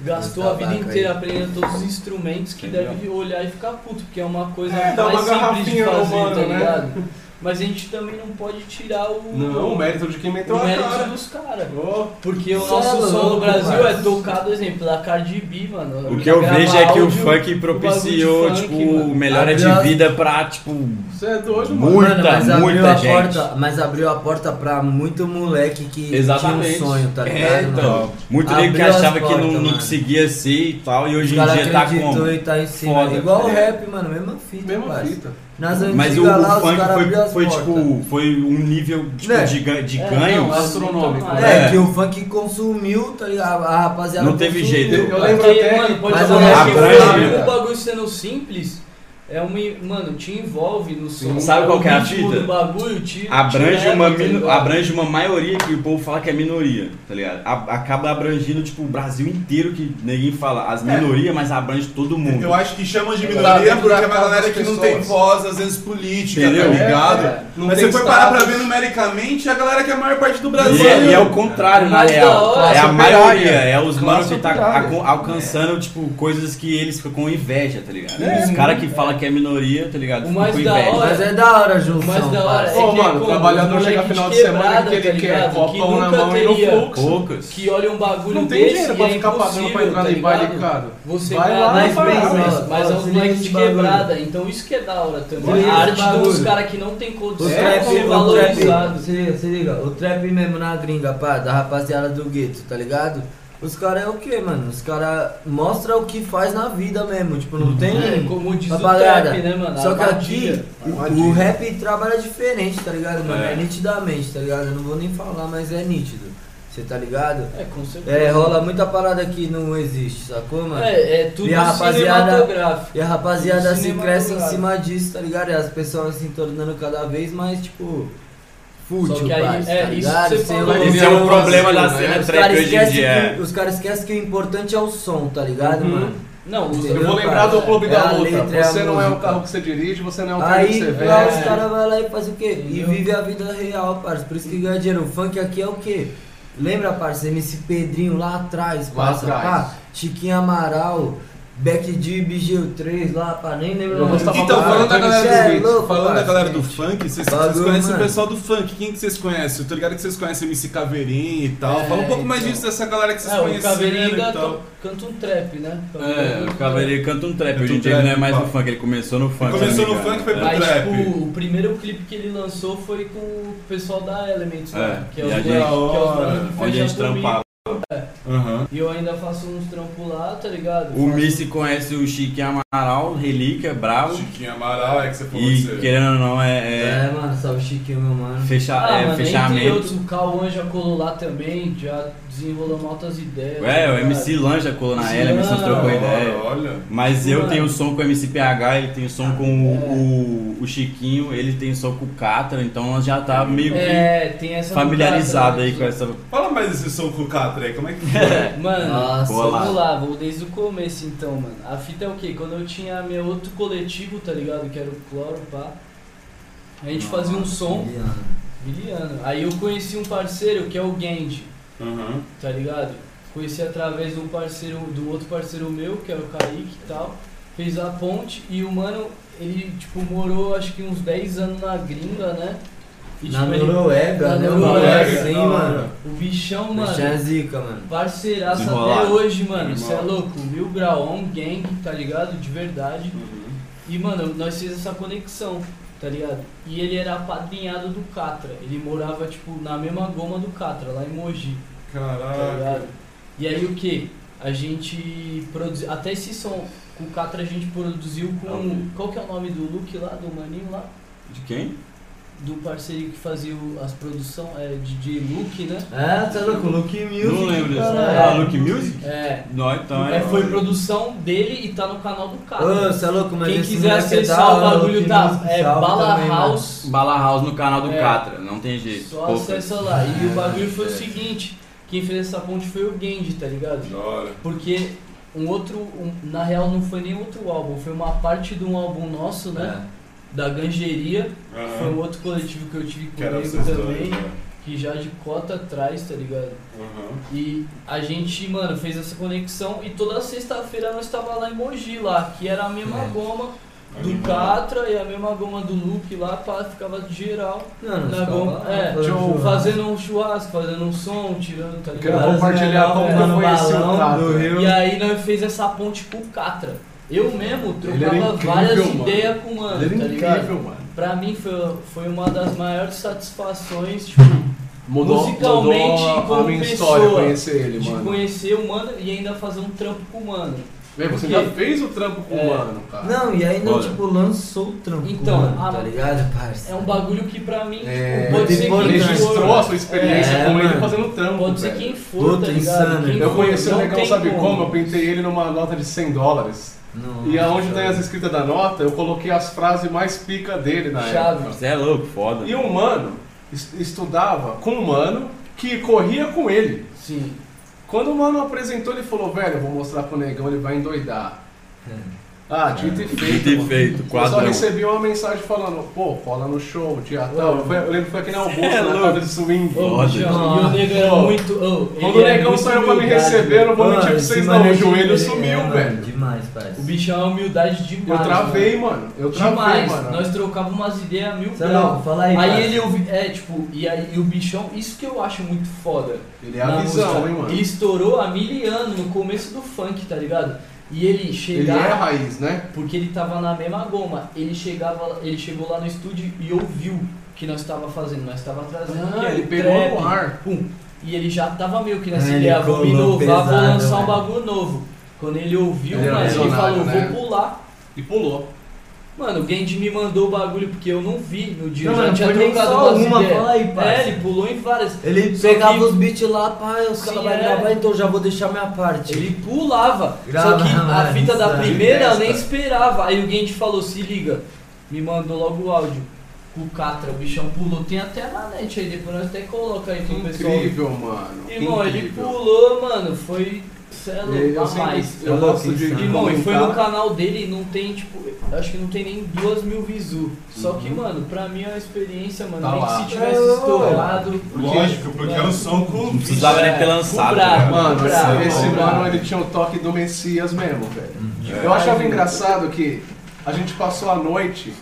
gastou a Muito vida tabaco inteira aí. aprendendo todos os instrumentos que Entendeu? deve olhar e ficar puto, porque é uma coisa É, dá mais uma simples de garrafinha no fazer, mano, tá né? ligado? Mas a gente também não pode tirar o, Não, o mérito de quem meteu o a mérito cara. dos caras. Ô, Porque o Cê é nosso som louco, no Brasil parça. é tocado, exemplo, da Cardi B, mano. O que eu Gravar vejo é que o áudio, funk o propiciou, bagulho de tipo, funk, mano. melhora de Aliás- vida pra, tipo, Você é doido, mano. muita, Mano, mas abriu muita a gente. porta, mas abriu a porta pra muito moleque que Exatamente. tinha um sonho, tá ligado? É, mano? então. Muito Abriu nego que as achava que portas, não, não mano. conseguia ser e tal, e Os hoje em caras dia tá acreditou como? e tá em cima. Foda. Igual o É. rap, mano, mesma fita, Mesma parça. fita. Nas antigas Mas o, o lá, os funk caras abriam foi, as foi, portas. tipo, foi um nível tipo, Né? de, gan- de É, ganhos. não, astronômico. É, É, É. que o funk consumiu, tá ligado? A- A rapaziada. Não teve consumiu. jeito. Eu lembro Porque, até mano, que- pode Mas falar que o rap o abranja. bagulho- o bagulho sendo simples é uma. Mano, te envolve no som. Sabe qual que é a O ritmo fita? do bagulho te. te Abrange é, leva, uma, tá mino- ligado? abrange uma maioria que o povo fala que é minoria, tá ligado? A- acaba abrangindo, tipo, o Brasil inteiro que ninguém fala. As É. minorias, mas abrange todo mundo. Eu acho que chamam de Tá minoria dentro porque é da uma casa galera das que não pessoas. tem voz, às vezes política, Entendeu? tá ligado? É, não Mas tem você for parar pra status. ver numericamente, a galera que é a maior parte do Brasil. E é, e é o contrário, na Mas da real. hora, É a classe maioria, é os manos Classe que tá operária. alcan- alcançando, tipo, coisas que eles ficam com inveja, tá ligado? os caras que falam que é minoria, tá ligado? O Ficam mais com da inveja. hora- Mas é da hora a junção, O mais da hora é parça. Ô, que mano, como o trabalhador os chega moleque final de quebrada, semana que ele tá quer ligado? copão Que na nunca mão e no teria- fluxo. Poucas. Que olha um bagulho Não tem desse dinheiro e pra é ficar pagando impossível, pra entrar tá em baile, ligado? cara. Você Vai vai, lá, lá e vai lá, faz mano. isso, mas é Olha, uns se liga moleques nesse de bagulho. quebrada, então isso que é da hora Se também. liga A nesse arte um dos bagulho. caras que não tem O condição É, é, trap, ser o trap, valorizados. se liga, se liga, o trap mesmo na gringa, pá, da rapaziada do gueto, tá ligado? Os caras é o que, mano? Os caras mostram o que faz na vida mesmo, tipo, Uhum. não tem É, como diz o Rapaziada, trap, né, mano? Só A que batida. aqui, o, o rap trabalha diferente, tá ligado, mano? É. nitidamente, tá ligado? Eu não vou nem falar, mas é nítido. Você tá ligado? É, com certeza. É, rola muita parada que não existe, sacou, mano? É, é tudo E a rapaziada- cinematográfico. E a rapaziada Tudo se cresce em cinematográfico. cima disso, tá ligado? E as pessoas se tornando cada vez mais, tipo, Só fútil, que aí- parça, é, tá isso ligado? que você Sem falou. o- sem Esse é o- o assim, problema da Brasil, né? cena Os caras trap hoje em esquecem dia. é. que, os caras esquecem que o importante é o som, tá ligado, Uhum. mano? Não, os Eu Entendeu, vou lembrar cara? do clube É da a luta. letra, é a você não é o música. carro que você dirige, você não é o carro que Aí você lá, os veste. caras vão lá e fazem o quê? E Entendeu? vive a vida real, parça. Por isso que ganha dinheiro. O funk aqui é o quê? Lembra, parça, MC Pedrinho lá atrás, Lá parça, atrás. pá? Chiquinho Amaral, Back D, BG3 lá, pá, nem lembro. Eu o nome gostava do Então, cara. falando da Cê galera dos é beats, louco, Falando da parça. galera do funk, vocês, vocês Bagulho, conhecem mano. o pessoal do funk, quem que vocês conhecem? Eu tô ligado que vocês conhecem MC Caveirinha e tal. É, Fala um pouco mais então. disso dessa galera que vocês É, o conheceram Caveirinho e ainda tal. to- canta um trap, né? né, então. É, o Cavaleiro canta um trap. Canta Hoje um em dia ele trap, não é mais pá. no funk, ele começou no funk. começou se eu não no me engano. funk, foi pro É. Mas, trap. tipo, o primeiro clipe que ele lançou foi com o pessoal da Elements, né? É, Que é e os a moleque- gente- que é os moleque que Onde a fecha gente comigo. trampava. Aham. E eu ainda faço uns trampos lá, tá ligado? O Faço- Missy conhece o Chiquinho Amaral, Relíquia, Bravo. Chiquinho Amaral, é que você falou que E você- querendo ou não, é, é É, mano, salve Chiquinho, meu mano. fecha- Ah, é mano, entre fechamento. outros, o Cauã já colou lá também, já desenrolamos altas É, ideias. o tá ligado? MC Lan já colou na Sim, ela, MC mano. trocou Olha, ideia. Olha. Mas eu Mano. tenho som com o MC PH, ele tem som com É. o, o- o Chiquinho, ele tem som com o Catra, então nós já tá meio que É, tem essa. familiarizado aí com essa. essa. Fala mais desse som com o Catra aí, como é que foi? Mano, Nossa, Boa vamos lá, vou desde o começo então, mano. A fita é o quê? Quando eu tinha meu outro coletivo, tá ligado? Que era o Cloro, pá. A gente fazia um som, miliano. Aí eu conheci um parceiro que é o Genji, Aham. tá ligado? Conheci através de um parceiro, do outro parceiro meu, que era o Kaique e tal. Fez a ponte e o mano, ele, tipo, morou acho que uns 10 anos na gringa, né? E, Na tipo, ele- Noruega, na né? Noruega, Sim, da hora. mano. O bichão, mano. Deixa a zica, mano. Parceiraço até Desenrolado. hoje, mano. Você é Irmão. louco. Mil Grau, on gang, tá ligado? De verdade. E, mano, nós fizemos essa conexão, tá ligado? E ele era apadrinhado do Catra. Ele morava, tipo, na mesma goma do Catra, lá em Mogi, tá Caraca. ligado? E aí o que? A gente produziu. Até esse som com o Catra a gente produziu com. Ah, ok. Qual que é o nome do look lá, do maninho lá? De quem? do parceiro que fazia o- as produções, é, DJ Luke, né? É, tá louco, Luke né? Music. Não lembro dessa. cara. Ah, Look Music? É. Não, então é, foi produção dele e tá no canal do cara. Ô, cê é louco, mas Quem esse quiser moleque é acessar o da hora, bagulho Luke da Music é, salva Bala também, mano. House, Bala House no canal do É. Catra, não tem jeito. só poucas. acessa lá. E É, o bagulho foi o seguinte, quem fez essa ponte foi o Genji, tá ligado? Da hora. Porque um outro, um- na real não foi nem outro álbum, foi uma parte de um álbum nosso, né? Da Gangeria, que foi um outro coletivo que eu tive Que era comigo Ah. vocês também, dois, né? que já de cota atrás, tá ligado? Uhum. E a gente, mano, fez essa conexão e toda sexta-feira nós tava lá em Mogi, lá, que era a mesma É. goma do Animal. Catra e a mesma goma do Luke lá, pá, ficava de geral Não, não, na goma. É, tipo, fazendo um churrasco, fazendo um som, tirando, tá Quero ligado? compartilhar como eu Mano, conheci o balão do Tato. Rio. E aí nós fez essa ponte com o Catra. Eu mesmo Ele era trocava incrível, várias mano. ideias com o mano, Ele tá era ligado? incrível, mano. Pra mim foi, foi uma das maiores satisfações, tipo, Mudou, Musicalmente, mudou a- a como minha pessoa, história conhecer ele, de mano. conhecer o mano e ainda fazer um trampo com o mano. Vê, Você Porque- já fez o trampo com É. o mano, cara. Não, e ainda, Olha. tipo, lançou o trampo, Então, mano, a- tá ligado, parça? É um bagulho que pra mim, É, tipo, pode ser muito quem importante. Registrou a for. sua experiência É, com ele mano. fazendo trampo. Pode ser velho. quem for, Puta, tá ligado? insano. Quem Eu for, conheci o não Negão, tem sabe como? Eu pintei ele numa nota de 100 dólares. Não, E aonde não. tem as escritas da nota, eu coloquei as frases mais pica dele na Chave. época. Você é louco, foda. E o um mano es- estudava com o mano que corria com ele. Sim. Quando o mano apresentou, ele falou, velho, eu vou mostrar pro negão, ele vai endoidar. Ah, dito e feito. É, Dito e mano. feito, Eu só quadrão. recebi uma mensagem falando, pô, cola no show, dia tal. Eu, fui- eu lembro que foi aqui na Augusta, Cê é na casa louco. de swing. Ô, Foda. bichão, e o Negão era Ó, muito. ô, ele Quando o era negão muito saiu pra me humildade, receber, eu não vou Mano, mentir pra esse vocês mano não, é o de- joelho é, sumiu, mano, velho. Demais, parça. O bichão é humildade Eu demais. travei, mano. Eu mano. travei, Demais. mano. é Nós trocávamos umas ideias mil Sei lá, graus. fala aí, Aí, parça. ele ouvi. É, tipo, e aí e o bichão, isso que eu acho muito foda. Ele é a visão, hein, mano. Ele estourou há mil anos no começo do funk, tá ligado? E ele Ele é a chegava. raiz, né? Porque ele tava na mesma goma. Ele chegava, ele chegou lá no estúdio e ouviu o que nós tava fazendo. Nós tava trazendo. que Ah, era ele o pegou trap, no ar. Pum. E ele já tava meio que nessa É, ele ideia, vou me colou inovar, vou pesado, lançar um né? bagulho novo. Quando ele ouviu, Ele era mas ele visionário, falou, né? vou pular. E pulou. Mano, o Genji me mandou o bagulho porque eu não vi no dia. Não, eu já não tinha foi nem trocado só umas uma, ideias. fala aí, parça. É, ele pulou em várias. Ele Só pegava que- os beats lá, pá, os caras Sim, vão é. gravar, então já vou deixar minha parte. Ele pulava. Grava, só que a mano, fita da isso é aí. primeira eu nem Testa. esperava. Aí o Genji falou, se liga. Me mandou logo o áudio. Com o Catra, o bichão pulou. Tem até na net aí, depois nós até coloca aí pro pessoal. Incrível, mano. Irmão, é ele Incrível. pulou, mano, foi. Cê é louco, Eu a mais. sempre, eu gosto de de Irmão, e foi no comentar. canal dele e não tem, tipo, eu acho que não tem nem duas mil visu. Só que, mano, pra mim é uma experiência, mano. Uhum. Tá nem lá. que se tivesse É, estourado. Lógico, porque é um som com. Não precisava nem É, ter lançado. Cobrar. né? cara. Mano, Bravo, esse bravo. mano ele tinha o toque do Messias mesmo, velho. É. Eu achava engraçado que a gente passou a noite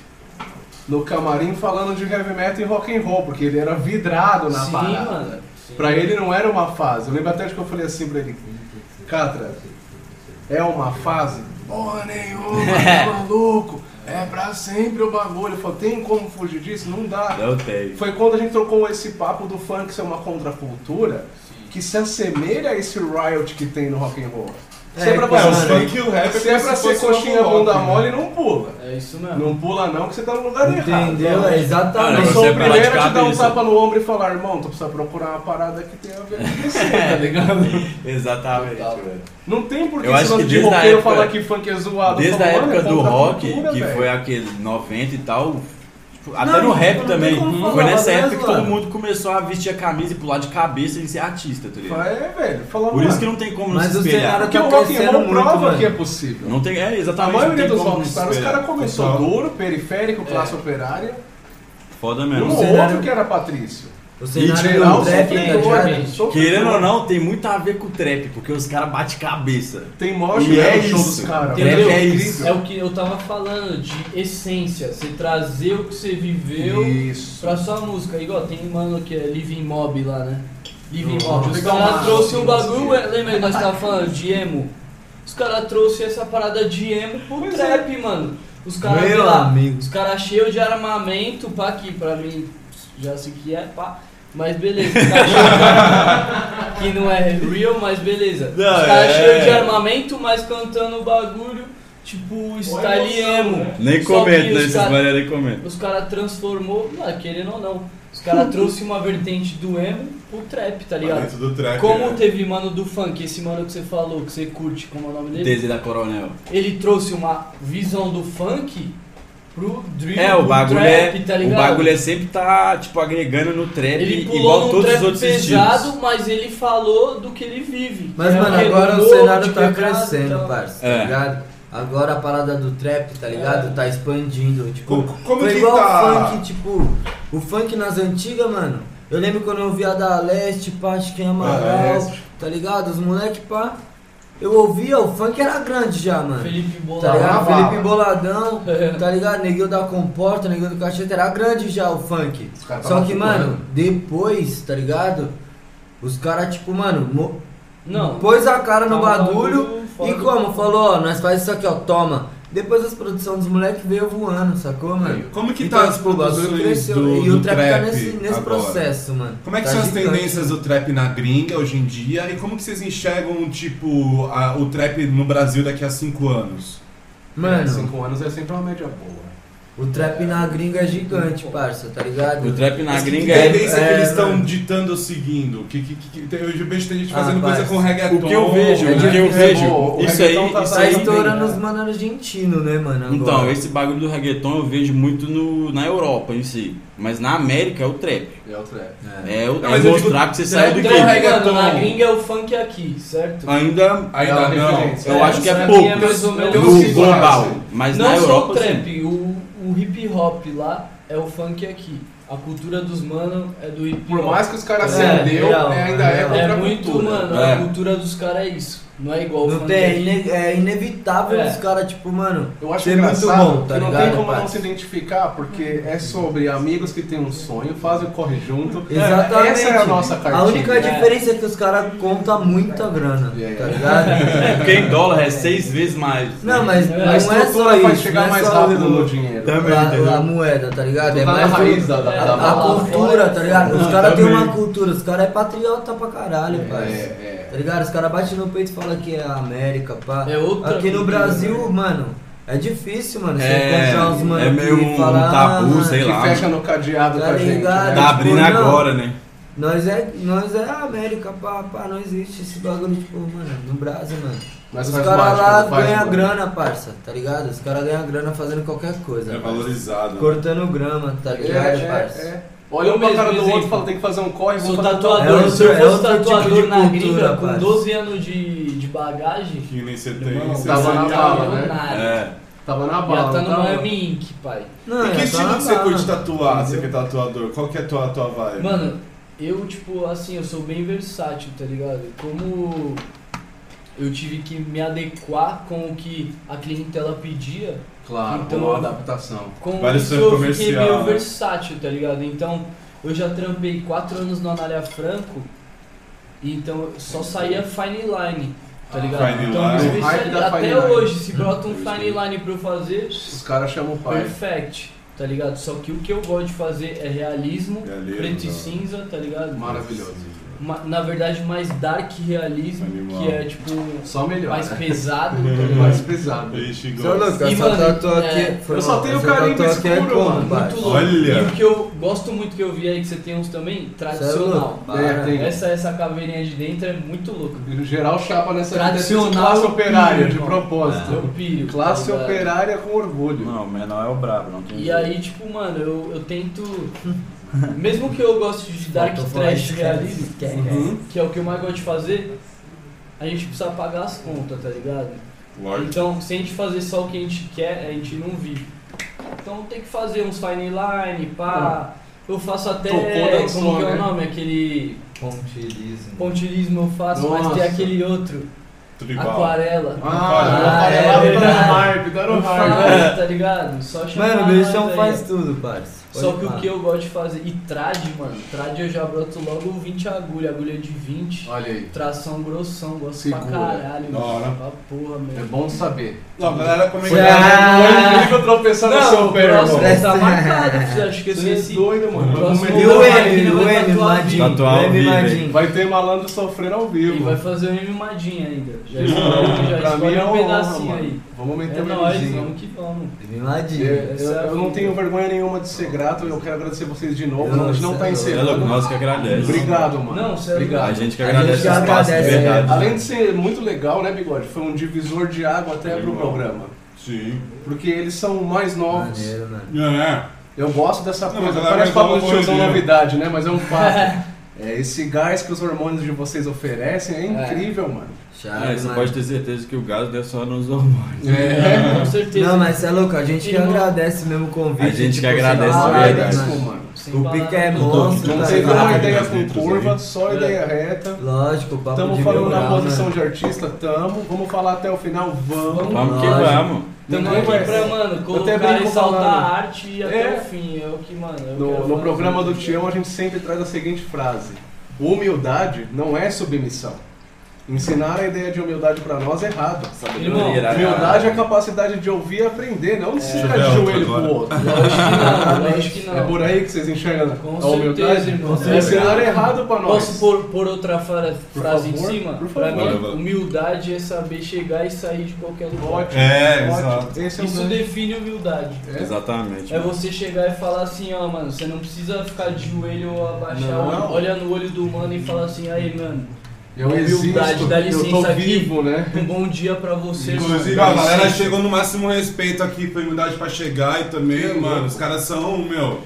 no camarim falando de heavy metal e rock and roll, porque ele era vidrado na Sim, parada. mano. Sim. Pra ele não era uma fase. Eu lembro até de que eu falei assim pra ele, Catra, é uma fase? Porra nenhuma, tá maluco. É pra sempre o bagulho. Eu falei, tem como fugir disso? Não dá. Eu tenho. Foi quando a gente trocou esse papo do funk ser uma contracultura que se assemelha a esse riot que tem no rock and roll. É, se é pra cara, você, os se é funk e o rap é pra como se ser fosse coxinha um bunda rock, né? mole, não pula. É isso mesmo. Não pula não, que você tá no lugar errado. Entendeu? É Cara, Eu Exatamente. você sou é o primeiro a te praticado dar um isso. tapa no ombro e falar, irmão, tu precisa procurar uma parada que tenha a ver com você, tá ligado? Exatamente, velho. Não tem por que Eu esse acho lance que de desde a roqueiro época- falar que funk é zoado. Desde a Fala, mano, época é do rock, contracultura, que velho. foi aquele 90 e tal, tipo, até Não, no rap não tem também, como falar, foi nessa mas época que todo mano. mundo começou a vestir a camisa e pular de cabeça e ser artista, tá ligado? É, velho. Fala, Por mano, isso que não tem como Mas se o espelhar. cenário porque tá o rock and crescendo roll muito, prova mano. que é possível. Não tem, é, A exatamente, não maioria tem dos como É. se rockstars, os espelhar. caras começou Total. duro, periférico, classe operária. Foda E um mesmo. Não. outro cenário- que era Patrício. O tipo, Em cenário geral, do trap, tá sofredor, ligado? velho, sofredor. né? Querendo ou não, tem muito a ver com o trap, porque os caras batem cabeça. Tem maior E show é no show isso. dos caras. Trap velho. é isso. É o que eu tava falando, de essência. Você trazer o que você viveu Isso. pra sua música. Igual tem mano que é Living Mob lá, né? Living Nossa, Mob. Os legal, caras mano. trouxeram um Nossa, bagulho, que- lembra que nós tava falando de emo? Os caras trouxeram essa parada de emo pro Pois trap, mano. Os caras Meu vê lá, amigo. os caras cheios de armamento, pá, aqui pra mim, já sei que é, pá. Mas beleza, os caras cheios de- que não é real, mas beleza. Não, os caras é. cheios de armamento, mas cantando o bagulho. tipo, style emo. Nem Só que comento, né? os Esses cara- caras nem comento. Os caras transformou, ah, querendo ou não, os caras trouxe uma vertente do emo pro trap, tá Pra ligado? dentro do trap. Como né? teve mano do funk, esse mano que você falou, que você curte, como é o nome dele? Desde da Coronel. Ele trouxe uma visão do funk pro drill, É, o pro bagulho trap, é. tá o ligado? bagulho é sempre tá, tipo, agregando no trap, Ele pulou igual num todos os trap outros pesado, estilos. mas ele falou do que ele vive. Mas, É, mano, porque agora no o morro cenário de tá quebrado, crescendo, então. parça, É. tá ligado? Agora a parada do trap, tá ligado? É. Tá expandindo, tipo... Co- como foi que igual tá? o funk, tipo... O funk nas antigas, mano... Eu lembro quando eu via da Leste, pá, acho que é Ah, Amaral, Leste. tá ligado? Os moleque, pá... Eu ouvia, o funk era grande já, mano. Felipe Tá Bola. ligado? na bala. Felipe Boladão, É. tá ligado? Neguinho da Comporta, Neguinho do Cacheta, era grande já o funk. Os caras Só tavam que, fumando. mano, depois, tá ligado? Os caras, tipo, mano, mo- não. pôs a cara no Tá um bagulho foda. e como? Falou, ó, nós faz isso aqui, ó, toma. Depois as produções dos moleques veio voando, sacou, mano? Como que Então, tá as tipo, o bagulho produções cresceu do, e o do trap, trap, tá nesse, nesse agora? processo, mano. Como é que Tá são as gigante. tendências do trap na gringa hoje em dia e como que vocês enxergam, tipo, a- o trap no Brasil daqui a cinco anos? Mano, Cinco anos é sempre uma média boa. o trap na gringa é gigante, parça, tá ligado? O trap na Mas que gringa é. tendência que é, eles estão mano. ditando ou seguindo? Que, que, que, que- eu vejo tem gente Ah, fazendo coisa rapaz. com reggaeton. né? O que eu vejo, É o que eu difícil. vejo, O- o isso aí, reggaeton tá isso Tá aí estourando os mano argentino, né, mano? Agora. Então, esse bagulho do reggaeton eu vejo muito no, na Europa em si. Mas na América é o trap. É o trap. É, o, Não, é mas eu mostrar que você Então, saiu do então, crime. mano, Reggaeton. na gringa é o funk aqui, certo? Ainda Ainda É uma não. referência. eu É, acho que pra é mim pouco. mais ou menos Eu isso. no sigo global. assim. Mas um não na só Europa. o sim. trap, o, o hip hop lá é o funk aqui. A cultura dos mano é do hip hop. Por mais que os caras É, acendeu, real, né, ainda é, real. contra é a muito, cultura. mano, É. a cultura dos caras é isso. Não é igual o Não funk tem, é, aqui. ine- é inevitável É. os caras, tipo, mano. Eu acho ser engraçado muito bom, tá que não ligado? tem como não parça? se identificar, porque é sobre amigos que têm um sonho, fazem o corre junto. Exatamente. Essa é a nossa né? cartilha. A única É. diferença é que os caras contam muita grana, É. tá ligado? É, Porque em dólar é seis vezes mais. Não, mas A não é a só estrutura isso. vai chegar não é mais só rápido o- no dinheiro. Também, a, a entendeu? moeda, tá ligado? Tu é tá na mais raiz o- da, da, é, da tá a lá bala. cultura, fora. tá ligado? Os Ah, caras têm também. uma cultura, os caras é patriota pra caralho, É, parça. é. Tá ligado? Os caras batem no peito e falam que é a América, pá. É outra Aqui no cultura, Brasil, mano, é difícil, mano. Você É, encontrar uns mano é meio que um fala, ah, tabu, mano, sei Que lá. fecha no cadeado Tá com a gente. ligado? Tá Né? abrindo Tipo, não. agora, né? Nós é, nós é a América, pá, pá, não existe esse bagulho, tipo, mano, no Brasil, mano. Mas Os faz caras mágica, lá não faz, ganham mano? grana, parça, tá ligado? Os caras ganham grana fazendo qualquer coisa. É parça. valorizado. Cortando grama, tá É, ligado, é, parça? é. Olha um pra mesmo cara do outro exemplo. e fala, tem que fazer um corre, Sou vamos fazer um corre. É tatuador, outro- se é eu outro fosse tatuador tipo de na cultura, gringa com rapaz. 12 anos de, de bagagem, Que nem você tem. irmão, você tava na seria- bala, né? nada. É. Tava na Já bala. então, tá no tava- Miami Ink, pai. Não, E é, que tá estilo na que você bala. curte tatuar? Você que é tatuador, qual que é a tua, tua vibe? Mano, eu, tipo, assim, eu sou bem versátil, tá ligado? Como eu tive que me adequar com o que a clientela pedia, Claro, Então- rolou a adaptação. com Vários isso trampos eu fiquei comercial, meio né? versátil, tá ligado? Então, eu já trampei quatro anos no Anália Franco, e então eu só saía Fine Line, tá ligado? Fine então, Line. eu Ah, O hype especiali- da até Fine Line. hoje, se brota um Fine Line pra eu fazer, Os caras chamam o pai. perfect, tá ligado? Só que o que eu gosto de fazer é realismo, Realismo, preto e né? cinza, tá ligado? Maravilhoso. Ma- na verdade mais dark realismo, Animal. que é tipo Só melhor. mais né? pesado. Mais pesado. Vixe, Seu gosto. louco, E, essa mano, tatu aqui. é, foi eu só mal, tenho essa carimbo tatu aqui é escuro, como, mano, parça? muito louco. Olha. E o que eu gosto muito que eu vi aí que você tem uns também, Cê é tradicional. louco? É, tem. Essa essa caveirinha de dentro é muito louca. E Geral chapa nessa Tradicional Uhum. classe operária, de pirro, propósito. Eu pilho. tá Classe ligado? operária com orgulho. Não, o menor é o brabo, não tem E jeito. aí, tipo, mano, eu, eu tento. Mesmo que eu goste de dark Faltou falar trash isso, realismo, esquece, que é o que eu mais gosto de fazer, a gente precisa pagar as contas, tá ligado? Lógico. Então, se a gente fazer só o que a gente quer, a gente não vive. Então tem que fazer uns fine line, pá. Eu faço até. Tocou, dançou, como que é né? o nome? Aquele. Pontilismo. Pontilismo eu faço, mas tem Nossa. aquele outro. Tribal. Aquarela. Ah, é é, é, verdade. deram hype, deram Eu hype. faço, tá ligado? Só chamar Mano, o nós bichão aí. faz tudo, parça. Pode Só que pá. o que eu gosto de fazer. E trade, mano. Trade eu já broto logo 20 agulha, agulha de 20. Olha aí. Tração grossão, gosto pra Segura. caralho. Da mano. hora. Pra porra, É mesmo. bom saber. Não, a galera comenta. é. Foi Ah, incrível tropeçar no Não, seu o pé, irmão. próximo tá marcado, filho. Acho que Você é esse. doido, mano. Próximo é e o vai, que M, ele o vai M, tatuar Madinho. vivo. Tatuar ao O M, vivo, hein? Madinho. Vai ter malandro sofrendo ao E vivo. vai fazer um M madinho ainda. Já escolhe, já pra mim escolhe é um uma honra, pedacinho mano. aí. Vamos É meter o nóis, vizinho. vamos que vamos. M, Madinho. É, eu, Essa- eu não tenho vergonha nenhuma de ser grato, eu quero agradecer vocês de novo. Não, a gente não isso tá é É louco, encerrando. nós que agradece. Obrigado, mano. Não, você é A Obrigado. gente que A agradece gente que o espaço, de agradece, é. verdade. Além de ser muito legal, né, Bigode? Foi um divisor de água até pro programa. Sim. Porque eles são mais novos. Maneiro, mano. É. Eu gosto dessa Não, coisa. mas ela Parece vai dar papo uma de tiozão corridinha. novidade, né? Mas é um fato. É, esse gás que os hormônios de vocês oferecem é incrível, mano. Chave, É, você mano. pode ter certeza que o gás deu só nos hormônios. É. Com certeza. Não, mas você é louco, a gente que Irmão. agradece mesmo o convite. A gente que tipo, sei lá, agradece, mano. é verdade. Parabéns, Ah, mano. Sem O palavras. pique é Não monstro, Não tá teve uma ligado? ideia Parabéns, com né, curva, inclusive. só ideia reta. Lógico, papo Estamos É. de falando mil na grau, posição né? de artista, tamo. Vamos falar até o final? Vamos. Vamos que Lógico. vamos. Tamo Ninguém aqui vai- pra, mano, até colocar brinco e saltar falando. a arte até É. o fim. É o que, mano. eu quero No, no fazer. programa do Tião, a gente sempre traz a seguinte frase: Humildade não é submissão. Ensinar a ideia de humildade pra nós é errado. Irmão, É. Sabedoria, Humildade é a capacidade de ouvir e aprender, não de ficar Deixa de eu ver joelho outro pro outro. Não, eu acho que não. né? É por aí que vocês enxergam Com a humildade? certeza, irmão. É cenário errado pra nós. Posso pôr, pôr outra fra- frase em favor, cima? por Pra favor. mim, Vai, vai. humildade é saber chegar e sair de qualquer lugar. Ótimo. É, exato. ótimo. Esse é o um Isso grande. define humildade. É. Exatamente. É você chegar e falar assim, ó, mano, você não precisa ficar de joelho ou abaixar, Não. olha no olho do mano e falar assim, aí, mano, Eu Humildade, existo, dá eu licença tô aqui. vivo, né? um bom dia pra você. Inclusive, mano. a galera chegou no máximo respeito aqui pra humildade pra chegar e também, mano, os caras são, meu.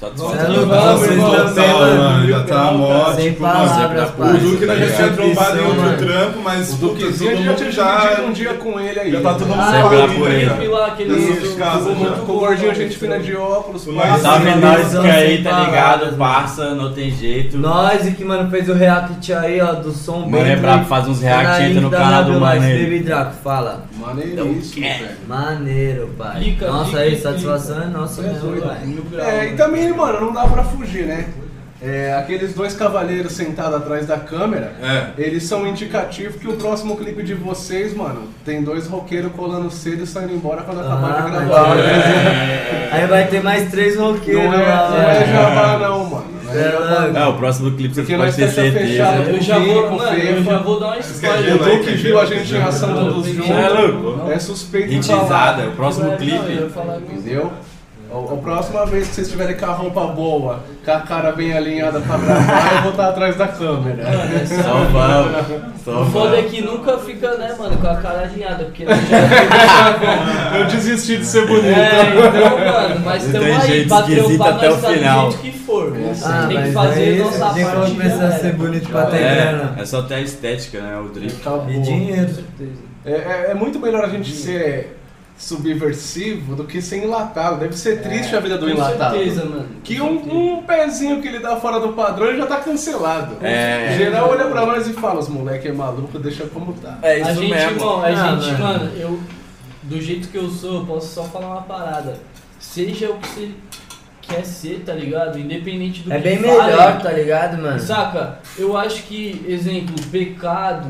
Você Satisfação. é louco, Vamos, vocês irmão. também, Tá, mano. mano, já tá mó, Sem tipo, mano. palavras, O Duque parça. nós já tinha trombado em outro Mano. trampo, mas O puta, Duquezinho todo já tinha mundo é dividido um já. dia com ele aí. Já tá todo mundo Ah, Sempre falando, por aí. né? Sempre lá, aquele Isso, outro- casa, outro- já. outro- Muito gordinho, gente fina de óculos, Mas pá. tá Salve nós São que aí, sem tá palavras, ligado? Parça, não tem jeito. Nós e que, mano, fez o react aí, ó, do som Mano, é brabo, faz uns tá react, entra no canal do mano aí. Baby Draco, fala. Maneiríssimo, É. velho. Maneiro, pai. Clica, nossa, clica, aí, clica. satisfação é nossa mesmo, Mil pai. grau, É, e mano. também, mano, não dá pra fugir, né? É, aqueles dois cavaleiros sentados atrás da câmera, É. eles são indicativo que o próximo clipe de vocês, mano, tem dois roqueiros colando cedo e saindo embora quando acabar Ah, de gravar. mas- né? Aí vai ter mais três Não é, roqueiros não lá, é velho. jabá, não, mano. Não né? É, é jabá, mano. É, o próximo clipe você Porque pode nós ter fecha fechado. certeza. Eu já Comigo, vou, com mano, eu Fefa. já vou dar uma O spoiler. Duque Duque viu a gente em ação todos Não, Você é juntos. louco? É suspeito de falar. Hitizada, é o próximo Eu ia clipe. falar isso. Entendeu? A próxima vez que vocês estiverem com a roupa boa, com a cara bem alinhada pra gravar, eu vou estar atrás da câmera. Mano, essa- Só vamos. Só O foda é vamos. que nunca fica, né, mano, com a cara alinhada, porque nós já... Eu desisti de ser bonito. É, então, mano, mas Não tamo tem aí, jeito, pra esquisito trampar até o nós tá final. do jeito que for. Ah, tem que mas fazer aí, nossa se for parte. né, começar a ser bonito pra ter grana. É, é só ter a estética, né? O drip. tá Acabou. E dinheiro. É, é- é muito melhor a gente ser subversivo do que ser enlatado. Deve ser triste a vida do É, Com enlatado. certeza, mano. Que um, um pezinho que ele dá fora do padrão ele já tá cancelado. É. Geral olha pra nós e fala: os moleque é maluco, deixa como tá. É a gente, irmão, a Ah, gente, mano. mano, eu. Do jeito que eu sou, eu posso só falar uma parada. Seja o que você quer ser, tá ligado? Independente do É que bem falem, melhor, tá ligado, mano? Saca? Eu acho que, exemplo, pecado,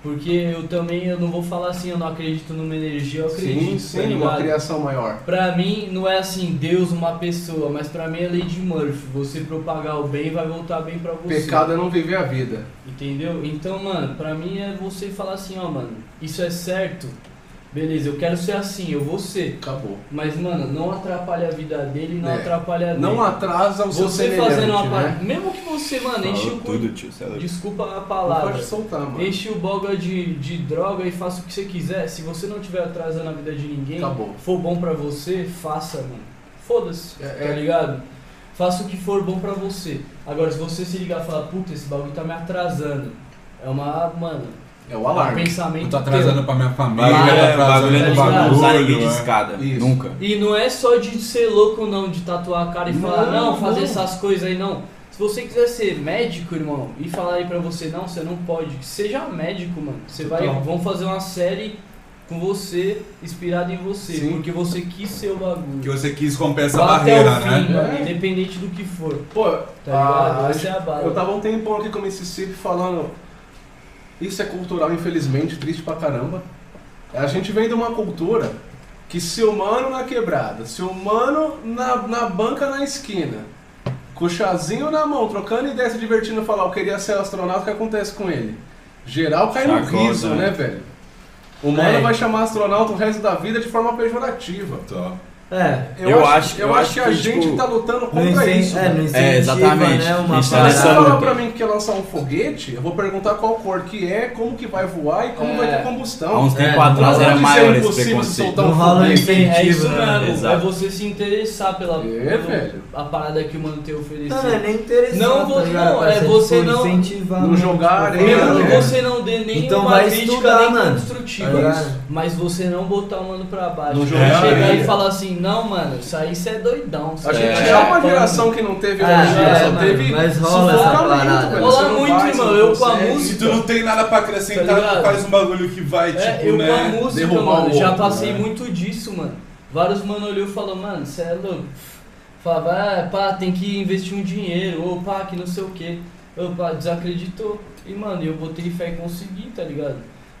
porque eu também eu não vou falar assim, eu não acredito numa energia, eu acredito, Sim, tá sim, uma ligado? criação maior. Pra mim, não é assim, Deus, uma pessoa, mas pra mim é lei de Murphy. Você propagar o bem vai voltar bem pra você. Pecado é não viver a vida. Entendeu? Então, mano, pra mim é você falar assim, ó, mano, isso é certo, beleza, eu quero ser assim, eu vou ser. Acabou. Mas, mano, não atrapalha a vida dele, não É. atrapalha a dele. Não atrasa o seu Você semelhante, fazendo uma né? parada. Mesmo que você, mano, enche o Falou cu. tudo, tio. Você é louco. Desculpa a Não palavra. pode soltar, mano. Enche o boga de, de droga e faça o que você quiser. Se você não tiver atrasando a vida de ninguém, Acabou. for bom pra você, faça, mano. Foda-se, É, tá é. ligado? Faça o que for bom pra você. Agora, se você se ligar e falar, puta, esse bagulho tá me atrasando. É uma, mano, É o é um alarme. pensamento. Tô atrasando pra minha família, Bagulho tô é- bagulho é atrasando não pro ligado? usar ninguém de é. escada. Isso. Nunca. teu. E não é só de ser louco, não, de tatuar a cara e falar, não, Não, fazer não. essas coisas aí, não. Se você quiser ser médico, irmão, e falarem pra você, não, você não pode, seja médico, mano. Você vai, Total. vão fazer uma série com você, inspirado em você, Sim. porque você quis ser o bagulho. Que você quis romper essa Vá até barreira, o né? fim, mano, É. independente do que for, Pô, tá ligado? ah, Essa é a base. eu tava um tempão aqui com o Mississippi falando. Isso é cultural, infelizmente, triste pra caramba. É, A gente vem de uma cultura que seu mano na quebrada, seu mano na, na banca na esquina, com o chazinho na mão, trocando ideia, se divertindo, falar eu queria ser astronauta, o que acontece com ele? Geral cai no Chacota, riso, né, né? velho? O mano É. vai chamar astronauta o resto da vida de forma pejorativa. Tô. É. Então, Eu, Eu acho, acho- eu eu acho acho que a que, gente tipo, tá lutando Não contra incen- isso. é, velho. não incentiva, exatamente. né? Uma Isso tá é Se parada. você Essa falar luta. pra mim que quer lançar um foguete, eu vou perguntar qual cor que é, como que vai voar e como É. vai ter Há combustão. uns tempos É, atrás não era pode maior ser esse impossível se preconceito. soltar Não um rola foguete. incentivo, É isso mesmo, Exato. é você se interessar pela né? É, velho. a parada que o mano tem a oferecer. Não, não é nem interessante. Não, vou- tá ligado, não, parça? é você tipo, não- incentivar não muito, jogar, tipo, nem tá nada, né? Mesmo que ligado? você não dê nenhuma Então vai crítica estudar, nem mano. construtiva, Tá ligado? mas você não botar o mano pra baixo. Não Você jogar, chegar né? e falar assim, não, mano, isso aí você é doidão. A cê gente tá é, uma chapando." geração que não teve É, energia, é, só teve. mas rola essa sufocamento, parada. velho. Rola Você não muito, vai, um irmão, você não eu com a consegue. música- Se tu não tem nada pra Tá acrescentar, ligado? tu faz um bagulho que vai, É, tipo, eu com a né? música, derrubar mano, o já outro, passei né? muito disso, mano. Vários mano olhou e falou, mano, você é louco. Falava, ah, pá, tem que investir um dinheiro, ou pá, que não sei o quê. Opa, desacreditou. E, mano, eu botei fé e consegui, tá ligado?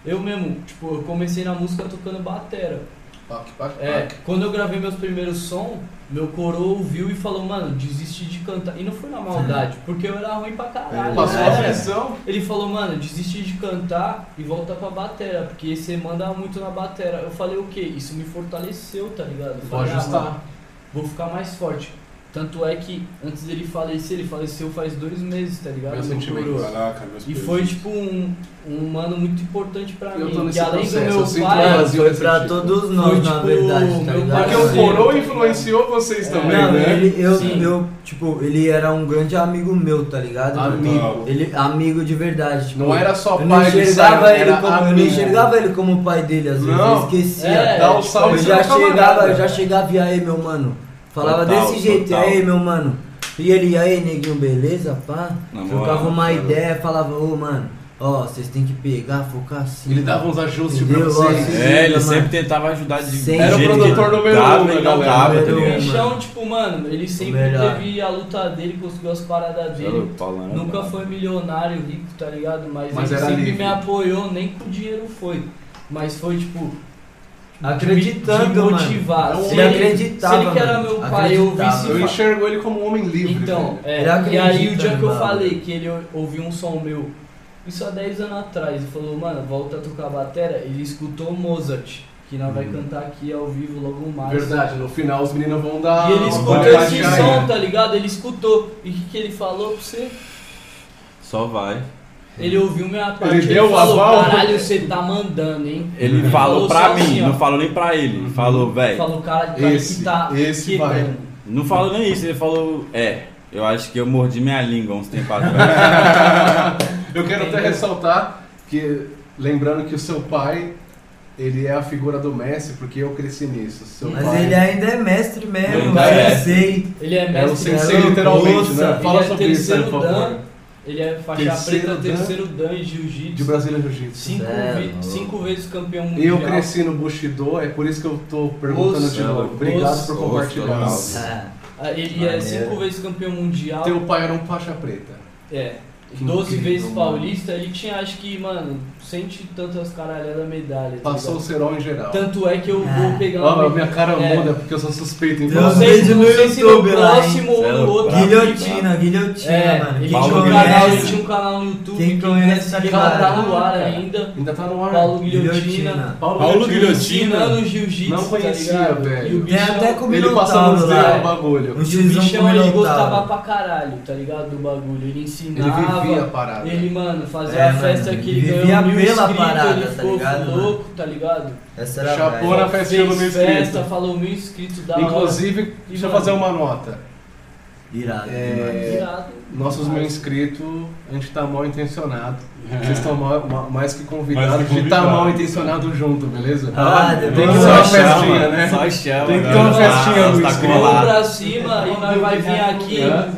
Eu mesmo, tipo, eu comecei na música tocando batera. Pac, pac, pac. Ah. É, quando eu gravei meus primeiros sons, meu coroa ouviu e falou, mano, desiste de cantar. E não foi na maldade, porque eu era ruim pra caralho. Passou né? a pressão. Ele falou, mano, desiste de cantar e volta pra batera, porque você manda muito na batera. Eu falei, o quê? Isso me fortaleceu, tá ligado? Eu Vou falei, ah, mano, ajustar. vou ficar mais forte. Tanto é que antes dele falecer, ele faleceu faz dois meses, tá ligado? Meus Meu sentimentos. coroa. Caraca, meus E pesos. foi tipo um, um mano muito importante pra Eu mim. tô que nesse além processo, eu do sinto meu um pai, vazio. Foi pra todos nós, Foi, na tipo, verdade, tá meu ligado? Porque parceiro. o coroa influenciou vocês É, também, Não, né? ele, eu, Sim. eu, tipo, ele era um grande amigo meu, tá ligado? Amigo. Ele, amigo de verdade. Tipo, Ah, Não era só eu não pai de enxergava sangue, ele era como, eu não amigo. enxergava ele como pai dele, às vezes Não. eu esquecia. É, né? Dá um tipo, salve eu seu já chegava, camarada. eu já chegava e aí, meu mano. Falava Total, desse jeito, e total. aí, meu mano. E ele, e aí, neguinho, beleza, pá? Na Trocava moral, uma ideia, falava, ô, mano, ó, vocês tem que pegar, focar assim. Ele dava um uns ajustes pra Entendeu? vocês. Nossa, É, ele mano. sempre tentava ajudar de Sempre. Era o jeito que produtor número dava um, e né, não galera? um. dava, tá Número O ligado? bichão, tipo, mano, ele sempre Melhor. teve a luta dele, conseguiu as paradas é Tá dele. louco, Paulão, Nunca mano. foi milionário, rico, tá ligado? Mas, Mas ele era sempre livre. me apoiou, nem com dinheiro foi. Mas foi, tipo, Acreditando, de mano. motivar. Ele Se acreditava, Se ele que era mano. meu pai, eu Acreditava. visse... Tá, Eu enxergo ele como um homem livre. Então, velho. é, Ele e aí o acredita dia no que eu bagulho. falei que ele ouviu um som meu, isso há 10 anos atrás, e falou, mano, volta a tocar a batera, ele escutou Mozart, que nós Hum. vai cantar aqui ao vivo logo mais. Verdade, no final os meninos vão dar. E Ah, ele escutou vão Olha, esse baixar, som, né? tá ligado? Ele escutou. E o que, que ele falou pra você? Só vai. Ele ouviu minha parte. deu o falou, aval? caralho, você tá mandando, hein? Ele Ele falou falou pra só mim, assim, ó. não falou nem pra ele. Falou, É. Ele velho. Falou, cara, cara Esse- que tá esse quebrando. vai. Não falou nem isso, ele falou, é. Eu acho que eu mordi minha língua uns tempos atrás. Eu quero até Entendeu? ressaltar que, lembrando que o seu pai, ele é a figura do Messi, porque eu cresci nisso. Seu Mas pai ele ainda é mestre mesmo, Ainda é. eu sei. Ele é é o mestre, sensei, garoto, literalmente, né? moça. Fala Ele é sobre isso, aí, por terceiro favor. dan. ele é faixa Terceiro preta, dan. terceiro dan em De jiu-jitsu. Brasília Jiu-Jitsu. Cinco, Cê é ve- louco. cinco vezes campeão mundial. Eu cresci no Bushido, é por isso que eu tô perguntando Nossa, de novo. Obrigado nossa, por compartilhar. nossa. Ah, Ah, Ele é Maneiro. cinco vezes campeão mundial. Teu pai era um faixa preta. É. Que 12 incrível, vezes mano. paulista, ele tinha acho que, mano, cento e tantas caralhadas medalhas. tá Passou o ligado? serol em geral. Tanto é que eu Ah. vou pegar Ó, uma. minha cara é, muda porque eu sou suspeito então em Eu Não falar. sei, Vídeo não no sei se no YouTube lá, hein? é próximo ou Sério? no outro. guilhotina, guilhotina, É, mano. ele Quem tinha, um Paulo canal, Guilhotina. ele tinha um canal no YouTube. Quem que conhece, tá ele ligado. tá no ar ainda. Ainda tá no ar. Paulo Guilhotina. Guilhotina. Paulo Ensinando jiu-jitsu. Não conhecia, tá ligado? velho. E o Tem bichão, até com o Ele passou Minotauro nos lá. dedos o é. bagulho. Um e o bichão xizão ele com o gostava Minotauro. pra caralho, tá ligado? Do bagulho. Ele Ele ensinava. vivia a parada. Ele, mano, fazia É, a festa mano, que ele vivia ganhou mil pela inscritos, parada, ele tá ficou ligado, louco, tá ligado? Essa era a Chapou vibe. na festinha do meu Fez festa, inscrito. falou mil inscritos da hora. Inclusive, deixa eu mano. fazer uma nota. Irado. tá É, Irado. Nossos mil inscritos, a gente tá mal intencionado. É. Vocês estão mal- ma- mais que É. Mais convidados que de estar convidado. mal intencionado junto, beleza? Ah, tem que depois ser eu uma vou festinha, né? Só chama. Tem que ter velho. uma festinha Ah, no tá inscrito. Vamos colado. pra cima e nós vai vir aqui. É.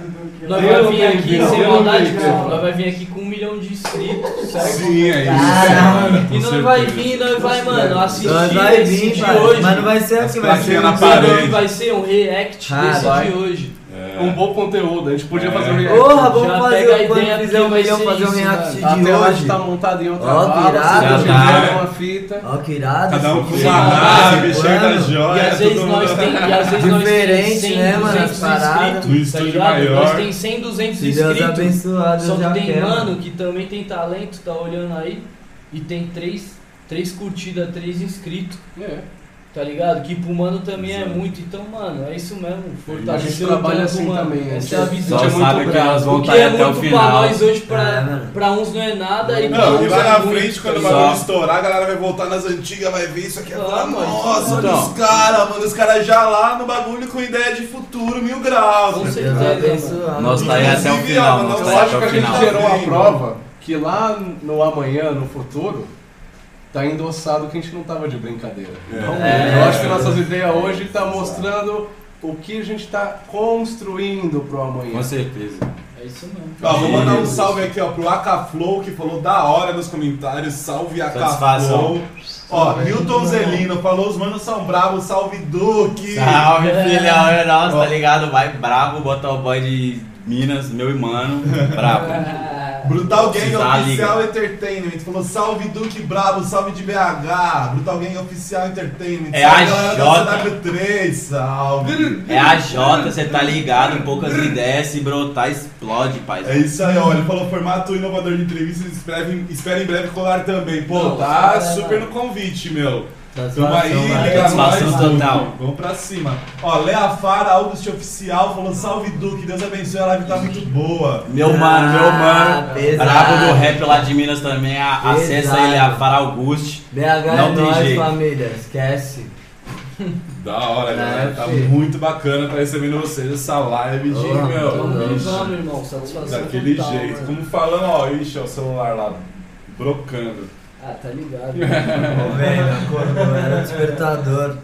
Nós vai vir aqui, Não, sem eu não maldade, acredito. cara, nós vai vir aqui com um milhão de inscritos, certo? Sim, é isso. Caralho. cara, com E nós vai certeza. vir, nós vai, mano, assistir Nós vai esse vir, de pai, hoje. mas não vai ser assim, vai ser. plaquinhas na Esse nome parede. vai ser um react Ah, desse vai. de hoje. É. Um bom conteúdo, a gente podia É. fazer um react. Porra, vamos Já pega a fazer ideia, quando fizer um porque vai milhão, ser fazer um isso, react mano. de Até hoje hoje. tá montado em outra Ó, bala, virado, vocês já tiveram tá. uma fita. Ó, que irado. Cada um com filho. uma nave, cheia Mano, das E joias. às vezes todo nós mundo- tá tem, e às vezes nós tem Diferente, 100, né, mano, 200 as paradas. No inscritos, tá estúdio ligado? maior. Nós tem 100, 200 Se Deus inscritos. abençoado, Só eu já que tem quero. mano que também tem talento, tá olhando aí, e tem três, três curtidas, três inscritos, É. tá ligado? Que pro mano também é Exato. muito. Então, mano, é isso mesmo. A Fortalecer gente o trabalha trampo, assim mano. também. a Essa gente- é a a gente visão. é muito sabe que bravo. nós O vão que estar é até o muito pra final. nós hoje, pra, Caramba. pra uns não é nada, e pra Não, uns e lá é na muito, frente, quando tá o ligado? bagulho Só- estourar, a galera vai voltar nas antigas, vai ver isso aqui. Não, Fala, mas- nossa, olha Então. Não. os caras, mano. Os caras já lá no bagulho com ideia de futuro, mil graus. Com né? certeza. Deus abençoado. Nós tá aí até o Inclusive, final. ó, Nós não, tá Eu aí acho até Então, que o a gente final. gerou uma Sim. prova que lá no amanhã, no futuro, tá endossado que a gente não tava de brincadeira. Então, É. eu acho que nossas ideias hoje tá mostrando o que a gente tá construindo pro amanhã. Com certeza. É isso mesmo. Ó, vou mandar um salve aqui, ó, pro Acaflow, que falou da hora nos comentários. Salve, Acaflow. Satisfação. Ó, Milton Zelino falou, os manos são bravos. Salve, Duque. Salve, filhão, é nosso, tá ligado? Vai brabo, botar o boy de Minas, meu irmão, É, brabo. Brutal Gang Precisar, Oficial Entertainment falou salve Duque Brabo, salve de BH, Brutal Gang Oficial Entertainment, É salve a galera da CW3, salve. É a Jota, você tá ligado, poucas ideias, se brotar, explode, pai. É isso aí, ó, ele falou formato inovador de entrevistas, espera em, espera em breve colar também. Pô, Não, tá cara, super não. no convite, meu. Tamo Satisfação, aí, né, mano. liga nós, Satisfação Duque. total. Vamos pra cima. Ó, Lea Fara, August Oficial, falou salve Duque, Deus abençoe, a live tá muito boa. Meu mano, meu mano. Ah, pesado. Brabo do rap lá de Minas também. a- Acessa Pesado. ele, é a Fara Auguste. BH é Não tem nóis, jeito. família. Esquece. Da hora, galera, tá filho. muito bacana, tá recebendo vocês essa live de, Oh, meu, Vamos, vixe. vamos, Então, irmão. Satisfação Daquele total, jeito, tá mano. como falando, ó, ixi, ó, o celular lá, brocando. Ah, tá ligado. É. Ô, velho, acordou. Era despertador.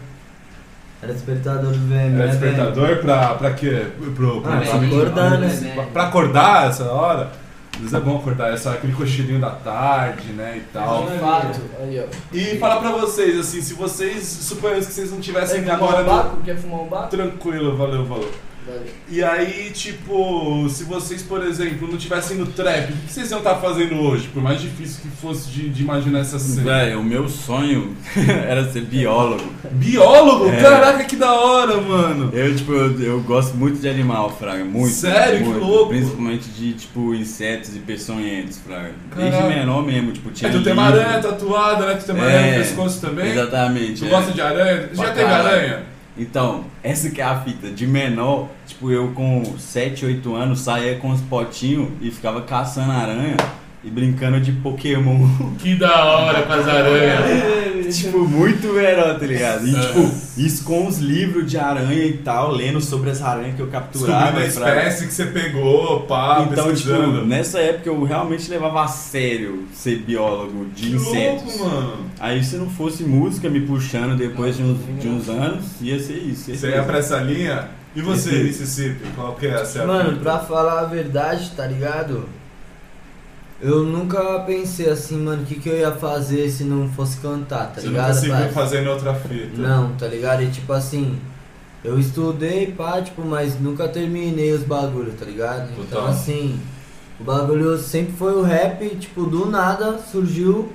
Era despertador do VM. Era né, É despertador pra, pra quê? Pro, pro, Ah, pra, mim? acordar, né? Pra- pra acordar essa hora? Às vezes é bom acordar essa, aquele cochilinho da tarde, né, e tal. De fato. Aí, ó. E falar pra vocês, assim, se vocês, suponhamos que vocês não tivessem Quer fumar agora um no... baco? Quer fumar um baco? Tranquilo, valeu, valeu. Valeu. E aí, tipo, se vocês, por exemplo, não tivessem no trap, o que vocês iam estar fazendo hoje? Por mais difícil que fosse de, de imaginar essa cena. Velho, o meu sonho era ser biólogo. Biólogo? É. Caraca, que da hora, mano! Eu, tipo, eu, eu gosto muito de animal, Fraga. Muito. Sério? Que muito. louco. Principalmente de, tipo, insetos e peçonhentos, Fraga. Desde Caralho. menor mesmo, tipo, tinha. É, tu tem uma livro. aranha tatuada, né? Tu tem uma aranha no pescoço também. É, Exatamente. Tu é. gosta de aranha? Tu já Pra teve caralho. aranha? Então, essa que é a fita. De menor, tipo, eu com 7, 8 anos saía com os potinhos e ficava caçando aranha e brincando de Pokémon. Que da hora com as aranhas. tipo, muito verão, tá ligado? E tipo, É. isso com os livros de aranha e tal, lendo sobre as aranhas que eu capturava. Descobrindo a né, pra- espécie que você pegou, pá, Então, tipo, pesquisando. nessa época eu realmente levava a sério ser biólogo de que insetos. louco, mano. Aí se não fosse música me puxando depois de uns, de uns anos, ia ser isso. Ia Você ser ia isso. pra essa linha? E você, Esse- Mississippi? Qual que é a sua Mano, fita? pra falar a verdade, tá ligado? Eu nunca pensei assim, mano, o que, que eu ia fazer se não fosse cantar, tá Você não ligado? conseguiu parça? fazer em outra fita. Não, tá ligado? E tipo assim, eu estudei, pá, tipo, mas nunca terminei os bagulhos, tá ligado? Então Total. assim, o bagulho sempre foi o rap, tipo, do nada surgiu,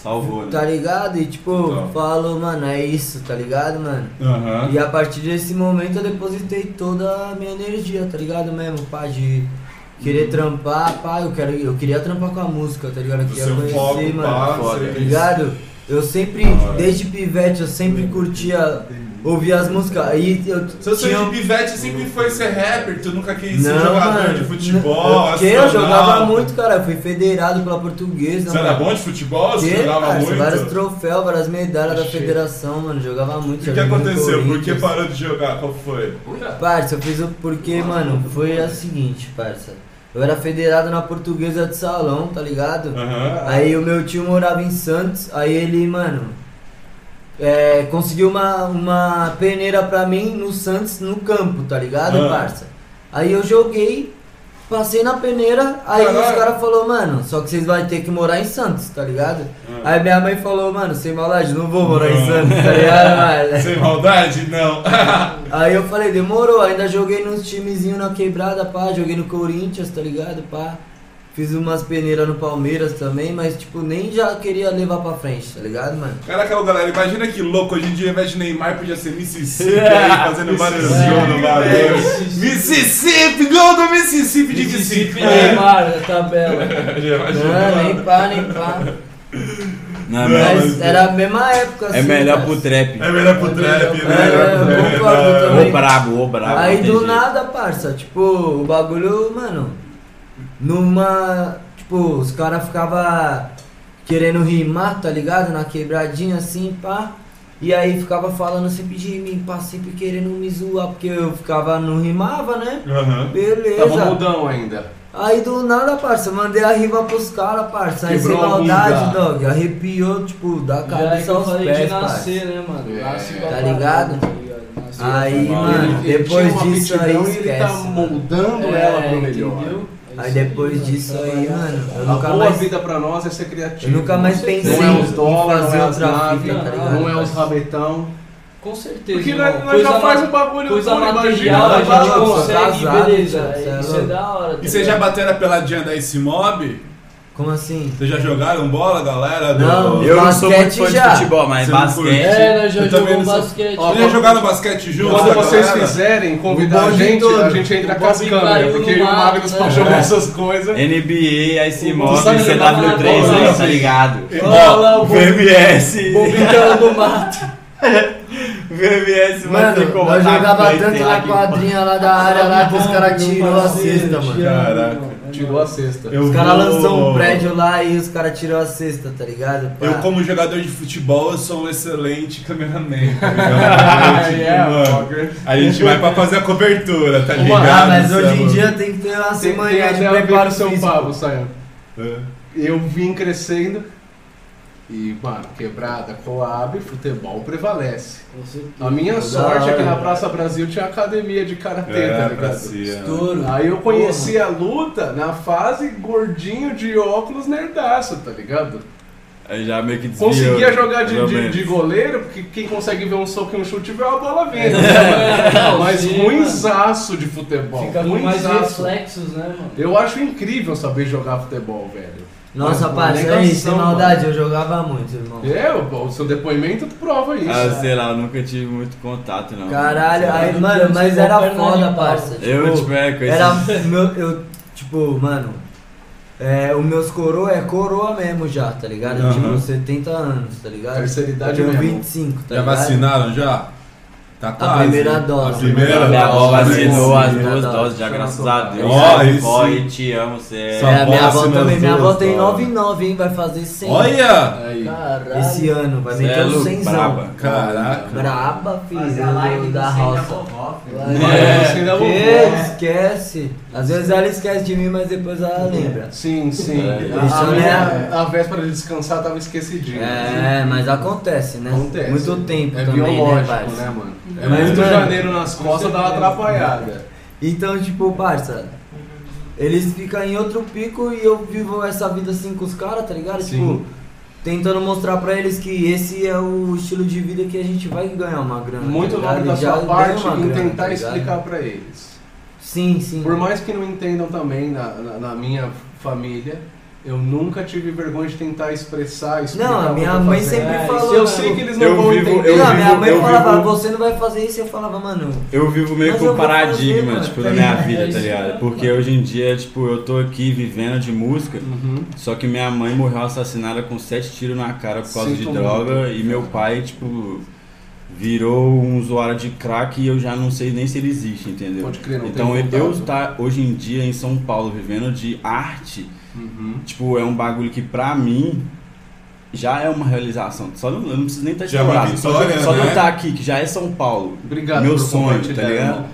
Salvou, né? tá ligado? E tipo, Total. falou, mano, é isso, tá ligado, mano? Aham. E a partir desse momento eu depositei toda a minha energia, tá ligado mesmo? Pá, de Uhum. querer trampar, pá, eu, quero, eu queria trampar com a música, tá ligado? Eu Do queria seu conhecer, foco, mano. pá, foda, você- Tá ligado? Eu sempre, desde pivete, eu sempre curtia ouvir as músicas. Aí eu Uhum. é Seu tinha- um sonho de pivete sempre foi ser rapper, tu nunca quis ser Não, jogador mano, de futebol, Porque eu jogava astronauta. muito, cara. Eu fui federado pela portuguesa. Você era mano. bom de futebol? Você Que, jogava parça, muito? Vários troféus, várias medalhas da Achei. federação, mano. Jogava muito. O que, que joguei no aconteceu? Por que Corinthians. parou de jogar? Qual foi? Parça, eu fiz o porque, mano, foi a seguinte, parça. Eu era federado na portuguesa de salão, tá ligado? Aham. Aí o meu tio morava em Santos, aí ele, mano, é, conseguiu uma, uma peneira pra mim no Santos, no campo, tá ligado, Ah. parça? Aí eu joguei, Passei na peneira, aí os Caralho. caras falaram, mano, só que vocês vão ter que morar em Santos, tá ligado? Aí minha mãe falou, mano, sem maldade, não vou morar em Santos, tá ligado, mano? Sem maldade? Não. Aí eu falei, demorou, ainda joguei nos timezinhos na quebrada, pá, joguei no Corinthians, tá ligado, pá. Fiz umas peneiras no Palmeiras também, mas tipo, nem já queria levar pra frente, tá ligado, mano? Caraca, ô, galera, imagina que louco. Hoje em dia, ao invés de Neymar, podia ser Mississippi aí, fazendo vários gols no bagulho. Mississippi, gol do Mississippi de É. Mississippi Mississippi. né? Neymar, a tabela. Não, nem pá, nem pá. Não, Mas era a mesma época, assim. é melhor cara. pro trap. É melhor pro trap, né? É, eu concordo Ô também. brabo, ô Tá, brabo. Aí não tem do jeito. nada, parça, tipo, o bagulho, mano, numa. Tipo, os caras ficavam querendo rimar, tá ligado? Na quebradinha assim, pá. E aí ficava falando sempre de mim, pá, sempre querendo me zoar, porque eu ficava, não rimava, né? Aham. Tava Beleza. mudão ainda. Aí do nada, parça, mandei a rima pros caras, parça. Aí sem Quebrou a maldade, bunda. dog. Arrepiou, tipo, da Já é que cabeça eu aos falei de pés, parça. nascer, né, mano? É. Nasce com a Tá parada, ligado? tá ligado? Nasce com a Aí, parada. mano, Ele- ele depois tinha uma disso aí, aptidão e ele tá esquece. mano. moldando ela pro melhor. É, entendeu? É Aí isso depois mano. disso aí, Trabalhar, mano, eu trabalhar. A nunca boa mais- vida pra nós é ser criativo. Eu nunca mais pensei Não é os em dólares, não fazer é as outra naves, fita, tá ligado? não é os rabetão. Com certeza. Porque irmão. nós, nós já Coisa faz ma- um bagulho Coisa puro, material, a imagina. já gente balança, consegue, casado, beleza. tio, é, cê Isso é é louco. da hora. E vocês já bateram a peladinha da S-Mob? Como assim? Vocês já jogaram bola, galera? do- Não. Eu não sou muito Basquete fã já. de futebol, mas Você não curte? basquete. É, nós já Eu também jogamos não sou- basquete. Ó, Vocês já jogaram basquete juntos? Quando com a vocês galera? quiserem convidar O a bonde gente, todo. a gente entra O com as bonde câmeras, caiu porque eu no e o mato, Magnus pra né? jogar essas É. coisas. NBA, aí se move, sabe jogar CW3 é bola, né? aí, tá velho. ligado? Fala, Ó, bo- VMS, é Bombicão do mato. VMS vai Mano, ter como nós ataque, jogava mas sei tanto lá na que- quadrinha lá da área lá que os caras tirou a cesta, mano. Caraca. Tirou a cesta. Eu Os caras vou- lançou um prédio lá e os caras tirou a cesta, tá ligado? Pá. Eu, como jogador de futebol, eu sou um excelente cameraman. tá ligado? Ah, Eu, É, tipo, yeah, mano, fucker. A gente vai pra fazer a cobertura, tá Uma- ligado? Ah, mas hoje em Samu? dia tem que ter uma Tem, semana tem de até a ver com preparo o São físico. Paulo, Sayão. É. Eu vim crescendo e, mano, quebrada, coab, futebol prevalece. A minha sorte é que na Praça Brasil tinha academia de karatê, É, tá pra ligado? cima. Estouro. Aí eu conheci a luta na fase gordinho de óculos nerdaço, tá ligado? Aí já meio que desviou. Conseguia jogar de, pelo de, menos. de goleiro, porque quem consegue ver um soco e um chute vê uma bola vindo. né, mano? Mas É. Sim, ruinzaço de futebol. Fica com mais ruinzaço. reflexos, né, mano? Eu acho incrível saber jogar futebol, velho. Nossa, Mas, parça, mano, aí, sem negação, maldade, eu jogava muito, irmão. É, o o seu depoimento prova isso. Ah, sei lá, eu nunca tive muito contato, não. Caralho, Você aí, era mano, do mas Brasil, era perna foda, animal. parça. Eu, tipo, é, com Era esses- meu, eu, tipo, mano, é, os meus coroa é coroa mesmo já, tá ligado? Aham. Tipo, 70 anos, tá ligado? Terceira idade eu tenho mesmo. 25, tá Já ligado? vacinaram já? Tá A primeira dose. A primeira né? Minha avó né? dose. vacinou as Primeira duas dose. doses, já graças a né? Deus. Ó, isso. Vó, e te amo, você é. Só- É, a minha Nossa, avó meus também, minha avó Deus, tem cara. 99, hein? Vai fazer 100 Olha! Aí. Caralho. esse ano, vai Você é meter então, uns louco, 100 braba. Caraca. Braba, Fazer a live filho, do da Sem da roça. Vovó, filho. É, você ainda Que? vovó. esquece. Às vezes ela esquece de mim, mas depois ela lembra. Sim, sim. É. A- Isso, A, né? minha- a véspera de descansar tava esquecidinha. É, mas acontece, né? Acontece. Muito tempo É também, né, biológico, parça? né, mano? É Mas, muito mano, janeiro nas costas, dá uma atrapalhada. Então, tipo, parça, eles ficam em outro pico e eu vivo essa vida assim com os caras, tá ligado? Sim. Tipo, tentando mostrar pra eles que esse é o estilo de vida que a gente vai ganhar uma grana. Muito tá nobre da ligado? E já sua ganha parte uma em grana, tá tentar ligado? explicar pra eles. Sim, sim. Por mais que não entendam também na, na- na minha família, eu nunca tive vergonha de tentar expressar, explicar Não, a o que minha eu tô mãe fazendo. sempre É, falou. né? Se eu sei que eles não Eu vão vivo- entender. eu não, minha vivo- mãe eu falava, vivo- você não vai fazer isso, eu falava, mano. Eu vivo meio Mas que eu um vou fazer, paradigma, mano. tipo, da minha vida, isso, tá né? ligado? Porque hoje em dia, tipo, eu tô aqui vivendo de música, Uhum. só que minha mãe morreu assassinada com sete tiros na cara por causa Sinto de droga e meu pai, tipo, virou um usuário de crack e eu já não sei nem se ele existe, entendeu? Pode crer, não Então tem eu, contato. estar hoje em dia em São Paulo vivendo de arte, Uhum. tipo, é um bagulho que pra mim já é uma realização. Só não, eu não preciso nem estar Já é uma estourado. Só, vitória, só não né? estar aqui, que já é São Paulo. Obrigado Meu por sonho, compartilhar, tá ligado? irmão.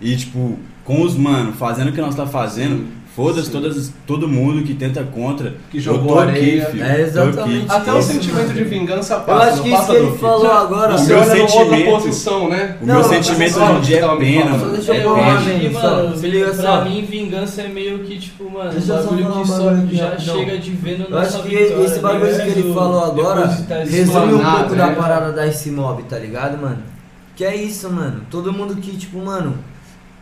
E tipo, com os mano, fazendo o que nós tá fazendo, Foda-se todas- todo mundo que tenta contra. Que Eu jogou tô areia. aqui, filho. É, Tô exatamente. aqui. Até o Eu- sentimento de vingança Eu passa. acho não que isso passa que ele Duque? falou agora. Você Meu olha numa outra sentimento- posição, né? O Não, meu não, sentimento não, não, hoje em dia não, é tá não, pena, não, mano. Deixa eu É, pôr eu uma acho que, vez só. mano, Se liga pra só. mim vingança é meio que, tipo, mano, Deixa eu só bagulho falar que um só bagulho aqui, já rapidão. chega de vendo Eu acho nossa que vitória, esse né? bagulho que ele Depois falou agora tá resume um explanado, pouco da né? parada da Simob, tá ligado, mano? Que é isso, mano. Todo mundo que, tipo, mano,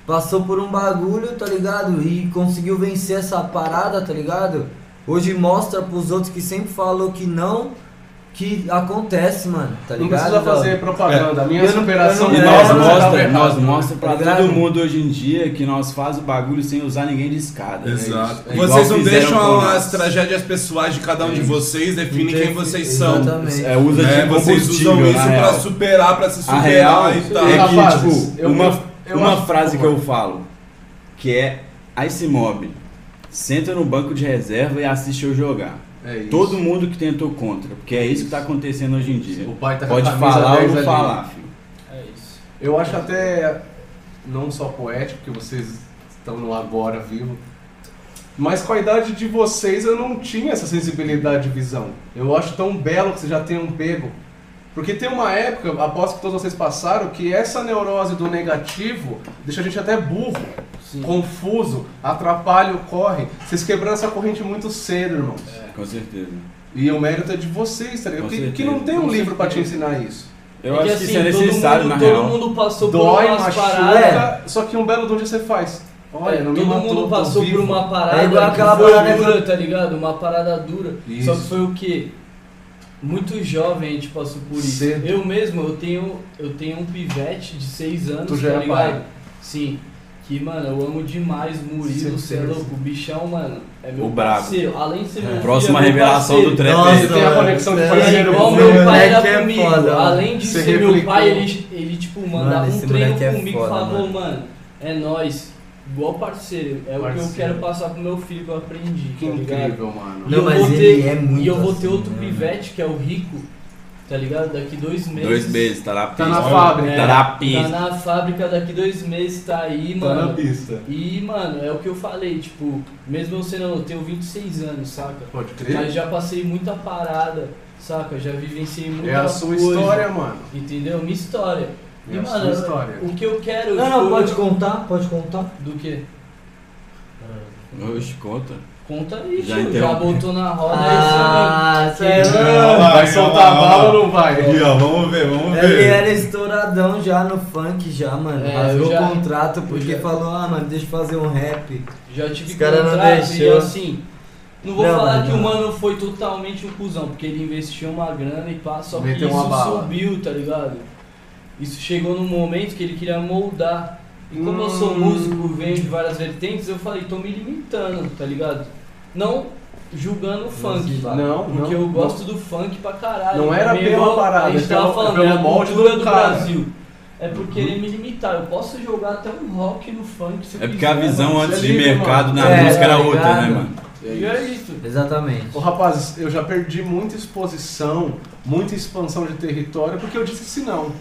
passou por um bagulho, tá ligado? E conseguiu vencer essa parada, tá ligado? Hoje mostra pros outros que sempre falou que não, que acontece, mano, tá Não ligado? precisa Gal? fazer propaganda. A minha Eu não- superação tá eu E não- dela nós É, tava mostra, errada. nós mostra pra Tá ligado? todo mundo hoje em dia que nós faz o bagulho sem usar ninguém de escada. né? Exato. É igual vocês não fizeram com deixam as nós. tragédias pessoais de cada um de vocês definem quem vocês são. Exatamente. É, usa Né? de Vocês combustível, usam isso na pra real. superar, pra se A superar real é e que, tal. Rapazes, tipo, eu- uma, eu uma acho- frase que eu falo, que é Ice Mob, senta no banco de reserva e assiste eu jogar. É isso. Todo mundo que tentou contra, porque é isso que tá acontecendo hoje em dia. O pai tá com a Pode camisa falar ou 10 não ali. falar, filho. É isso. Eu acho até não só poético, porque vocês estão no agora vivo. Mas com a idade de vocês eu não tinha essa sensibilidade de visão. Eu acho tão belo que vocês já tenham pego. Porque tem uma época, aposto que todos vocês passaram, que essa neurose do negativo deixa a gente até burro, confuso, atrapalha o corre. Vocês quebraram essa corrente muito cedo, irmãos. Com certeza. E o mérito é de vocês, tá ligado? Com Que, que certeza. não tem um Com livro pra te certeza. ensinar isso. Eu É acho assim, que isso é necessário, todo na mundo, real. Todo mundo passou Dói, por umas machuca, paradas. só que um belo dia você faz. Olha, É, não me todo matou, mundo tô passou vivo. por uma parada É igual que aquela foi parada dura, tá ligado? Uma parada dura. Isso. Só que foi o quê? Muito jovem a gente passou por isso. Cedo. Eu mesmo, eu tenho, eu tenho um pivete de 6 anos, Tu já tá é pai. ligado? Sim. Que, mano, eu amo demais Cê Murilo, você é pensa. louco. O bichão, mano, é meu O brabo. parceiro. Além de ser meu filho, Próxima é meu revelação do parceiro. trap. Nossa, aí. Você tem a mano, conexão de é parceiro Igual com Esse meu pai moleque era é comigo. foda, mano. Além de Você ser meu replicou. pai, ele, ele tipo, mandava Mano, esse um treino moleque é comigo e foda, falou, mano. mano, é nóis. Igual parceiro, é o que Parceiro. eu quero passar pro meu filho que eu aprendi, Que tá ligado? incrível, mano. E Não, eu mas vou ele ter- é muito E eu vou assim, ter outro né, pivete, que é o Rico, tá ligado? Daqui dois meses. Dois meses, tá na Tá na pista. fábrica. Tá na pista. Tá na fábrica, daqui dois meses tá aí, Tá na mano. pista. E, mano, é o que eu falei, tipo, mesmo eu sendo, eu tenho 26 anos, saca? Pode Mas crer. já passei muita parada, saca? Já vivenciei muita É a sua coisa, história, mano. Entendeu? Minha história. É e, a mano, sua história. o que eu quero. Não, tipo, não, pode eu- contar, pode contar. Do que? Tá Oxe, conta. Conta aí, Já tio. Já interrompe. botou na roda Ah, aí você. sério? Olha lá, Vai olha lá, soltar a olha lá. bala ou não vai? Aqui, ó, vamos ver, vamos É, Ele ver. era estouradão já no funk já, mano. É, Rasgou eu já- o contrato porque eu já- falou, ah, mano, deixa eu fazer um rap. Já tive Os cara não contrato e deixou. assim. Não vou Não, falar mano, que não. o mano foi totalmente um cuzão, porque ele investiu uma grana e pá, só que Meteu isso uma bala. subiu, tá ligado? Isso chegou num momento que ele queria moldar. E como eu sou Hum. músico, venho de várias vertentes, eu falei, tô me limitando, tá ligado? Não julgando o funk, Não, tá? não, porque não. eu gosto do funk pra caralho. Não era É bem igual uma parada, A gente pelo- tava falando, pelo é a molde cultura do do cara. Uhum. Brasil. É porque ele me limitar, eu posso jogar até um rock no funk se eu É porque a quiser, visão mano. isso é antes de livre, mercado mano. na É, música era tá outra, né, ligado? mano? E é isso. Exatamente. Ô, rapazes, eu já perdi muita exposição, muita expansão de território, porque eu disse sim não.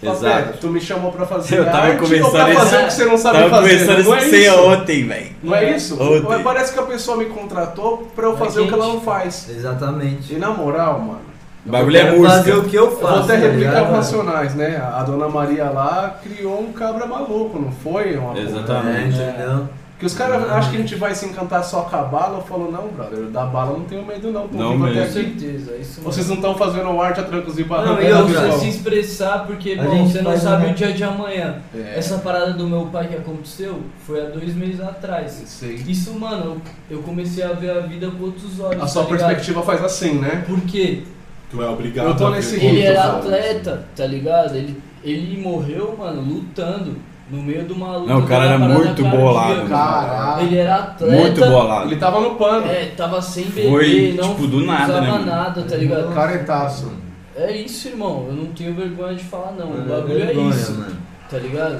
Fala, Exato. pera, Tu me chamou pra fazer Eu tava arte ou pra começando fazer esse- o que você não sabe Tava fazer? conversando não isso é com isso? você ontem, velho. Não é isso? Ontem. Mas Parece que a pessoa me contratou pra eu É fazer o que ela quente. não faz. Exatamente. E na moral, mano, O bagulho é Quero fazer música. o que eu eu vou faço. até tá replicar ligado? com Racionais, né? A dona Maria lá criou um cabra maluco, não foi? Uma É, Exatamente. entendeu? Que os caras acham que a gente vai se encantar só com a bala. Eu falo, não, brother, da bala eu não tenho medo, não. Tô Não vivo até mesmo. Com aqui. certeza, é isso mesmo. Vocês não estão fazendo arte a trancos e Não, barrancos. e né, eu não precisa pessoal? se expressar porque, A bom, gente você não faz sabe uma- o dia de amanhã. É, Essa parada do meu pai que aconteceu foi há dois meses atrás. sei. Isso, mano, eu eu comecei a ver a vida com outros olhos. A sua tá ligado? perspectiva faz assim, né? Porque Tu é obrigado. Eu tô a ver nesse o ele Muito outro era bom. lado. atleta, tá ligado? Ele, ele morreu, mano, lutando no meio de uma luta. Não, o cara de uma era parada muito cardíaca. bolado, Caralho. Ele era atleta. Muito bolado. é, então? Ele tava no pano. É, tava sem beber, Foi, não tipo, do nada, usava né, mano? nada, tá ligado? Caretaço. É isso, irmão. Eu não tenho vergonha de falar, não. O Mano, bagulho é vergonha, isso, mano. tá ligado?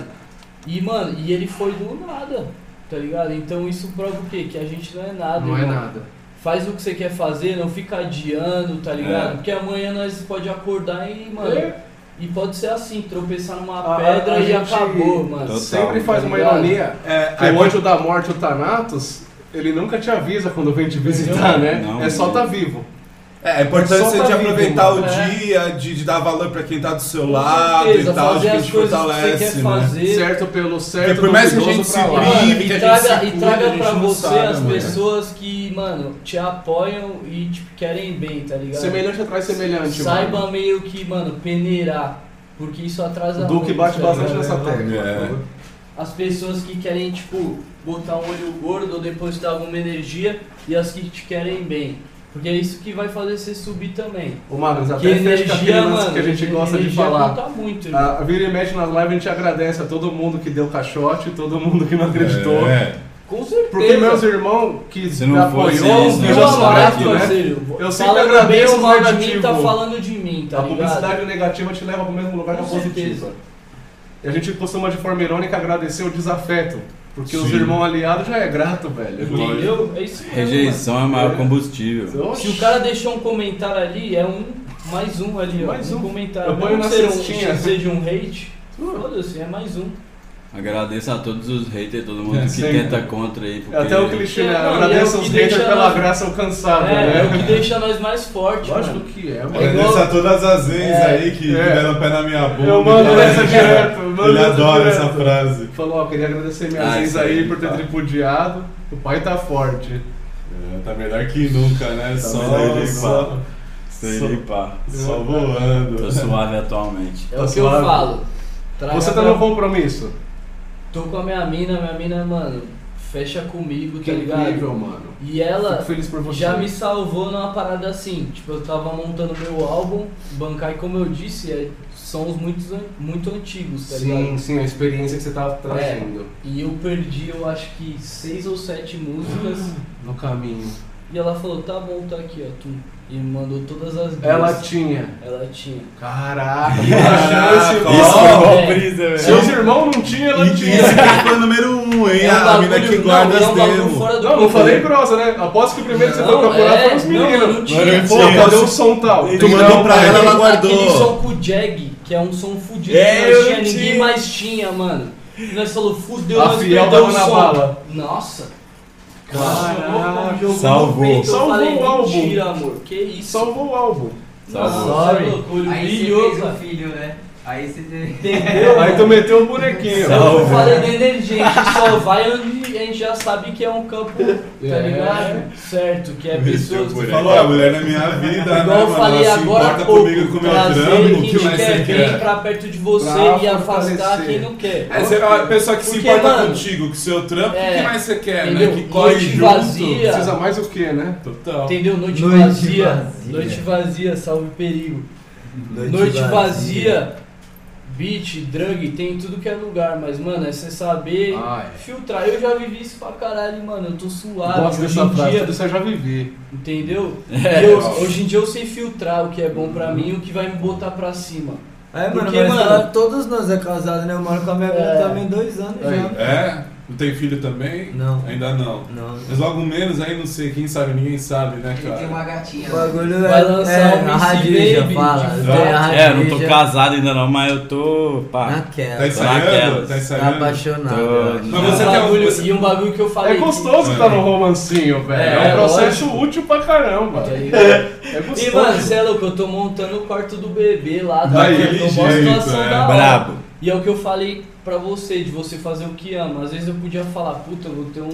E, mano, e ele foi do nada, tá ligado? Então isso prova o quê? Que a gente não é nada, Não é irmão. nada. Faz o que você quer fazer, não fica adiando, tá ligado? É. Porque amanhã nós pode acordar e, mano... É. E pode ser assim, tropeçar numa A- pedra a e gente- acabou, mano. Total. Sempre faz uma Obrigado. ironia. É, Que aí o pode- anjo da morte, o Thanatos, Ele nunca te avisa quando vem te visitar, né? Não, é só não. tá vivo. É, é importante Só você tá de vivo, aproveitar mano. o É. dia, de, de dar valor pra quem tá do seu Com lado certeza, e tal, acho fazer que a as gente coisas que você fortalece, quer né? fazer. Certo pelo certo, Porque por mais que a gente duvidoso pra se lá. brigue, Mano, que a e gente traga, se e cuida, traga a gente pra não você sabe, as mano. pessoas que, mano, te apoiam e te querem bem, tá ligado? Semelhante atrás semelhante, Saiba mano. meio que, mano, peneirar. Porque isso atrasa O Duque muito, bate tá bastante ligado? nessa tecla. É. As pessoas que querem, tipo, botar um olho gordo ou depositar alguma energia e as que te querem bem. Porque é isso que vai fazer você subir também. Ô, Marcos, até Que fecha com aquele energia, lance mano. que a gente gosta de energia falar. Ah, Conta muito, irmão. A vira e mexe nas lives, a gente agradece a todo mundo que deu caixote, todo mundo que não acreditou. É. Com certeza. Porque meus irmãos que Se me não apoiou, fosse Bom, isso, que né? meu já Boa são sorte, abraço, grato, parte, né? parceiro. Eu sempre falando agradeço bem ou mal de os mim, tá negativos. falando de mim, tá a ligado? publicidade negativa te leva para o mesmo lugar que a Com positiva. certeza. E a gente costuma, de forma irônica, agradecer o desafeto. Porque os Sim. irmãos aliados já é grato, velho. Entendeu? É tá isso mesmo, Rejeição é o maior combustível. mano. Se o cara deixou um comentário ali, é um mais um ali, ó. Mais um. comentário. Eu ponho Mesmo na ser um- cestinha. que seja um hate, foda-se, é mais um. Agradeço a todos os haters, todo mundo É, que sempre. tenta contra aí. Porque... É até o clichê, né? Não, e é o Agradeço que os haters deixa pela nós- graça alcançada, É, é o que né? deixa nós mais fortes, Lógico mano. que é, mano. É igual- Agradeço a todas as vezes É. aí que, É. que deram pé na minha bunda. Eu mando Ele essa direto. eu adora- mando Ele essa adora direto. essa frase. Falou, ó, queria agradecer minha Ah, ex isso aí aí, por ter tá. tripudiado. O pai tá forte. É, tá melhor que nunca, né? Tá só, melhor que só, Sei, pá. só voando. Tô suave atualmente. É Tá o que suave. eu falo. Traga Você um tá pra- no compromisso? Tô com a minha mina, minha mina, mano, fecha comigo, tá Que ligado? incrível, mano. E ela Fico feliz por você. já me salvou numa parada assim. Tipo, eu tava montando meu álbum, Bankai, como eu disse, é sons muito, an- muito antigos, tá Sim, ligado? É. sim, a experiência que você tava trazendo E eu perdi, eu acho que seis ou sete músicas. Hum. no caminho. e ela falou, tá bom, tá aqui, ó. Tu. E me mandou todas as duas. Ela tinha. Ela tinha. Caraca, Caraca, Isso ó. foi é. uma brisa, Seus velho. irmãos não tinham, ela E que tinha. isso que foi o número um, hein? É um a mina bagulho- que guarda não, é um as bagulho demos. fora do Não, não comum. falei grossa, né? Aposto que o primeiro que você foi Não, procurar é, foram os meninos. Não, não tinha. Não Pô, tinha. cadê o som tal? Tu mandou pra ela, ela Aquele guardou. som com o Jag, que é um som fudido É, que nós eu tinha, não ninguém tinha. mais tinha, mano. E nós falou, fudeu, A nós Fiel perdeu tava o na um som. bala. Nossa. Caraca. Nossa, jogou no Salvou. peito, eu Salvou falei, o álbum. Mentira, amor. Que isso? é Salvou o álbum. Salvou. Nossa, Sorry. louco, olho Aí brilhou, você fez um cara. filho, né? Aí você teve. Entendeu? Aí tu meteu o bonequinho. Salve. Eu falei da energia, a gente só vai onde a gente já sabe que é um campo, tá É. ligado? Certo, que é pessoas que Falou, a mulher na minha vida, né, É Igual eu mano? falei ela se agora há importa pouco, comigo e com o meu trazer trampo, o quem que te mais você quer bem quer? pra perto de você Pra e afastar fortalecer. quem não quer. É, você é uma pessoa que se Porque, importa mano, contigo, com o seu trampo, o é, que mais você quer, entendeu? né? Que corre Noite junto. vazia. Precisa mais o que, né? Total. Entendeu? Noite, Noite vazia, vazia. Noite vazia, salve perigo. Noite vazia, beat, drug, tem em tudo que é lugar, mas mano, é você saber Ah, é. filtrar. Eu já vivi isso pra caralho, mano. Eu tô suado. Gosto hoje dessa em frase, dia, tudo isso eu já vivi. entendeu? E eu- hoje em dia eu sei filtrar o que é bom pra mim e o que vai me botar pra cima. É, mano, Porque, mas mano- ela- todos nós é casado, né? Eu moro com a minha É. mulher também dois anos Aí. já. É? Não tem filho também? Não. Ainda não. Não. Mas logo menos aí, não sei, quem sabe, ninguém sabe, né, Ele tem cara? uma gatinha. né? O bagulho Vai é, lançar é, um a Radija, Baby fala. de Tem a É, eu não tô Radija casado ainda não, mas eu tô. é pá. Tá Naquela. ensaiando? naquelas. Tá Tá ensaiando? apaixonado. Tô- eu acho. Mas você um quer um- bagulho, você- E um bagulho que eu falei. É gostoso estar né? no romancinho, velho. É, É, um processo lógico. útil pra caramba. Tá ligado? É E, mano, gostoso. cê é louco, eu tô montando o quarto do bebê lá, tá Daquele ligado? Tô mó jeito, situação é, da hora. Brabo. E é o que eu falei pra você, de você fazer o que ama. Às vezes eu podia falar, puta, eu vou ter um,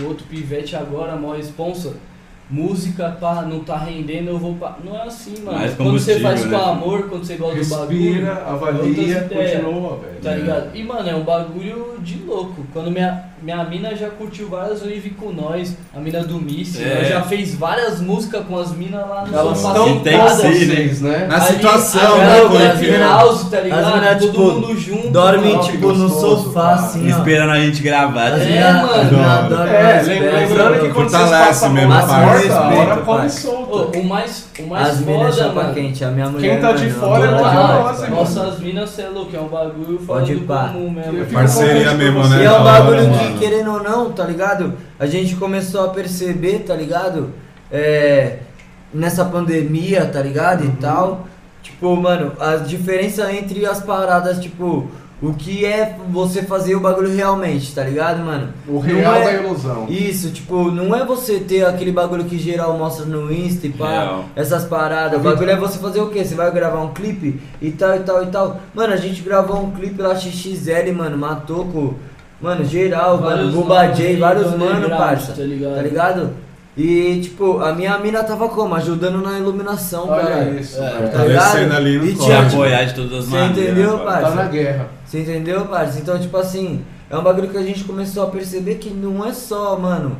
um outro pivete agora, maior responsa. Música, pá, não tá rendendo, eu vou pá. Não é assim, mano. Mais Quando você faz combustível, com né? amor, quando você gosta do bagulho. Respira, avalia, outras ideias. continua, velho. Tá ligado? E, mano, é um bagulho de louco. Quando minha, minha mina já curtiu várias Wave com nós, a mina do Missy, É. nós já fez várias músicas com as minas lá no Elas sofá, estão tem que sentadas, ser, né? vocês, assim, né? Na Ali, situação, a né, galera Corinthians? Clubhouse, tá ligado? meninas, Todo tipo, mundo junto. Dorme, mano. que tipo, no gostoso, sofá, cara. assim, ó. Esperando a gente gravar. né? É, Assim, ó, mano. dorme, dorme É, nas lem- pernas, lembrando ó. que quando vocês Fortalece passam Tá mesmo, tá? a parça. porta, a hora Respeita, come pai. Ô, solta. o mais, o mais As minas foda, chapa mano. quente, a minha mulher. tá de mano, fora adora é demais, maravilhosa, pai. Ah, irmão. nossas minas, cê é louco, é um bagulho fora Pode do pá. comum Eu mesmo. fico Parceria assim, mesmo, né? é, E é da um hora, bagulho que, mano. querendo ou não, tá ligado? A gente começou a perceber, tá ligado? É, nessa pandemia, Uhum. tá ligado? E tal. Tipo, mano, a diferença entre as paradas, tipo, O que é você fazer o bagulho realmente, tá ligado, mano? O real Não é- da ilusão. Isso, tipo, não é você ter aquele bagulho que geral mostra no Insta e pá, Real. essas paradas. O bagulho é você fazer o quê? Você vai gravar um clipe e tal e tal e tal. Mano, a gente gravou um clipe lá XXL, mano, matou com. Mano, geral, mano, Vários Buba nomes J, aí, vários do mano, underground, parça. tá ligado? Tá ligado? E, tipo, a minha mina tava como? Ajudando na iluminação, cara. Olha isso, É. cara. Tá ligado? Descendo ali no e, Te Ótimo. tipo, apoiar de todas as Você maneiras. entendeu, pô. parça? Tá na guerra. você entendeu, parça? Então, tipo assim, é um bagulho que a gente começou a perceber que não é só, mano.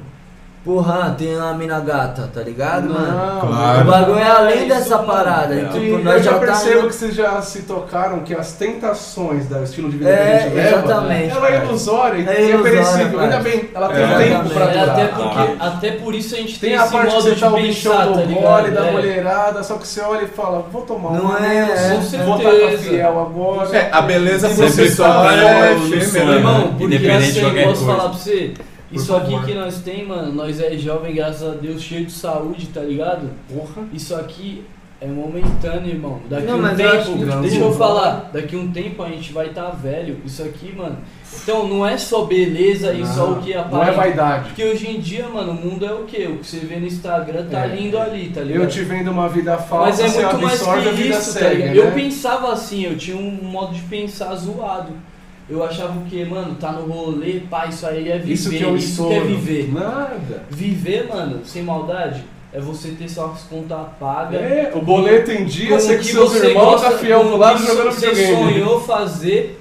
Porra, tem a mina gata, tá ligado, mano? Claro. O bagulho é além É isso, dessa mano. parada. É. Tipo, E eu nós já, já percebo tá. que vocês já se tocaram que as tentações do estilo de vida que a É, gente leva, exatamente. ela é cara. ilusória e É é ilusória, perecível. cara. Ainda bem, ela tem É. tempo pra É, durar. até, porque, até por isso a gente tem, Tem a esse parte que modo você de tá o pensar, bichão tá do ligado? gole, da É. mulherada, só que você olha e fala, vou tomar um Não é, menos, é, vou é. tacar certeza. fiel agora. É, a beleza por Sempre si só trabalha é no efêmera. sonho, né? Irmão, porque Independente assim, de eu qualquer posso coisa. falar pra você, Por isso aqui favor. que nós tem, mano, nós é jovem, graças a Deus, cheio de saúde, tá ligado? Porra. Isso aqui é momentâneo, irmão. Daqui Não, um mas eu acho tempo, que- deixa eu falar, daqui um tempo a gente vai estar velho. Isso aqui, mano. Então não é só beleza e só o que Não é aparece. vaidade. porque hoje em dia, mano, o mundo é o quê? O que você vê no Instagram tá É. lindo ali, tá ligado? Eu te vendo uma vida Mas falsa, é você muito mais absorve, a que vida isso, tá segue, ligado? né? Eu pensava assim, eu tinha um modo de pensar zoado. Eu achava o quê, mano? Tá no rolê, pá, isso aí é viver, Isso que eu isso que é estou. viver. Nada. Viver, mano, sem maldade, é você ter suas contas pagas. É, o boleto em dia, Com você o com que seus você irmãos tá gosta, fiel com do o lado que jogando Você videogame. sonhou fazer.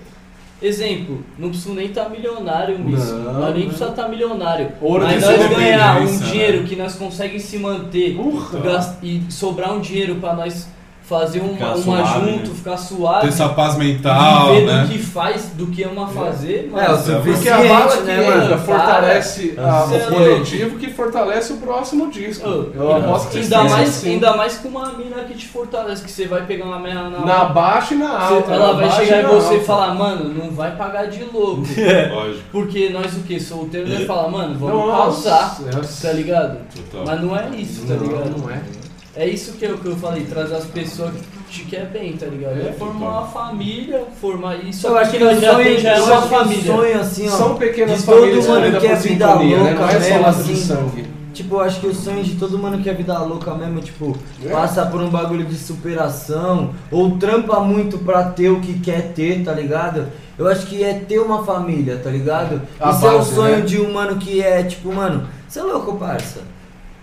Exemplo, não preciso nem estar milionário, Miss. Não, Nós nem não. precisa estar milionário. Ouro Mas de nós sobrevivência, ganhar um né? dinheiro que nós conseguimos se manter Porra. gas- e sobrar um dinheiro pra nós fazer um, uma, Ficar uma suave, junto, né? ficar suave. Ter essa paz mental, Viver do né? que faz, do que ama fazer, É, o mas Porque a bala suficiente, que né, entra mano? fortalece a- Você é o coletivo que fortalece o próximo disco. Ô, Eu aposto que ainda, vocês mais, assim. ainda mais com uma mina que te fortalece, que você vai pegar uma mina na Na baixa e na Você- alta. ela na vai baixa chegar em na você e alta. falar, mano, não vai pagar de louco. Lógico, Porque nós o que? Solteiro vai falar, mano, vamos É. Nossa, pausar, nossa. tá ligado? total. Mas não é isso, tá Não, ligado? não é. É isso que eu, que eu falei, trazer as pessoas que te quer bem, tá ligado? É então. formar uma família, formar isso. Eu acho que o nós já tem sonho já é eu uma acho que o família. sonho, assim, ó. São pequenas de todo famílias mundo unidas que é por vida sintonia, né? louca Não é só mesmo, laço de assim. sangue. Tipo, eu acho que o sonho de todo mundo que é vida louca mesmo, tipo, É. passa por um bagulho de superação, ou trampa muito pra ter o que quer ter, tá ligado? Eu acho que é ter uma família, tá ligado? A Isso é o base, sonho né? de um mano que é, tipo, mano, você é louco, parça.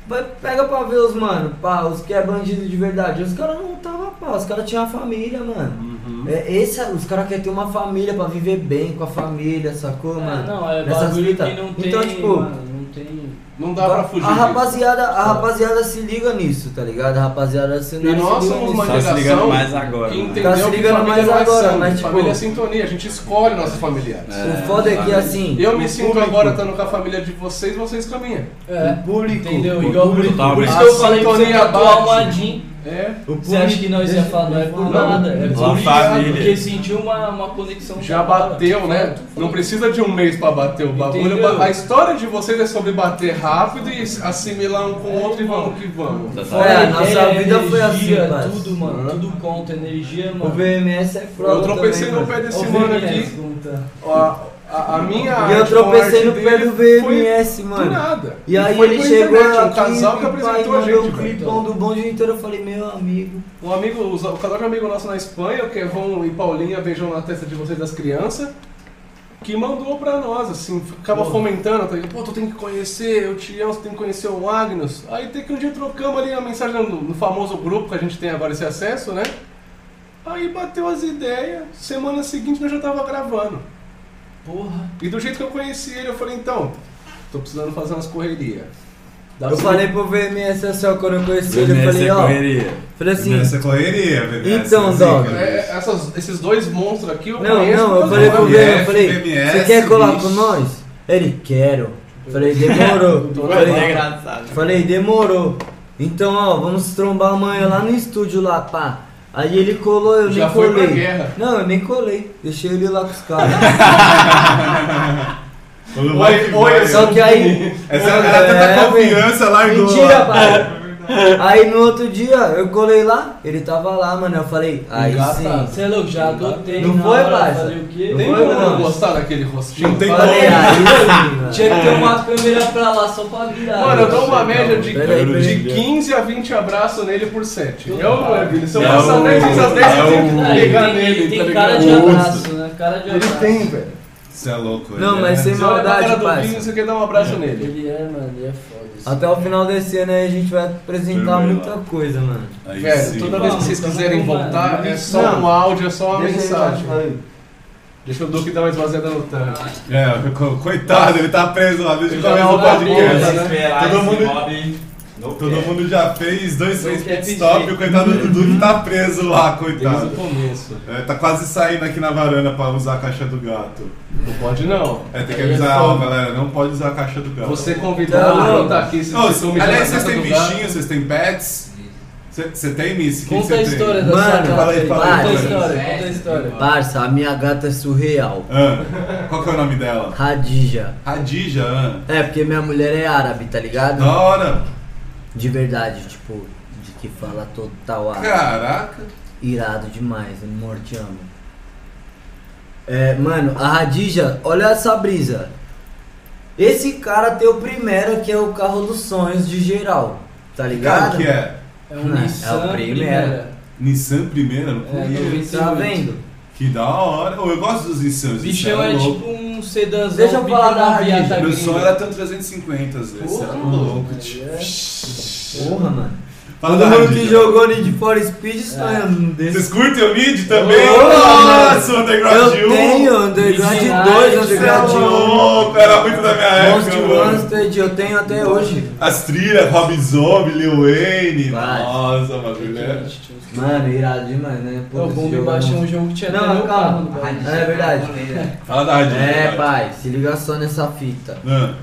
Vai, pega pra ver os mano, pá, os que é bandido de verdade. Os caras não tava pá, os caras tinham uma família, mano. É, esse, os caras querem ter uma família pra viver bem com a família, sacou, Ah, mano? não, é Nessas bagulho fitas. que não tem, Então, tipo, mano, não tem... Não dá pra fugir. a disso. rapaziada, a rapaziada se liga nisso, tá ligado? A rapaziada se E nós se liga somos uma nisso. Tá se ligando geração mais agora. que né? entendeu Tá se que ligando família mais não é agora, sangue, mas, tipo- Família é sintonia, a gente escolhe nossos familiares. É, O foda é que sabe? assim, Eu o me sinto público- agora estando com a família de vocês, vocês com a minha. É, o público, entendeu? o Igual por público tá por isso que abrindo. eu assim, falei pra você Sintonia tatuar o bate. Adin. É. o público- Você acha que nós ia falar? Não é por Não, nada, é Uma por isso, família. Porque sentiu uma, uma Então conexão. tá Já com ela. bateu, né? Não precisa de um mês pra bater o bagulho. Entendeu? A história de vocês é sobre bater rápido e assimilar um com o outro e vamos que vamos. Tá, tá. Fora É, a ideia, nossa vida foi energia, assim, parça. Tudo, mano, tudo conta, energia, O mano. VMS é foda Eu tropecei também, no mano. né? pé desse Ó, mano VMS, aqui. conta. A, a- a minha E eu arte com a tropecei arte no pé dele do foi VMS, Do mano. nada. E aí foi ele por chegou internet, aqui, um casal que pai, apresentou a mandou gente, um velho. clipão do bonde inteiro, eu falei, meu amigo. Um amigo, os- o casal de amigo nosso na Espanha, o Kevon e Paulinha, beijam na testa de vocês das crianças, que mandou pra nós, assim, ficava fomentando, tá ligado? Pô, tu tem que conhecer, eu te amo, tu tem que conhecer o Agnus. Aí tem que um dia trocamos ali a mensagem no, no famoso grupo que a gente tem agora esse acesso, né? Aí bateu as ideias, semana seguinte nós já tava gravando. Porra. E do jeito que eu conheci ele, eu falei, então, tô precisando fazer umas correrias. Eu falei pro VMS assim, ó, quando eu conheci ele, eu Essa falei, é ó. correria. Falei assim, Essa correria, velho. Então, Essa dog. zica. É, essas- esses dois monstros aqui eu Não, conheço. não, por eu causa falei do pro Agnus. Breno, eu falei, FBMS, você quer colar com bicho." nós? Ele, quero. Falei, demorou. É falei, engraçado. né? falei, demorou. Então, ó, vamos trombar amanhã lá no estúdio lá, pá. Aí ele colou, eu Já nem foi pra colei. guerra. Não, eu nem colei. Deixei ele lá com os caras. Quando vai Oi, que oi, vai. eu sou Só que aí. é Essa era tanta É, confiança, largou. Mentira, lá. pai. Aí no outro dia eu colei lá, ele tava lá, mano. Eu falei, aí sim. Você é louco, já adotei. Não na foi, hora, Barça? Falei o quê? Não Tem foi, como não mano. gostar daquele rostinho? Não tem Falei, aí sim, mano. Tinha que ter uma câmera pra lá só pra virar. Mano, eu dou uma Não, média de, Peraí, de peraí. 15 a 20 abraços nele por 7. Tudo É o bem. Web, se eu É passar o- 10 vezes as 10, é eu tenho que Ah, ele pegar tem, ele nele, tem tá ligado? cara de abraço, né? Cara de Ele abraço. tem, velho. Você é louco, ele Não, é- mas sem Você olha pra cara maldade, do Vini, parça. você quer dar um abraço nele. Ele é, mano, ele é foda. Até o final desse ano aí a gente vai apresentar Vermelho muita coisa, mano. Aí sim. Velho, toda vez que vocês Vamos, quiserem vamos, voltar, mano. é só um áudio, é só uma Deixa ele mensagem. lá, Deixa o Duque dar uma esvaziada no tanque. É, co- coitado, ele tá preso lá desde que Ele já começou o é uma podcast. bosta, né? Esperar Todo esse mundo- mob não Todo quer. mundo já fez dois, Não três quer pit stop pedir. e o coitado do Duque tá preso lá, Desde o coitado. começo. É, tá quase saindo aqui na varanda pra usar a caixa do gato. Não pode não. É, tem que Aí é avisar, ó, foda. galera, não pode usar a caixa do gato. Você convidado Não. pra tá aqui, vocês Ô, ficam me aliás, chamando vocês têm pra todo lugar. bichinho, vocês têm pets? Você tem, Miss? O que que Conta você a tem? história da Mano, sua gata. fala aí, fala aí, Conta a fala aí. história, conta a história. Parça, a minha gata é surreal. Ah, qual que é o nome dela? Radija. Radija, ah. É, porque minha mulher é árabe, tá ligado? Da hora. De verdade, tipo, de que fala total árabe. Caraca. Irado demais, um amor, te amo. É, mano, a Radija, olha essa brisa. Esse cara tem o primeiro que é o carro dos sonhos de geral, tá ligado? Cara, que é? É Não, um é o Nissan primeira. Nissan primeira? Não É, conheço. 98. Tá vendo? Que da hora. Ô, eu gosto dos Nissans. O Nissan bichão é louco. tipo um sedanzão. Deixa eu pica falar da uma Radija. viata Meu gringa. né? sonho era ter um 350 às vezes. Era um louco, tio. É. Porra, mano. Fala da Todo mundo Radija. que jogou Need for Speed sonha num desses. Vocês curtem o mid também? Ô, Nossa, o Underground 1. Eu tenho Underground 2, Miserável. Underground Você é 1, louco, era muito da minha Monster época, mano. Monster, eu tenho até hoje. As trilhas, Rob Zombie, Lil Wayne. Vai. Nossa, o bagulho é. Mano, irado demais, né? Pô, Pô, o esse Bombe jogo- Baixo é um jogo que tinha Não, até meu calma. carro no A bagulho. gente É verdade. japonesa. Fala da Radija. É, vai. pai, se liga só nessa fita. Ah,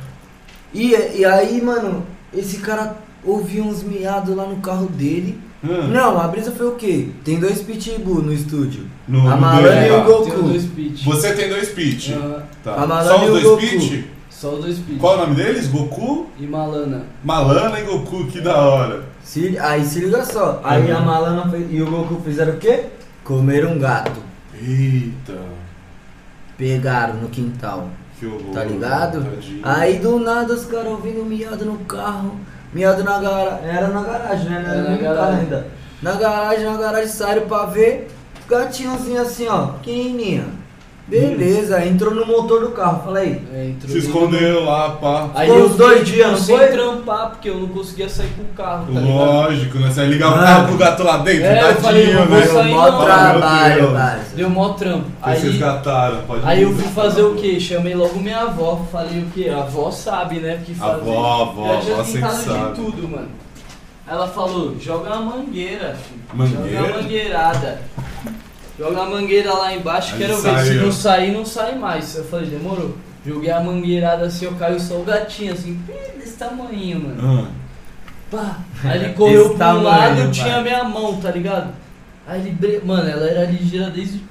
E, e aí, mano, esse cara ouvia uns miados lá no carro dele. ah. Não, a brisa foi o quê? Tem dois pitbull no estúdio. No- no a Malana dois, e o tá. Tem os dois Goku. pitch. Você tem dois pitch. Aham, Tá. A Malana Só e os o dois Goku. pitch? Só os dois pitch. Qual o nome deles? Goku, E Malana. Malana e Goku, que da hora. Se- aí se liga só. Aí Uhum. a Malana fez- e o Goku fizeram o quê? Comeram um gato. Eita, Pegaram no quintal. que horror. Tá ligado? Tadinho. Aí do nada os caras ouvindo miado no carro, miado na garagem. Era na garagem, né? Não era Era nem na no carro garagem. ainda. Na garagem, na garagem saíram pra ver. Os Gatinhozinho assim, ó, pequenininha. Beleza, entrou no motor do carro. Fala aí. É, entrou Se dentro. escondeu lá, pá. Aí Ficou eu uns dois dias, não sem foi? trampar, porque eu não conseguia sair com o carro, tá ligado? Lógico, né? Você vai ligar o Mano. carro pro gato lá dentro, É, eu tadinho, falei, eu vou né? sair, mó não. Meu trabalho, Deus. parça. Deu mó trampo. Aí, vocês Aí, cataram, pode aí eu ir. fui fazer o quê? Chamei logo minha avó, falei o quê? A avó sabe, né? Porque A fazer. avó, a avó, a eu avó já tinha sempre tentado sabe. de tudo, mano. Ela falou, joga a mangueira. filho. Mangueira? Joga a mangueirada. Joga a mangueira lá embaixo, Aí quero ver. Se saiu. não sair, não sai mais. Eu falei, demorou. Joguei a mangueirada assim, eu caio só o gatinho, assim, pi, desse tamanhinho, mano. Ah, Pá. Aí ele correu pro tamanho, lado eu pai. tinha a minha mão, tá ligado? Aí ele. Bre... Mano, ela era ligeira desde.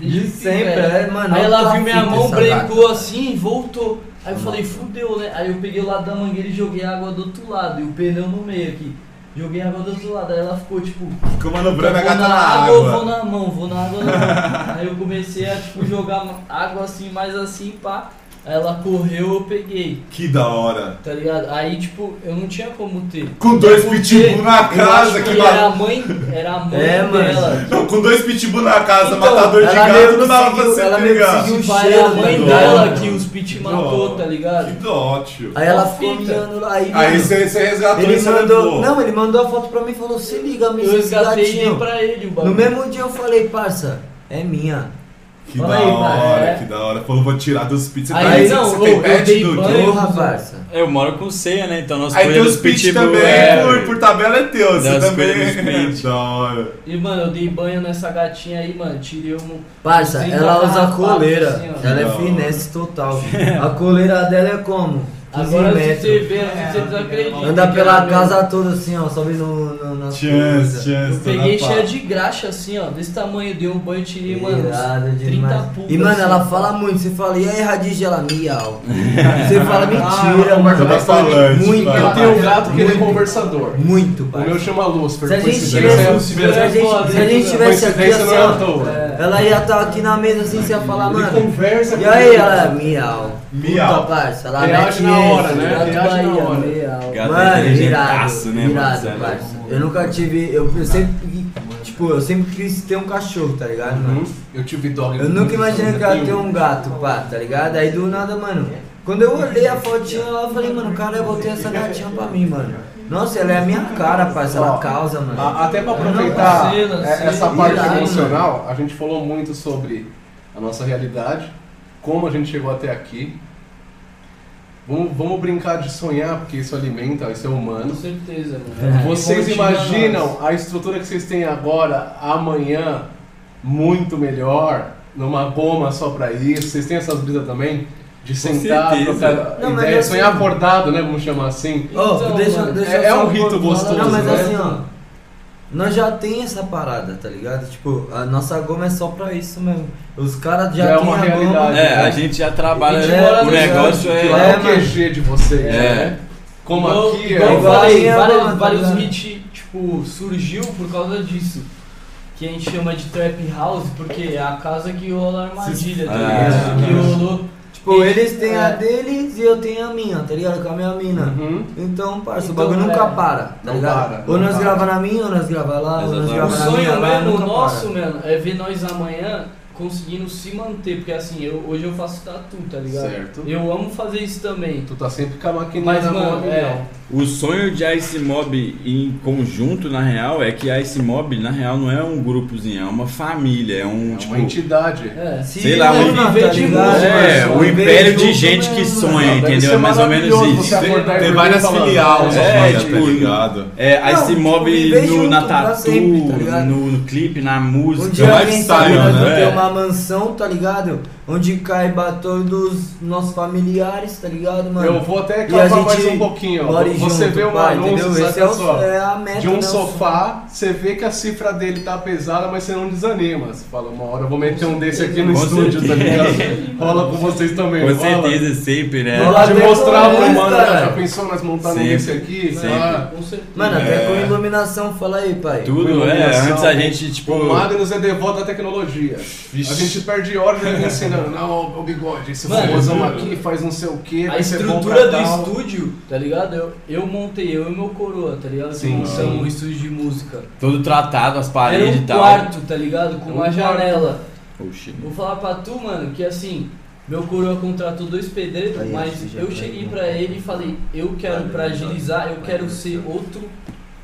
De sempre, velho. é, mano. Aí ela outra viu minha fita mão, essa brecou assim e voltou. Aí eu Nossa. falei, fudeu, né? Aí eu peguei o lado da mangueira e joguei a água do outro lado. E o pneu no meio aqui. Joguei a água do outro lado. Aí ela ficou tipo. Ficou manobrando a vou gata na na água ou vou água. na mão? Vou na água na mão. Aí eu comecei a tipo, jogar água assim, mais assim, pá. Aí ela correu, eu peguei, Que da hora. tá ligado? Aí, tipo, eu não tinha como ter. Com dois Porque pitbull na eu casa, acho que que ba- era a mãe, era a mãe É, mano. dela. Não, com dois pitbull na casa, Então, matador de ela meio gato, que não dava seguiu- pra você ela meio que pegar. seguiu- Tipo, o vai cheiro a mãe do dela dono. que os Pit Que matou, dó. tá Que ligado? dó, tio. Aí ela Uma ficou fita. miando lá. Aí, Aí mano, você você resgatou né, e ele você mandou. levou. Não, ele mandou a foto pra mim e falou: se liga, me Eu esse resgatei e dei gatinho. pra ele o No bagulho. mesmo dia eu falei, parça, é minha. Que Fala da aí, pai. hora, É. que da hora. Falou, vou tirar dos pits. Você Aí, tem- não, você tem eu- eu pet dei do banho. Porra, parça. Eu moro com ceia, né? Então nós Aí tem colhemos os pits pitbull, também, é, por, por tabela é teu, você Das também. coisas dos pits. Da hora. E, mano, eu dei banho nessa gatinha aí, mano. Tirei um. Parça, Sim, ela tá usa rapado, coleira. assim, ó. ela é Não. finesse total. A coleira dela é como? Agora se metros. você vê, às vezes você É, desacredita. Andar cara, pela meu. casa toda assim, ó, só vez no, no, nas Chance, coisas. chance, Eu tô na peguei pá. cheia de graxa assim, ó, desse tamanho, dei um banho e tirei, mano, Irado uns 30 demais. pulgas. E mano, assim. ela fala muito, você fala, e aí Radija, ela miau. Você fala, mentira, Ah, mano. tá falante, muito, vai. Eu papai. tenho um gato que ele é Muito, conversador. Muito, O pai. meu chama Lucifer. Se a gente coincidência tivesse- é- Se a gente, se a gente tivesse aqui, né? coincidência não é à assim, ó, toa. ela ia estar aqui na mesa assim, você ia falar, Ele mano. conversa E com aí, ele. ela, miau. Miau. Puta, parça, ela Reage mete na hora, esse, né? gato Reage na Bahia, hora. miau. Gato é Mano, inteligentaço, irado, né, mano? Cê é irado, louco. parça. Eu nunca tive, eu, eu sempre, tipo, eu sempre quis ter um cachorro, tá ligado, mano? Uhum. Eu tive dog. Eu nunca imaginei que ela ia ter um gato, pá, tá ligado? Aí do nada, mano, quando eu olhei a fotinha lá, eu falei, mano, cara, eu botei essa gatinha pra mim, mano. Nossa, ela é a minha cara, parça, ela Ó, causa, mano. A- Até pra Não, aproveitar não sei, não é- sei. essa parte Irado, emocional, a gente falou muito sobre a nossa realidade, como a gente chegou até aqui. Vamos, vamos brincar de sonhar, porque isso alimenta, isso é Com humano. certeza, É. mano. Vocês Vou tirar nós. imaginam a estrutura que vocês têm agora, amanhã, muito melhor, numa goma só pra isso? Vocês têm essas brisas também? De sentar, certeza. trocar Não, mas ideia, assim- sonhar acordado, né? Vamos chamar assim. Ó, Então, deixa, mano, deixa é- eu é só um rito gostoso, Não, mas né? assim, ó, nós já tem essa parada, tá ligado? Tipo, a nossa goma é só pra isso mesmo. Os caras já Já é têm uma a realidade. goma. É, a gente já trabalha. A gente mora o no negócio Que é. lá É, é o QG de vocês, É. né? Como Igual- aqui igual é. eu igual falei, a vários, banda, vários né? hits, tipo, surgiu por causa disso. Que a gente chama de trap house, porque é a casa que rola a armadilha, tá Ah, ligado? é. Que rolou. Tipo, eles têm a É. deles e eu tenho a minha, tá ligado? Com a minha mina. Uhum. Então, parça, o Então, bagulho é. nunca para, tá Não ligado? para, ou não nós para. gravamos na minha, ou nós gravamos lá, ou nós Exatamente. O gravamos na minha. sonho lá, mesmo nunca nosso, para. mano, é ver nós amanhã conseguindo se manter. Porque assim, eu, hoje eu faço tatu, tá ligado? Certo. Eu amo fazer isso também. Tu tá sempre com a maquininha Mas, na mão, mano, é, né? milhão. O sonho de Ice Mob em conjunto, na real, é que Ice Mob, na real, não é um grupozinho, é uma família, é um É tipo. uma entidade. é. Se Sei lá, um uma, viver de música, É, Só o viver império de junto gente que mesmo, sonha, Não, deve entendeu? ser É mais ou menos maravilhoso isso. você acordar e Tem dormir várias falando. né, filiais, É, mano, tipo, tá ligado? É, Não, Ice Mob viver no, na junto pra tatu, sempre, tá ligado? no, no clipe, na música. Um dia mais alguém style, sonha né? de ter É. uma mansão, tá ligado? Onde caiba todos os nossos familiares, tá ligado, mano? Eu vou até e a cavar mais gente um pouquinho. ó. more Você junto, vê um pai, anúncio, entendeu? saca Esse é, o- só. é a meta, de um né? sofá, você vê que a cifra dele tá pesada, mas você não desanima. Você fala, uma hora eu vou meter um desse aqui no Com estúdio, tá certeza. ligado? Rola com vocês também. É, Com rola. certeza, sempre, né? Rola De até mostrar com pro eles, mano, cara. já pensou nós montar um Sempre, desse aqui? sempre. Ah, Com certeza. Mano, até É. com iluminação, fala aí, pai. Tudo, é. iluminação. Antes a gente, tipo. O Magnus é devoto à tecnologia. A gente perde horas aqui ensinando. Não, ó, o bigode, esse Mano, famosão aqui faz não sei o que. A estrutura do estúdio, tá ligado? Eu, eu montei, eu e meu coroa, tá ligado? Sim, Montamos sim. Ah, um estúdio de música. Todo tratado, as Era paredes e um tal. quarto, tá ligado? Com Um uma quarto. janela. Oxi. Vou falar pra tu, mano, que assim, meu coroa contratou dois pedreiros, Aí, esse mas já eu tá cheguei aí, pra ele e falei, eu quero, pra agilizar, eu quero ser outro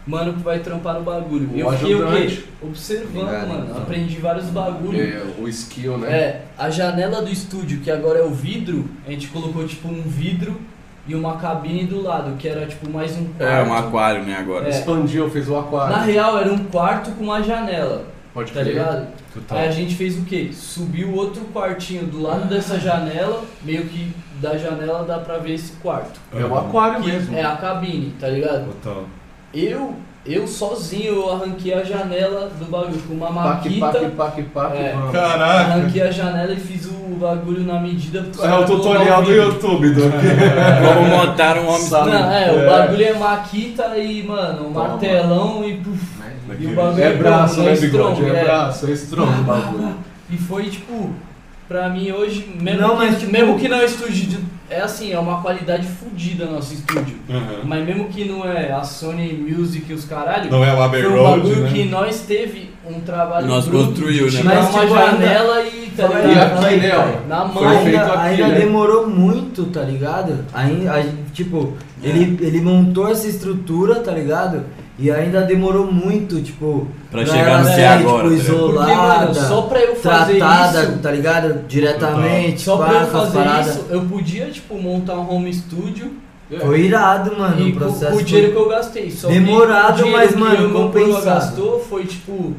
mano que vai trampar no bagulho. O E eu fiquei o quê? ajudante. Observando, Obrigado, mano. então. Aprendi vários bagulhos. É, o skill, né? É, a janela do estúdio, que agora é o vidro, a gente colocou tipo um vidro e uma cabine do lado, que era tipo mais um quarto. É, um aquário, né, agora. É. Expandiu, fez o aquário. Na real, era um quarto com uma janela, Pode tá crer. ligado? Total. Aí a gente fez o quê? Subiu outro quartinho do lado dessa janela, meio que da janela dá pra ver esse quarto. É o aquário mesmo. Que é a cabine, tá ligado? Total. Eu, eu sozinho, eu arranquei a janela do bagulho com uma Pac, pac, maquita. pac, pac, É. vamos. Caraca. Arranquei a janela e fiz o bagulho na medida pros É o caras tutorial colocar o do vidro. YouTube, do Como montar um homem. Não, é, É. o bagulho é maquita e, mano, um martelão e puf, E o bagulho É braço, não né, bigode? strong, É é. braço, é strong o bagulho. E foi tipo, pra mim hoje, mesmo, Não, que, mas, tipo- mesmo que não é estúdio, de- é assim, é uma qualidade fodida nosso estúdio. Uhum. Mas mesmo que não é a Sony Music e os caralho, Não é o foi Abbey um Road, bagulho né? que nós teve um trabalho Nós bruto construiu, de né? tirar Mas, uma tipo, janela e tá Fala E aí, ligado? aqui, fala aí, né, pai. ó. Na Foi mão. feito Ainda, aqui, ainda né? demorou muito, tá ligado? Ainda, tipo, ele, ele montou essa estrutura, tá ligado? E ainda demorou muito, tipo, Pra pra chegar ela no que é ser, agora, tipo, tá ligado? Porque, mano, isolada, só pra eu fazer tratada, isso. tá ligado? Diretamente, Só pra eu pá, com as fazer paradas. isso, eu podia, tipo, montar um home studio tá Foi irado, mano, E o processo. com o dinheiro que eu gastei. Só que demorado, o dinheiro mas, que mano, eu e meu coroa compensado. gastou foi tipo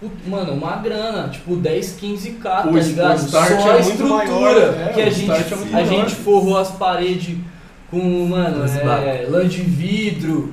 Puta, Mano, uma grana, tipo 10, 15k, tá O- o ligado? start Só é a muito estrutura maior, né? que O a gente, start é muito a maior. gente forrou as paredes com, mano, Esse é, lã de vidro,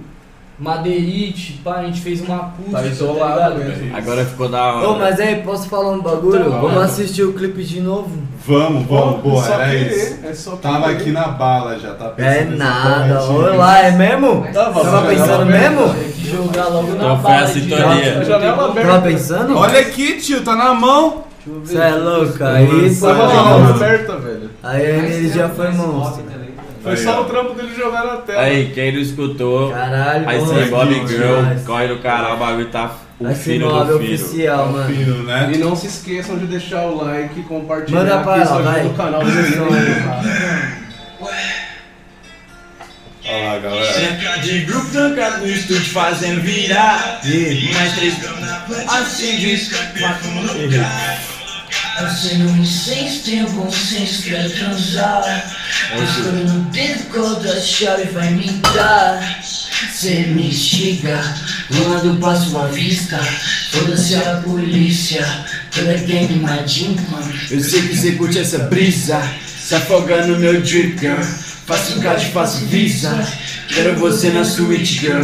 madeirite, pá, a gente fez uma acústica, Tá isolado ligado? mesmo. Agora é ficou da hora. Ô, mas aí, posso falar um bagulho? Então, Vamos assistir o clipe de novo? Vamos, vamos, boa, só era querer, isso. É só Tava querer. aqui na bala já, tá pensando. É nessa nada, paradinha. olá, é mesmo? Tava, Tava tava pensando aberto. mesmo? Tem que jogar logo na Então foi a base. sintonia. direto, A janela entendeu? aberta. Tava pensando? Olha aqui, tio, tá na mão. Deixa eu ver. Você é louco, aí foi Tava Olha, na aula monstro. aberta, velho. Aí a energia foi é monstro. tá Foi Aí, só ó. o trampo dele jogar na tela. Aí, quem não escutou, Caralho, aí bom sem Bob demais. Girl, corre do caralho, o bagulho tá o Vai ser filho nova do filho. oficial, mano. Fino, né? E não se esqueçam de deixar o like, compartilhar Manda pra que isso ela, ajuda vai. o canal do Zezão aí, cara. Olha lá, galera. Cerca de grupo trancado no estúdio fazendo virar. E Mais três assim diz. quatro, errei. Assinando sem tempo, sem esperar transar. Estou no dedo quando a chave vai me dar. Cê me chega, quando passo uma vista. Foda-se a polícia, toda game madinha. Eu sei que você curte essa brisa, se afogando no meu drip, girl. Faço caixa, faço visa. Quero você na suíte, girl.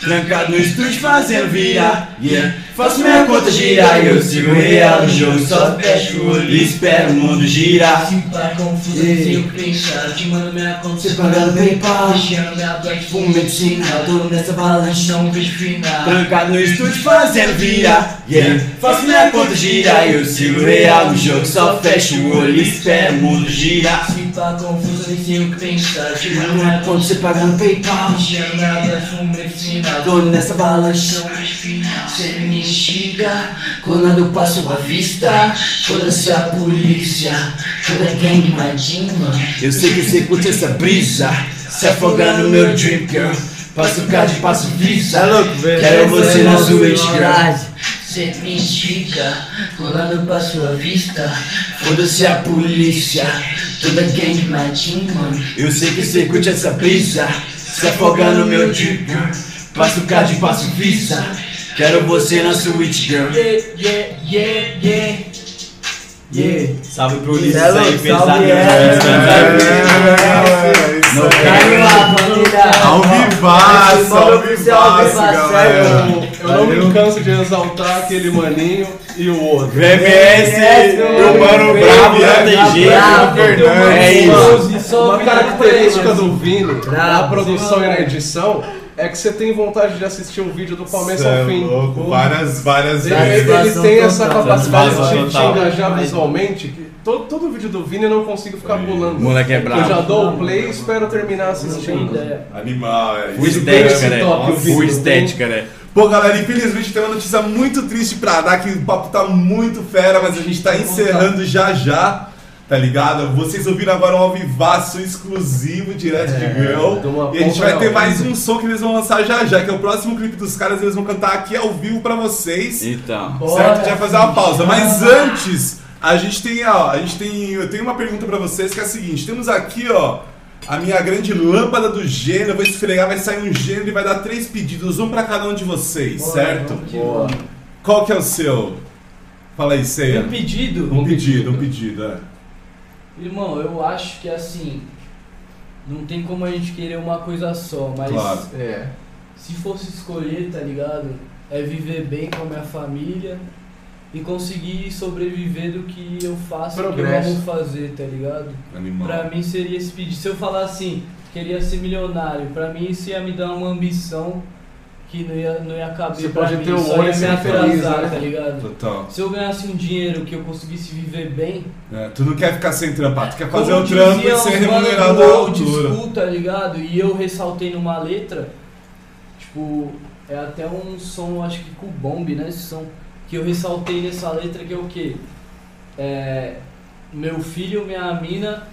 Trancado no estúdio fazendo virar, yeah. Faço minha conta girar e eu sigo real no jogo. Só fecho o olho e espero o mundo girar. Se pá confuso, Ei. se eu pensar. Te mando minha conta, cê paga paga no no PayPal. PayPal. Deixando minha black, fumo medicina. Tô nessa balança, um não vejo final. Trancado no estúdio fazendo virar, yeah. Faço minha conta girar e eu sigo real no jogo. Só fecho o olho e espero o mundo girar. Se pá confuso, nem sei o que pensar. Te mando minha Quando conta, você paga no PayPal, deixando minha black, fumo medicina. tô nessa balança. um Não é final. Cê me instiga quando eu passo a vista. Foda-se a polícia, toda gangue madinha. Eu sei que você curte essa brisa Se afogando no meu drink, girl Passo card, passo visa Quero você é na sua girl Cê me instiga quando eu passo a vista. Foda-se a polícia Polícia, toda gangue madinha. Eu sei que você curte essa brisa Se afogando no meu drink, girl Passo card, passo visa Quero você na suíte, girl Yeah, yeah, yeah, yeah. Yeah. Salve pro Ulisses aí, pesado. É, isso Não aí. Caiu lá, família. Ao vivaço, Esse ao modo oficial, ao vivaço, vivaço, galera. Eu não me canso de exaltar aquele maninho e o outro. VMS, Meu mano brabo, não tem né? jeito. Bravo, Fernandes. É isso. Uma característica do Vini na Bravo. produção e na edição é que você tem vontade de assistir o vídeo do começo Cê é ao fim. louco, Porra. várias, várias é Ele, ele- vezes. ele tem essa Satisfação capacidade de te total. engajar visualmente. que Todo, todo vídeo do Vini eu não consigo ficar pulando. Moleque é brabo. Eu já dou o play e espero terminar Não tem assistindo. ideia. Animal, é O isso estética, mesmo. né? top, Nossa, O estética, né? Pô, galera, infelizmente tem uma notícia muito triste pra dar, que o papo tá muito fera, mas a gente tá encerrando já já, tá ligado? Vocês ouviram agora um alvivaço exclusivo direto de de uma Girl. E a gente ponta vai ter ao mais fim. um som que eles vão lançar já já, que é o próximo clipe dos caras, eles vão cantar aqui ao vivo pra vocês. Então, Certo? A gente vai fazer uma pausa. Mas antes, a gente tem, ó, a gente tem, eu tenho uma pergunta pra vocês que é a seguinte: temos aqui, ó, a minha grande lâmpada do gênero. Eu vou esfregar, vai sair um gênero e vai dar três pedidos, um pra cada um de vocês, certo? então, Boa. Qual que é o seu? Fala aí, ceia. Um pedido? Um pedido, um pedido, é. Irmão, eu acho que assim. Não tem como a gente querer uma coisa só, mas Claro. É. se fosse escolher, tá ligado? É viver bem com a minha família e conseguir sobreviver do que eu faço, do que eu Progresso. amo fazer, tá ligado? Pra Animal. mim seria esse pedido. Se eu falar assim, queria ser milionário, pra mim isso ia me dar uma ambição que não ia, não ia caber Você pra pode mim. ter o só olho ia e me ser atrasar, feliz, né? tá ligado? Total. Se eu ganhasse um dinheiro que eu conseguisse viver bem, É, tu não quer ficar sem trampar, tu quer fazer como o trampo dizia e ser os mano remunerado do à old altura. school, tá ligado? E eu ressaltei numa letra, tipo, é até um som, acho que com bombe, né? Esse som que eu ressaltei nessa letra que é o quê? É, meu filho, minha mina,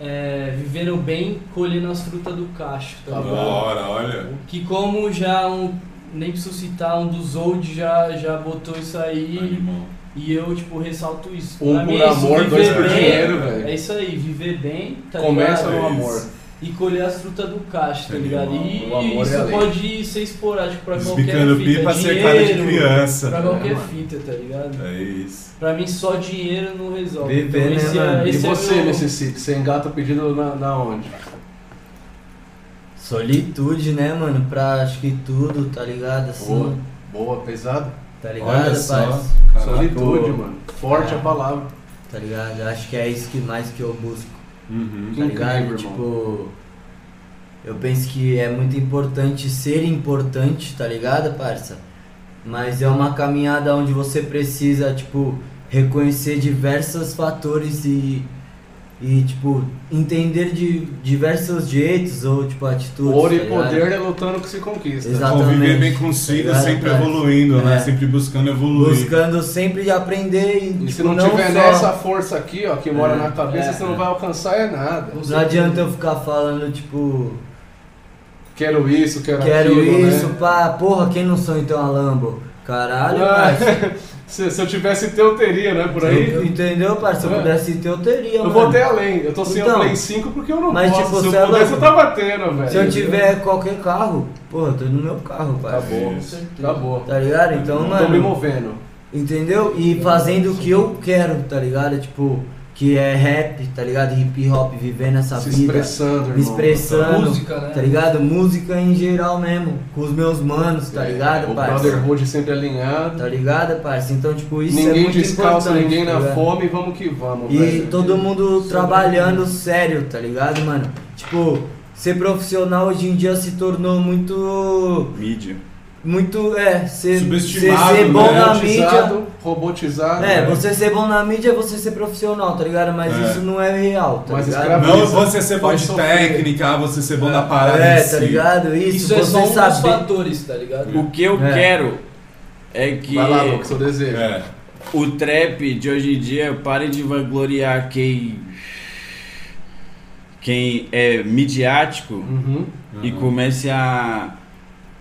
é, viveram bem colhendo as frutas do cacho, tá Da ligado? hora, olha. Que como já um, nem preciso citar, um dos old já, já botou isso aí Animal. e eu, tipo, ressalto isso. Um Pra mim por é isso, amor, dois viver por bem, dinheiro, velho. é isso aí, viver bem, tá Começa ligado? no É amor. isso. e colher as frutas do caixa, tá Animal. ligado? E, O amor isso é a lei. pode ser esporádico pra qualquer Desbicando fita. pipa, dinheiro, cercada de criança. Pra qualquer É, mano. fita, tá ligado? É isso. Pra mim só dinheiro não resolve. Viver, né, esse mano? é, E esse é você, meu- Mississippi, você engata o pedido na, na onde? Solitude, né, mano? Pra acho que tudo, tá ligado? Assim, Boa. Boa, pesado? tá Olha ligado, só, parça? caraca. Solitude, mano. Forte a palavra. Tá ligado? Acho que é isso que mais que eu busco, Uhum. tá ligado? Incrível, tipo, eu penso que é muito importante ser importante, tá ligado, parça? Mas é uma caminhada onde você precisa, tipo, reconhecer diversos fatores e, e tipo, entender de diversos jeitos ou, tipo, atitudes. Ouro tá e ligado? poder é lutando que se conquista. Exato. Conviver Exatamente. bem consigo, Tá ligado, sempre cara? evoluindo, né? É. Sempre buscando evoluir. Buscando sempre aprender e, E se tipo, não, tiver só- nessa força aqui, ó, que mora É, na cabeça, é, você não é. vai alcançar é nada. Com Não certeza. adianta eu ficar falando, tipo, Quero isso, quero, quero aquilo, isso, né? pá, porra, quem não sonha então uma Lambo? Caralho, Ah, parça. se, se eu tivesse teu, eu teria, né? Por Eu- aí. Entendeu, parça? Se eu É. pudesse ter, eu teria, Eu mano. vou até além. Eu tô sem Então. o Play 5 porque eu não Mas, posso. tipo, se você é eu pudesse, louco. eu tava tendo, velho. Se eu tiver qualquer carro, porra, eu tô no meu carro, Tá parça. bom. Com certeza. Tá bom. Tá ligado? Então, Tô me mano, movendo. entendeu? E fazendo o que eu quero, tá ligado? Tipo, que é rap, tá ligado? Hip hop, vivendo essa Se vida. expressando, Me irmão. expressando, Música, né? tá ligado? Música em geral mesmo, com os meus manos, tá ligado, É, O parça? brotherhood sempre alinhado. Tá ligado, parça? Então, tipo, isso é ninguém muito descalço, importante, ninguém tá na ligado? fome, vamos que vamos, E velho. todo mundo trabalhando sério, tá ligado, mano? Tipo, ser profissional hoje em dia se tornou muito. Mídia. Muito. É, ser, ser, Subestimado, ser bom né? na mídia. Robotizado, robotizado. É, né? você ser bom na mídia é você ser profissional, tá ligado? Mas É. isso não é real, tá Mas ligado? escravo- Não você ser bom Pode de sofrer. técnica, ah, você ser bom na parada É, em si. tá ligado? Isso, Isso é você só um dos saber. fatores, tá ligado? O que eu É. quero é que Vai lá, Lucas, seu desejo. É. o trap de hoje em dia pare de vangloriar quem. quem é midiático Uhum. e comece a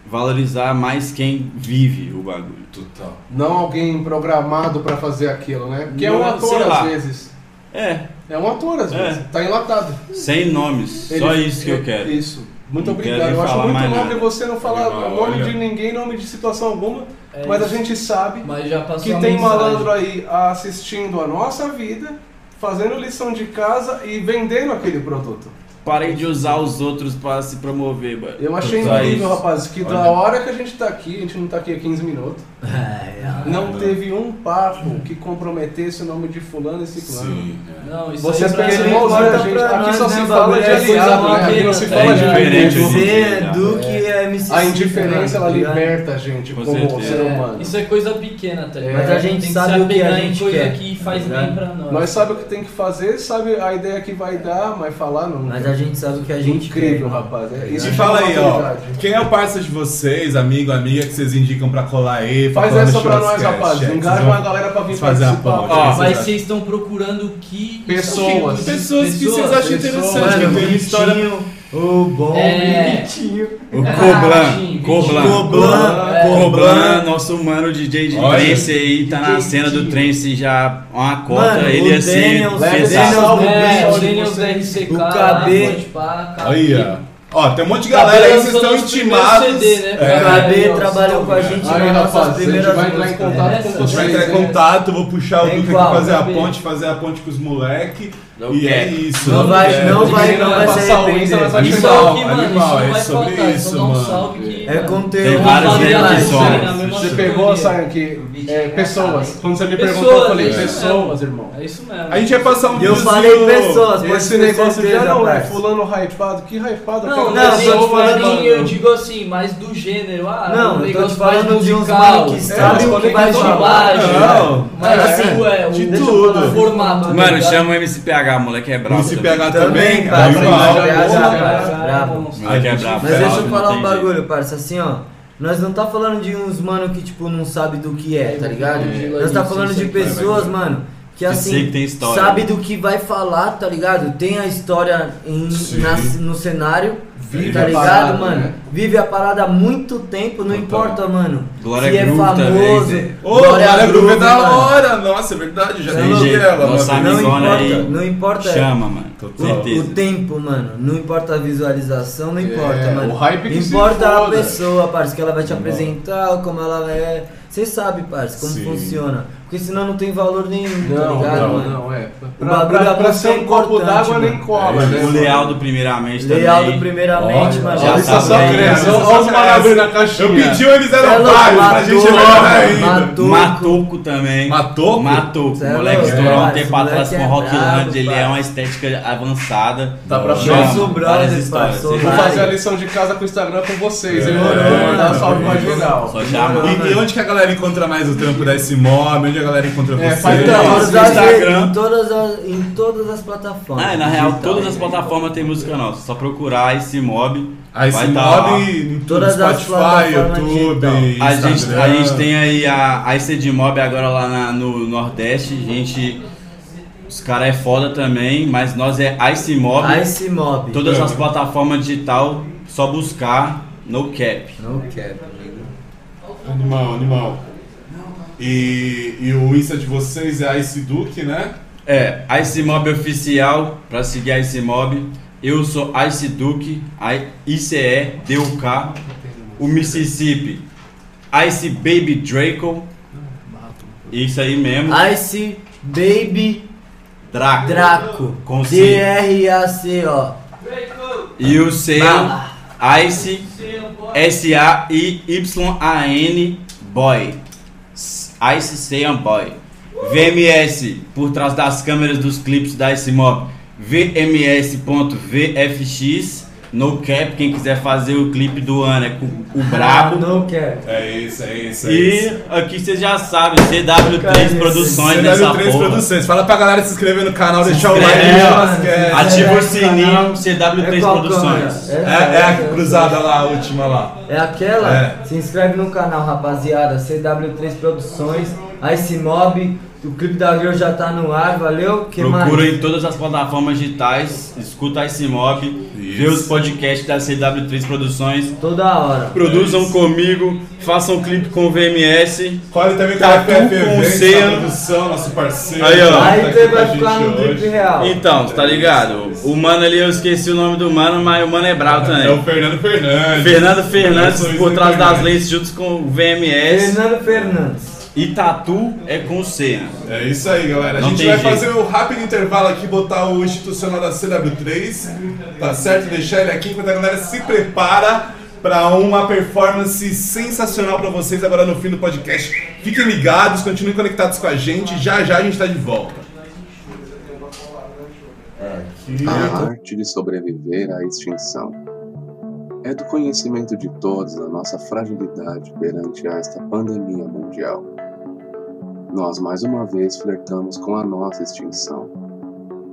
valorizar mais quem vive o bagulho. Total. Não alguém programado pra fazer aquilo, né? Porque é um Não, sei ator lá. às vezes. É, É um ator às É. vezes. Tá enlatado. sem nomes, Ele- só isso que eu quero. Isso. Muito Não quero obrigado. nem Eu acho falar muito mais nada. nobre você não falar Legal, nome olha. de ninguém, nome de situação alguma, É mas a isso. gente sabe Mas já passou que a tem mensagem. malandro aí assistindo a nossa vida, fazendo lição de casa e vendendo aquele produto. Parem de usar os outros pra se promover, mano. Eu achei Só incrível, isso. rapaz, que da Olha. hora que a gente tá aqui, a gente não tá aqui há 15 minutos, É, Ah, é. não teve um papo que comprometesse o nome de fulano e ciclano. Sim. é. Não, isso Você é aí pra pensa mim igualzinho importa da gente. pra Aqui nós, só né, se bagulho fala de é coisa aliado, né? Aqui não maneira, se tá fala de É ligado? diferente hoje em Você, dia. Duque, é MC. A indiferença, ela tá ligado? liberta a gente Com como certeza. ser humano. É, Isso é coisa pequena, tá ligado? um Mas a gente Tem sabe que se o que a apegar gente em coisa quer, que tá faz ligado? bem pra nós. Nós sabe o que tem que fazer, sabe a ideia que vai dar, mas falar não. Mas a gente sabe o que a gente Incrível, quer. rapaz. É isso E que fala chama aí, ó. maturidade. Quem é o parceiro de vocês, amigo, amiga, que vocês indicam pra colar aí? Faz colar no essa pra nós, Churrascast? rapaz. Um É, que Engaja vocês uma vão- galera pra vir fazer a participar. ponte. Ó, Vocês Mas acham? vocês estão procurando que. Pessoas. Pessoas que vocês acham interessantes, Mano, que tem uma história. O bom. É. O Ah, Coblan, sim, Coblan. Coblan. É. Coblan, nosso mano DJ de Olha. trance aí, tá na DJ. cena do trance já há uma cota, Mano, ele o ia ser Daniel- Leva Leve esse Exato. pesado. salve É, pra o onde tipo, Daniel você- da RCK, O lá, KB. né, pode pá, KB. Aí, ó. Ó, tem um Tá monte de Cabelo galera aí que vocês lançou estão nosso primeiro intimados. CD, né, O É. cara? KB trabalhou com a gente Aí, nas nossas rapaz, a gente primeiras vai entrar em músicas. contato com Essa. A gente vai vocês. entrar em né? contato, vou puxar o Tem Duque aqui qual? fazer a Saber. ponte, fazer a ponte com os moleque. Não E é quero. isso. Não vai, quero. não vai, não Vai vai se passar o Insta, mas vai arrepender. Isso Animal, aqui, mano, animal, isso não é vai sobre faltar, isso, só dá um mano. salve que- É conteúdo. Tem vários Vamos dentro fazer de live. som. né, Você pegou, Sayan, que é, pessoas. Quando você me perguntou, eu Pessoas, falei, isso. pessoas, irmão. É isso mesmo. A gente vai passar um Eu videozinho- falei pessoas, pode Esse ter negócio certeza, já não é parça. fulano hypado. Que hypado? Eu Não, quero não, eu não, pessoas tô te né, falando, hypando. eu digo assim, mais do gênero. Ah, Não, um eu tô te negócio mais falando de uns musical, mano que sabe É, o que vai mais de falar. baixo, Não, mas é, assim, ué, de o tudo. o formato. tá Mano, chama o MCPH, moleque é brabo. Vamos se também. pegar também, Também, cara. parça. Animal. mas é Animal. brabo, Animal. brabo. Moleque é brabo. Mas é deixa eu brabo, falar não um tem jeito. bagulho, parça, assim, ó. Nós não tá falando de uns mano que, tipo, não sabe do que é, tá ligado? É. Nós tá falando de pessoas, mano, que assim, sei que tem história. sabe do que vai falar, tá ligado? Tem a história em- Sim. na- no cenário, Vive tá a ligado, parada, mano? né? Vive a parada há muito tempo, não Total. importa, mano. Glória se é Groove também, famoso. né? Ô, Glória Groove é da tá mano. hora! Nossa, é verdade, já Sim, vi gente, ela. nossa mano. Não amigona importa, aí. não importa. Chama, mano. Total. Certeza. é- O tempo, mano, não importa a visualização, não importa, É, mano. o hype que se importa a foda. pessoa, parceiro, que ela vai te apresentar, como ela é. Você sabe, parceiro, como Sim. funciona. Porque senão não tem valor nenhum, tá Não, ligado, não, mano? não, é. O bagulho é muito ser um copo importante, d'água mano. nem cola, né? O Leal do Primeiramente também. Lealdo primeiramente, mano. Olha já tá isso é só bem, cresce, já olha os tá malabares na Eu caixinha. pedi, eles Cê é eram louco, vários, pra gente é melhor ainda. Matuco, Matoco também. Matoco? Matoco. Cê é O moleque louco, estourou um cara, tempo esse moleque atrás é com o Rockland. brabo, Ele pai. é uma estética avançada. Tá Dá pra Chama, chamar. Nosso brother, várias pai, histórias. sou Vou Vai. fazer a lição de casa com o Instagram com vocês, hein, É, mano? Vou mandar é, salve pra é. geral. Só chama. E, e onde que a galera encontra mais o trampo da S-Mob? Onde a galera encontra É, você? faz Em Então, todas no as- Instagram. Em todas as, em todas as plataformas. Ah, na real, todas as digitais. plataformas tem música nossa. Só procurar esse mob. A vai tá lá. S-Mob em tudo, Todas as Spotify, plataformas YouTube, A gente, Instagram. a gente tem aí a, a ICD Mob agora lá na- no Nordeste. Gente, os caras é foda também, mas nós é Ice Mob. Ice Mob. Todas É. as plataformas digital, só buscar no cap. Não quero, amigo. Animal, animal. E, e o Insta de vocês é Ice Duke, né? É, Ice Mob oficial, pra seguir a Ice Mob. Eu sou Ice Duke, I- ICE, DUK. O Mississippi, Ice Baby Draco. Isso aí mesmo. Ice Baby Draco. Ah, Draco. Com C. D-R-A-C-O. E o seu Bala. Ice é um S-A-I-Y-A-N Boy. S- Ice Saiyan Boy. VMS por trás das câmeras dos clipes da Ice Mob. VMS.VFX. No cap, quem quiser fazer o clipe do ano é com o Brabo. Ah, Não quero. É isso, é isso, é E isso. aqui vocês já sabem, CW3 Cara, Produções nessa CW3 porra. Produções. Fala pra galera se inscrever no canal, deixar o like. inscreve, deixar o mano. basquete. Ativa o É, sininho, canal. CW3 É qual Produções. câmera? É, é a cruzada lá, a última lá. É aquela? É. Se inscreve no canal, rapaziada. CW3 Produções, Ice Mob. O clipe da Girl já tá no ar, valeu? Que Procura mais? em todas as plataformas digitais, escuta esse mob, vê os podcasts da CW3 Produções, Toda hora. produzam comigo, façam clipe com o VMS. Colhe também com Tatu a FF Tá com Events, C. a produção, nosso parceiro. Aí, ó. tá Aí aqui com você a vai ficar gente no clipe hoje. real. Então, tá ligado? O mano ali, eu esqueci o nome do mano, mas o mano é brabo É o também. Fernando Fernandes. Fernando Fernandes Fernando por trás Fernandes. das lentes junto com o VMS Fernando Fernandes. e Tatu é com o Senna. É isso aí, galera. A Não gente tem vai jeito. fazer o rápido intervalo aqui, botar o institucional da CW3, tá certo? Deixar ele aqui enquanto a galera se prepara para uma performance sensacional para vocês agora no fim do podcast. Fiquem ligados, continuem conectados com a gente. Já já a gente tá de volta. Aqui. A arte de sobreviver à extinção é do conhecimento de todos a nossa fragilidade perante a esta pandemia mundial. Nós mais uma vez flertamos com a nossa extinção,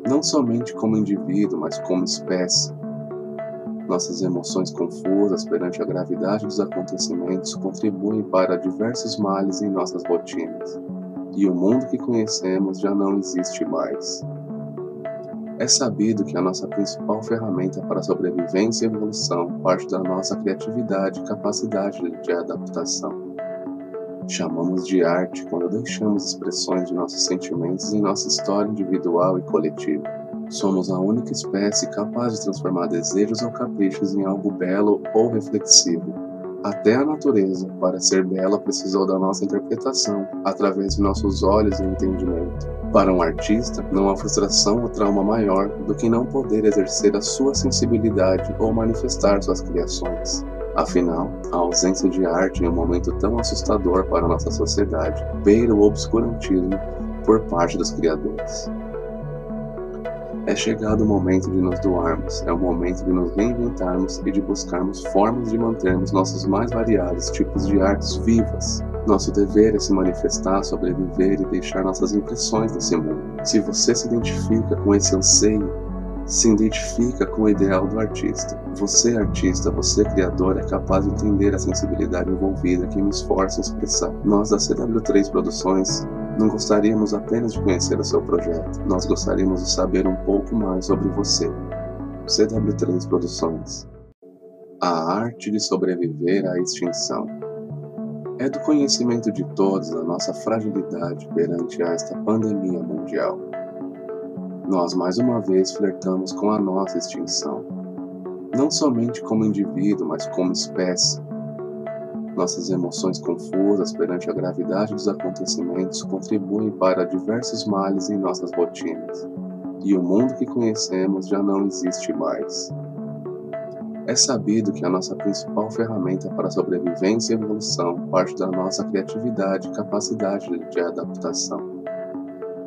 não somente como indivíduo, mas como espécie. Nossas emoções confusas perante a gravidade dos acontecimentos contribuem para diversos males em nossas rotinas, e o mundo que conhecemos já não existe mais. É sabido que a nossa principal ferramenta para a sobrevivência e evolução parte da nossa criatividade e capacidade de adaptação. Chamamos de arte quando deixamos expressões de nossos sentimentos em nossa história individual e coletiva. Somos a única espécie capaz de transformar desejos ou caprichos em algo belo ou reflexivo. Até a natureza, para ser bela, precisou da nossa interpretação, através de nossos olhos e entendimento. Para um artista, não há frustração ou trauma maior do que não poder exercer a sua sensibilidade ou manifestar suas criações. Afinal, a ausência de arte em um momento tão assustador para nossa sociedade beira o obscurantismo por parte dos criadores. É chegado o momento de nos doarmos, é o momento de nos reinventarmos e de buscarmos formas de mantermos nossos mais variados tipos de artes vivas. Nosso dever é se manifestar, sobreviver e deixar nossas impressões nesse mundo. Se você se identifica com esse anseio, se identifica com o ideal do artista. Você, artista, você, criador, é capaz de entender a sensibilidade envolvida que me esforça a expressar. Nós, da CW3 Produções, Não gostaríamos apenas de conhecer o seu projeto, nós gostaríamos de saber um pouco mais sobre você. CW3 Produções A Arte de Sobreviver à Extinção É do conhecimento de todos a nossa fragilidade perante a esta pandemia mundial. Nós mais uma vez flertamos com a nossa extinção, não somente como indivíduo, mas como espécie nossas emoções confusas perante a gravidade dos acontecimentos contribuem para diversos males em nossas rotinas, e o mundo que conhecemos já não existe mais. É sabido que a nossa principal ferramenta para sobrevivência e evolução parte da nossa criatividade e capacidade de adaptação.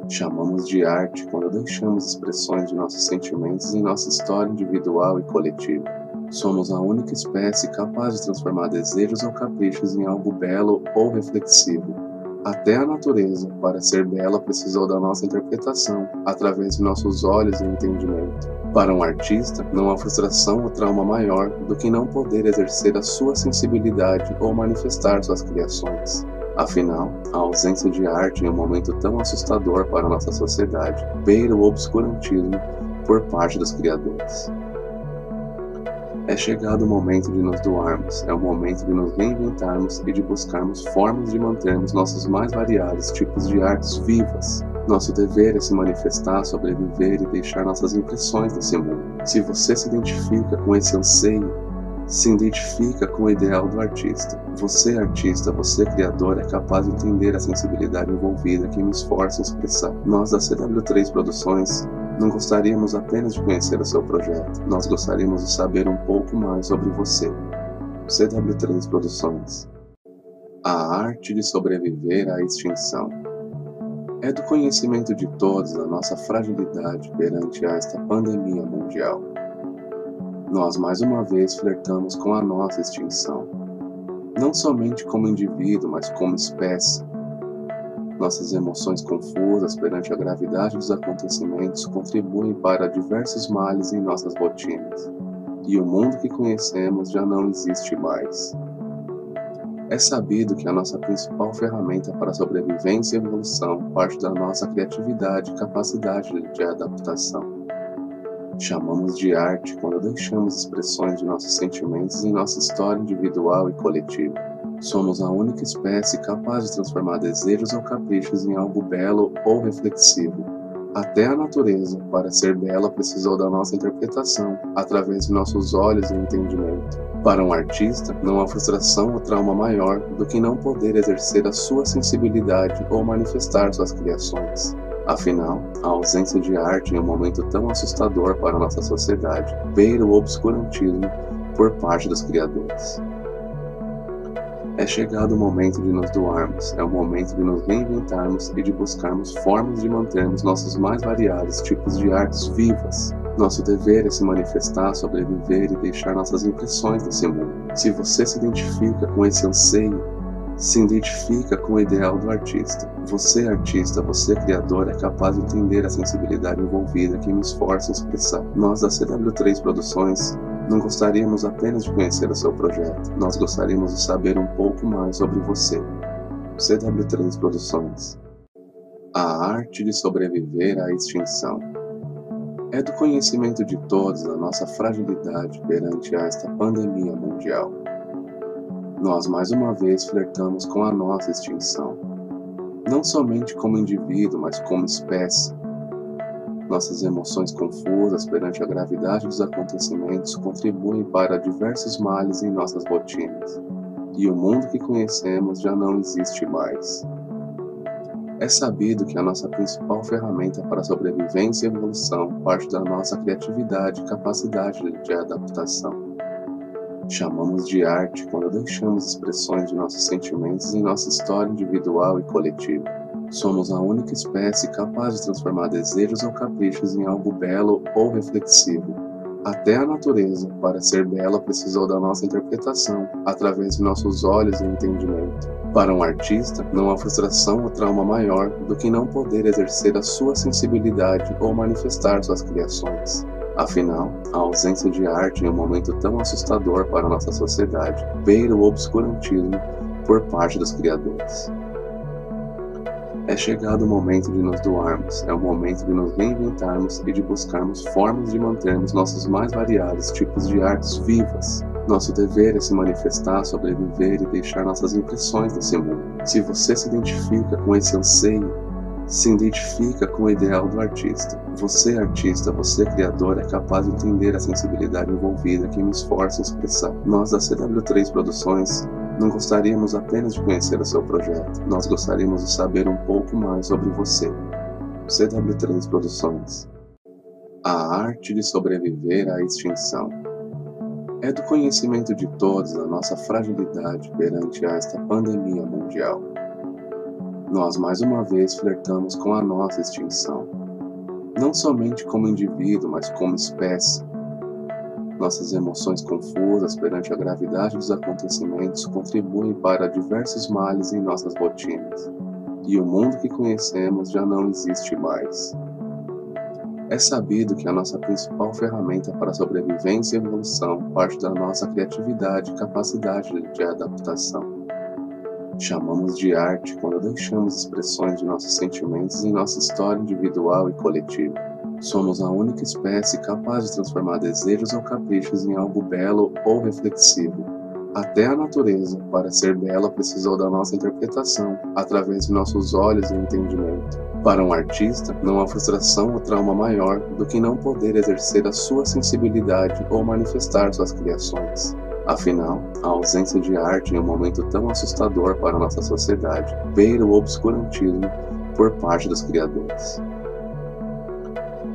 Chamamos de arte quando deixamos expressões de nossos sentimentos em nossa história individual e coletiva. Somos a única espécie capaz de transformar desejos ou caprichos em algo belo ou reflexivo. Até a natureza, para ser bela, precisou da nossa interpretação, através de nossos olhos e entendimento. Para um artista, não há frustração ou trauma maior do que não poder exercer a sua sensibilidade ou manifestar suas criações. Afinal, a ausência de arte em um momento tão assustador para nossa sociedade beira o obscurantismo por parte dos criadores. É chegado o momento de nos doarmos, é o momento de nos reinventarmos e de buscarmos formas de mantermos nossos mais variados tipos de artes vivas. Nosso dever é se manifestar, sobreviver e deixar nossas impressões nesse mundo. Se você se identifica com esse anseio, se identifica com o ideal do artista. Você, artista, você, criador, é capaz de entender a sensibilidade envolvida que me esforça a expressar. Nós, da CW3 Produções, não gostaríamos apenas de conhecer o seu projeto, nós gostaríamos de saber um pouco mais sobre você. CW3 Produções A arte de sobreviver à extinção. É do conhecimento de todos a nossa fragilidade perante a esta pandemia mundial. Nós mais uma vez flertamos com a nossa extinção, não somente como indivíduo, mas como espécie. Nossas emoções confusas perante a gravidade dos acontecimentos contribuem para diversos males em nossas rotinas, e o mundo que conhecemos já não existe mais. É sabido que a nossa principal ferramenta para sobrevivência e evolução parte da nossa criatividade e capacidade de adaptação. Chamamos de arte quando deixamos expressões de nossos sentimentos em nossa história individual e coletiva. Somos a única espécie capaz de transformar desejos ou caprichos em algo belo ou reflexivo. Até a natureza, para ser bela, precisou da nossa interpretação, através de nossos olhos e entendimento. Para um artista, não há frustração ou trauma maior do que não poder exercer a sua sensibilidade ou manifestar suas criações. Afinal, a ausência de arte em um momento tão assustador para nossa sociedade beira o obscurantismo por parte dos criadores. É chegado o momento de nos doarmos, é o momento de nos reinventarmos e de buscarmos formas de mantermos nossos mais variados tipos de artes vivas. Nosso dever é se manifestar, sobreviver e deixar nossas impressões nesse mundo. Se você se identifica com esse anseio, se identifica com o ideal do artista. Você, artista, você, criador, é capaz de entender a sensibilidade envolvida que me esforça a expressar. Nós, da CW3 Produções, não gostaríamos apenas de conhecer o seu projeto, nós gostaríamos de saber um pouco mais sobre você. CW3 Produções A arte de sobreviver à extinção. É do conhecimento de todos a nossa fragilidade perante a esta pandemia mundial. Nós mais uma vez flertamos com a nossa extinção, não somente como indivíduo, mas como espécie. Nossas emoções confusas perante a gravidade dos acontecimentos contribuem para diversos males em nossas rotinas, e o mundo que conhecemos já não existe mais. É sabido que a nossa principal ferramenta para sobrevivência e evolução parte da nossa criatividade e capacidade de adaptação. Chamamos de arte quando deixamos expressões de nossos sentimentos em nossa história individual e coletiva. Somos a única espécie capaz de transformar desejos ou caprichos em algo belo ou reflexivo. Até a natureza, para ser bela, precisou da nossa interpretação, através de nossos olhos e entendimento. Para um artista, não há frustração ou trauma maior do que não poder exercer a sua sensibilidade ou manifestar suas criações. Afinal, a ausência de arte em um momento tão assustador para nossa sociedade beira o obscurantismo por parte dos criadores É chegado o momento de nos doarmos, é o momento de nos reinventarmos e de buscarmos formas de mantermos nossos mais variados tipos de artes vivas. Nosso dever é se manifestar, sobreviver e deixar nossas impressões nesse mundo. Se você se identifica com esse anseio, se identifica com o ideal do artista. Você, artista, você, criador, é capaz de entender a sensibilidade envolvida que me esforça a expressar. Nós, da CW3 Produções, não gostaríamos apenas de conhecer o seu projeto, nós gostaríamos de saber um pouco mais sobre você. CW3 Produções A arte de sobreviver à extinção. É do conhecimento de todos a nossa fragilidade perante a esta pandemia mundial. Nós mais uma vez flertamos com a nossa extinção, não somente como indivíduo, mas como espécie nossas emoções confusas perante a gravidade dos acontecimentos contribuem para diversos males em nossas rotinas, e o mundo que conhecemos já não existe mais. É sabido que a nossa principal ferramenta para sobrevivência e evolução parte da nossa criatividade e capacidade de adaptação. Chamamos de arte quando deixamos expressões de nossos sentimentos em nossa história individual e coletiva. Somos a única espécie capaz de transformar desejos ou caprichos em algo belo ou reflexivo. Até a natureza, para ser bela, precisou da nossa interpretação, através de nossos olhos e entendimento. Para um artista, não há frustração ou trauma maior do que não poder exercer a sua sensibilidade ou manifestar suas criações. Afinal, a ausência de arte em um momento tão assustador para nossa sociedade beira o obscurantismo por parte dos criadores.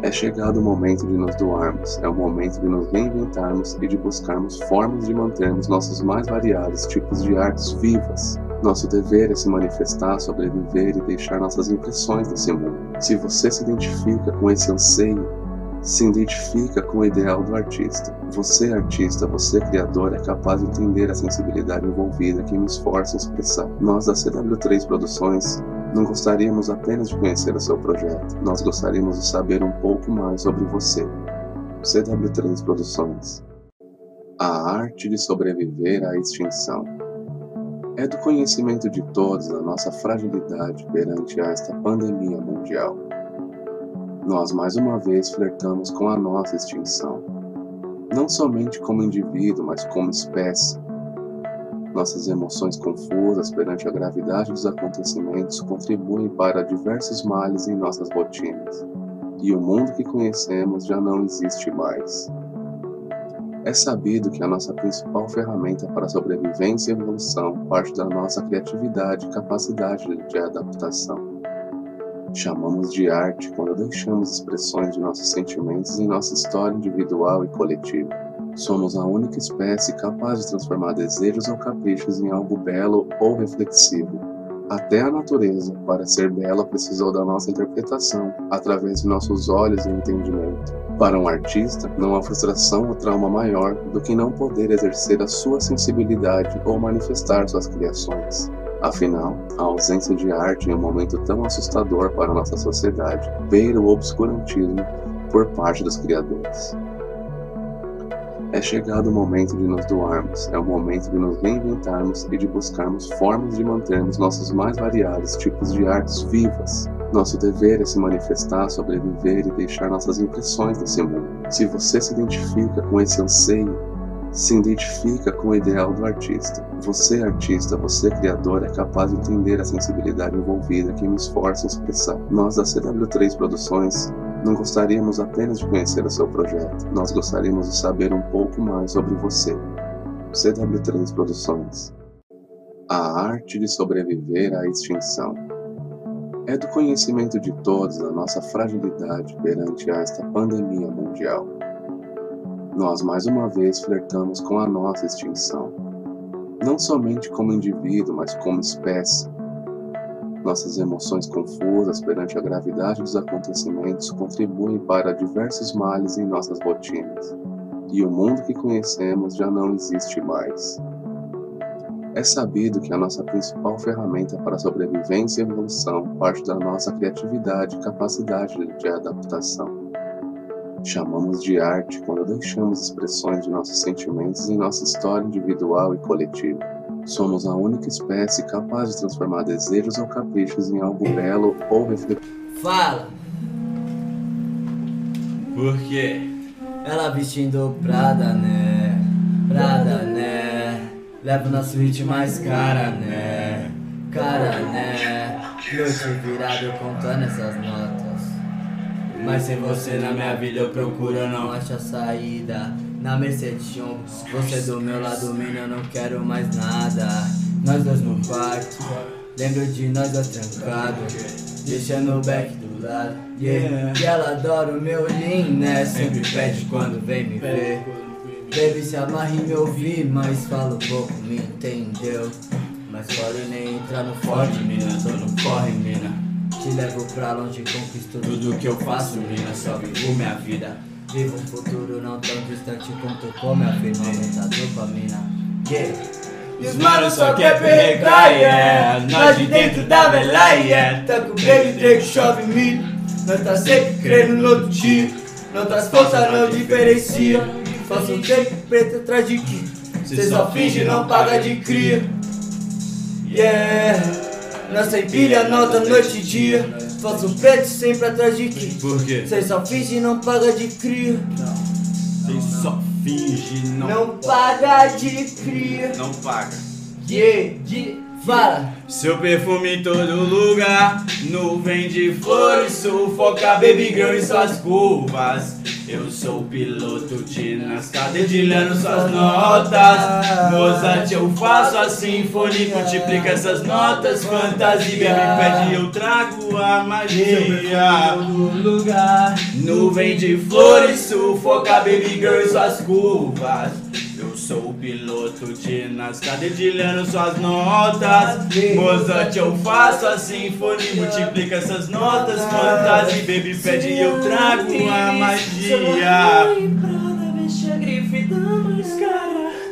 É chegado o momento de nos doarmos, é o momento de nos reinventarmos e de buscarmos formas de mantermos nossos mais variados tipos de artes vivas. Nosso dever é se manifestar, sobreviver e deixar nossas impressões nesse mundo. Se você se identifica com esse anseio, se identifica com o ideal do artista. Você, artista, você, criador, é capaz de entender a sensibilidade envolvida que me esforça a expressar. Nós, da CW3 Produções, não gostaríamos apenas de conhecer o seu projeto, nós gostaríamos de saber um pouco mais sobre você. CW3 Produções A arte de sobreviver à extinção. É do conhecimento de todos a nossa fragilidade perante a esta pandemia mundial. Nós mais uma vez flertamos com a nossa extinção, não somente como indivíduo, mas como espécie. Nossas emoções confusas perante a gravidade dos acontecimentos contribuem para diversos males em nossas rotinas, e o mundo que conhecemos já não existe mais. É sabido que a nossa principal ferramenta para sobrevivência e evolução parte da nossa criatividade e capacidade de adaptação. Chamamos de arte quando deixamos expressões de nossos sentimentos em nossa história individual e coletiva. Somos a única espécie capaz de transformar desejos ou caprichos em algo belo ou reflexivo. Até a natureza, para ser bela, precisou da nossa interpretação, através de nossos olhos e entendimento. Para um artista, não há frustração ou trauma maior do que não poder exercer a sua sensibilidade ou manifestar suas criações. Afinal, a ausência de arte em um momento tão assustador para nossa sociedade beira o obscurantismo por parte dos criadores. É chegado o momento de nos doarmos, é o momento de nos reinventarmos e de buscarmos formas de mantermos nossos mais variados tipos de artes vivas. Nosso dever é se manifestar, sobreviver e deixar nossas impressões nesse mundo. Se você se identifica com esse anseio, se identifica com o ideal do artista. Você, artista, você, criador, é capaz de entender a sensibilidade envolvida que me esforça a expressar. Nós, da CW3 Produções, não gostaríamos apenas de conhecer o seu projeto, nós gostaríamos de saber um pouco mais sobre você. CW3 Produções A arte de sobreviver à extinção. É do conhecimento de todos a nossa fragilidade perante a esta pandemia mundial. Nós mais uma vez flertamos com a nossa extinção, não somente como indivíduo, mas como espécie. Nossas emoções confusas perante a gravidade dos acontecimentos contribuem para diversos males em nossas rotinas, e o mundo que conhecemos já não existe mais. É sabido que a nossa principal ferramenta para sobrevivência e evolução parte da nossa criatividade e capacidade de adaptação. Chamamos de arte quando deixamos expressões de nossos sentimentos em nossa história individual e coletiva. Somos a única espécie capaz de transformar desejos ou caprichos em algo belo ou reflexivo. Fala! Por quê? Ela vestindo Prada, né? Prada, né? Leva na suíte mais cara, né? Cara, né? Noite virado contando essas notas. Mas sem você na minha vida eu procuro Não não. acha saída na Mercedinho. Você do meu lado, mina, eu não quero mais nada. Nós dois no quarto, lembro de nós dois trancados. Deixando o back do lado, yeah. E ela adora o meu lean, né? Sempre pede quando vem me ver. Baby, se amarre e me ouvir, mas fala um pouco, me entendeu? Mas pode nem entrar no Pode, forte, mina, tô no corre, mina. te levo pra longe, conquisto Tudo que eu faço, mina, só vivo minha vida. Vivo um futuro não tão distante quanto como afirma muita dopamina. Yeah. E os manos só quer perrecar, yeah. Nós de dentro da velaia, yeah. Tá com baby, drink, chove em mim. Nós tá sempre crendo no outro dia. Nossas forças não diferencia. Faço um tempo preto atrás de que Cê só finge, não paga de cria. Yeah. Nossa empilha nota noite e dia Faço um preto sempre atrás de que Por quê? Cês só finge e não paga de cria Você só finge, não, Não paga de cria não paga. Yeah, yeah, fala Seu perfume em todo lugar, nuvem de flores sufoca baby girl em suas curvas. Eu sou piloto de NASCAR, dedilhando suas notas. Mozart, eu faço a sinfonia, multiplica essas notas. Fantasia me pede, eu trago a magia. Todo lugar. Nuvem de flores sufoca baby girl em suas curvas. Eu sou o piloto de Nazca, dedilhando suas notas. Mozart, eu faço a sinfonia, multiplica essas notas. Fantasia, baby pede e eu trago a magia.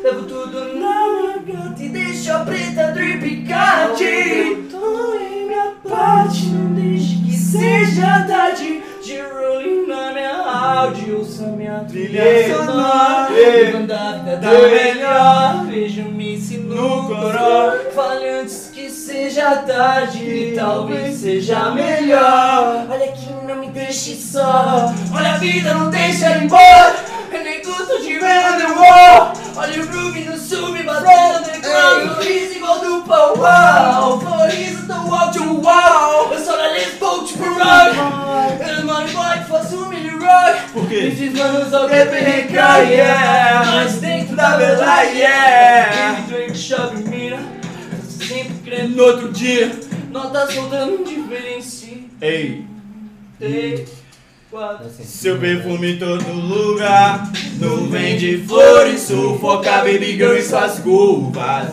Levo tudo na lagarta e deixo a preta dripicar Tome minha parte, não deixe que seja tarde De rolling na minha áudio, ouça minha trilha Ei, sonora ei, Quando a vida tá ei, melhor, vejo-me se no no coró. coro Fale antes que seja tarde e talvez seja melhor Olha que não me deixe só Olha a vida, não deixa ela embora Eu nem gosto de ver onde eu vou Olha o groove no sul me batendo Enquanto riso igual do pau Uau, florizo do wall to wall Eu sou da Lisboa, tipo rock Eu não moro embora, faço um mini rock Por Me quê? diz, mano, só quer perrecar, yeah Mas dentro da vela, yeah Baby, drink, chove, mira Sempre crendo No outro dia, Notas rodando, diferencia Ei, Três, quatro seu perfume em todo lugar. Nuvem de flores sufoca baby girl em suas curvas.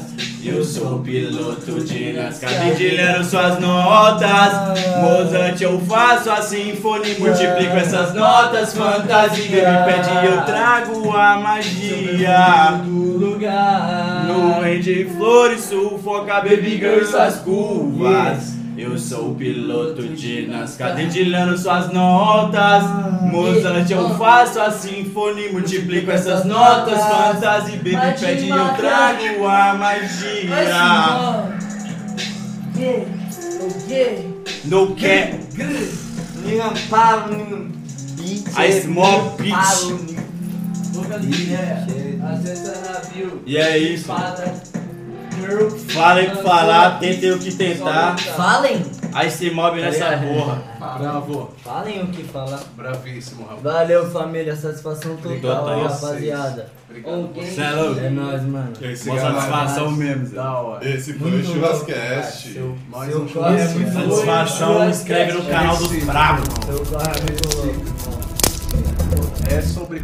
Eu sou piloto de Nazca, dedilhando suas notas. Mozart, eu faço a sinfonia, multiplico essas notas. Fantasia, me pede, eu trago a magia. do lugar. Nuvem de flores sufoca baby girl e suas curvas. Eu sou o piloto de Nazca, dedilhando suas notas. Mozart, eu faço a sinfonia, multiplico essas notas. Fantasia, baby pede, eu trago a Mas magia. não. Yeah, oh yeah. No cap, Minha pala, menino a small pitch. Acessa na bio. E é isso. Espada. Girl. Fala o que falar, tentei o que tentar. Falem Aí se move nessa porra. Bravo, Falem o que falar bravíssimo, rapaz. Valeu família, satisfação tá total, Total, rapaziada Obrigado. Alguém- Cê é louco. É nóis, mano Esse, uma satisfação mesmo, Zé. Da hora. esse foi o Churrascast. Mais seu um corre é muito churrasco. louco. Satisfação, inscreve no canal dos bravos. Eu gosto de É sobre.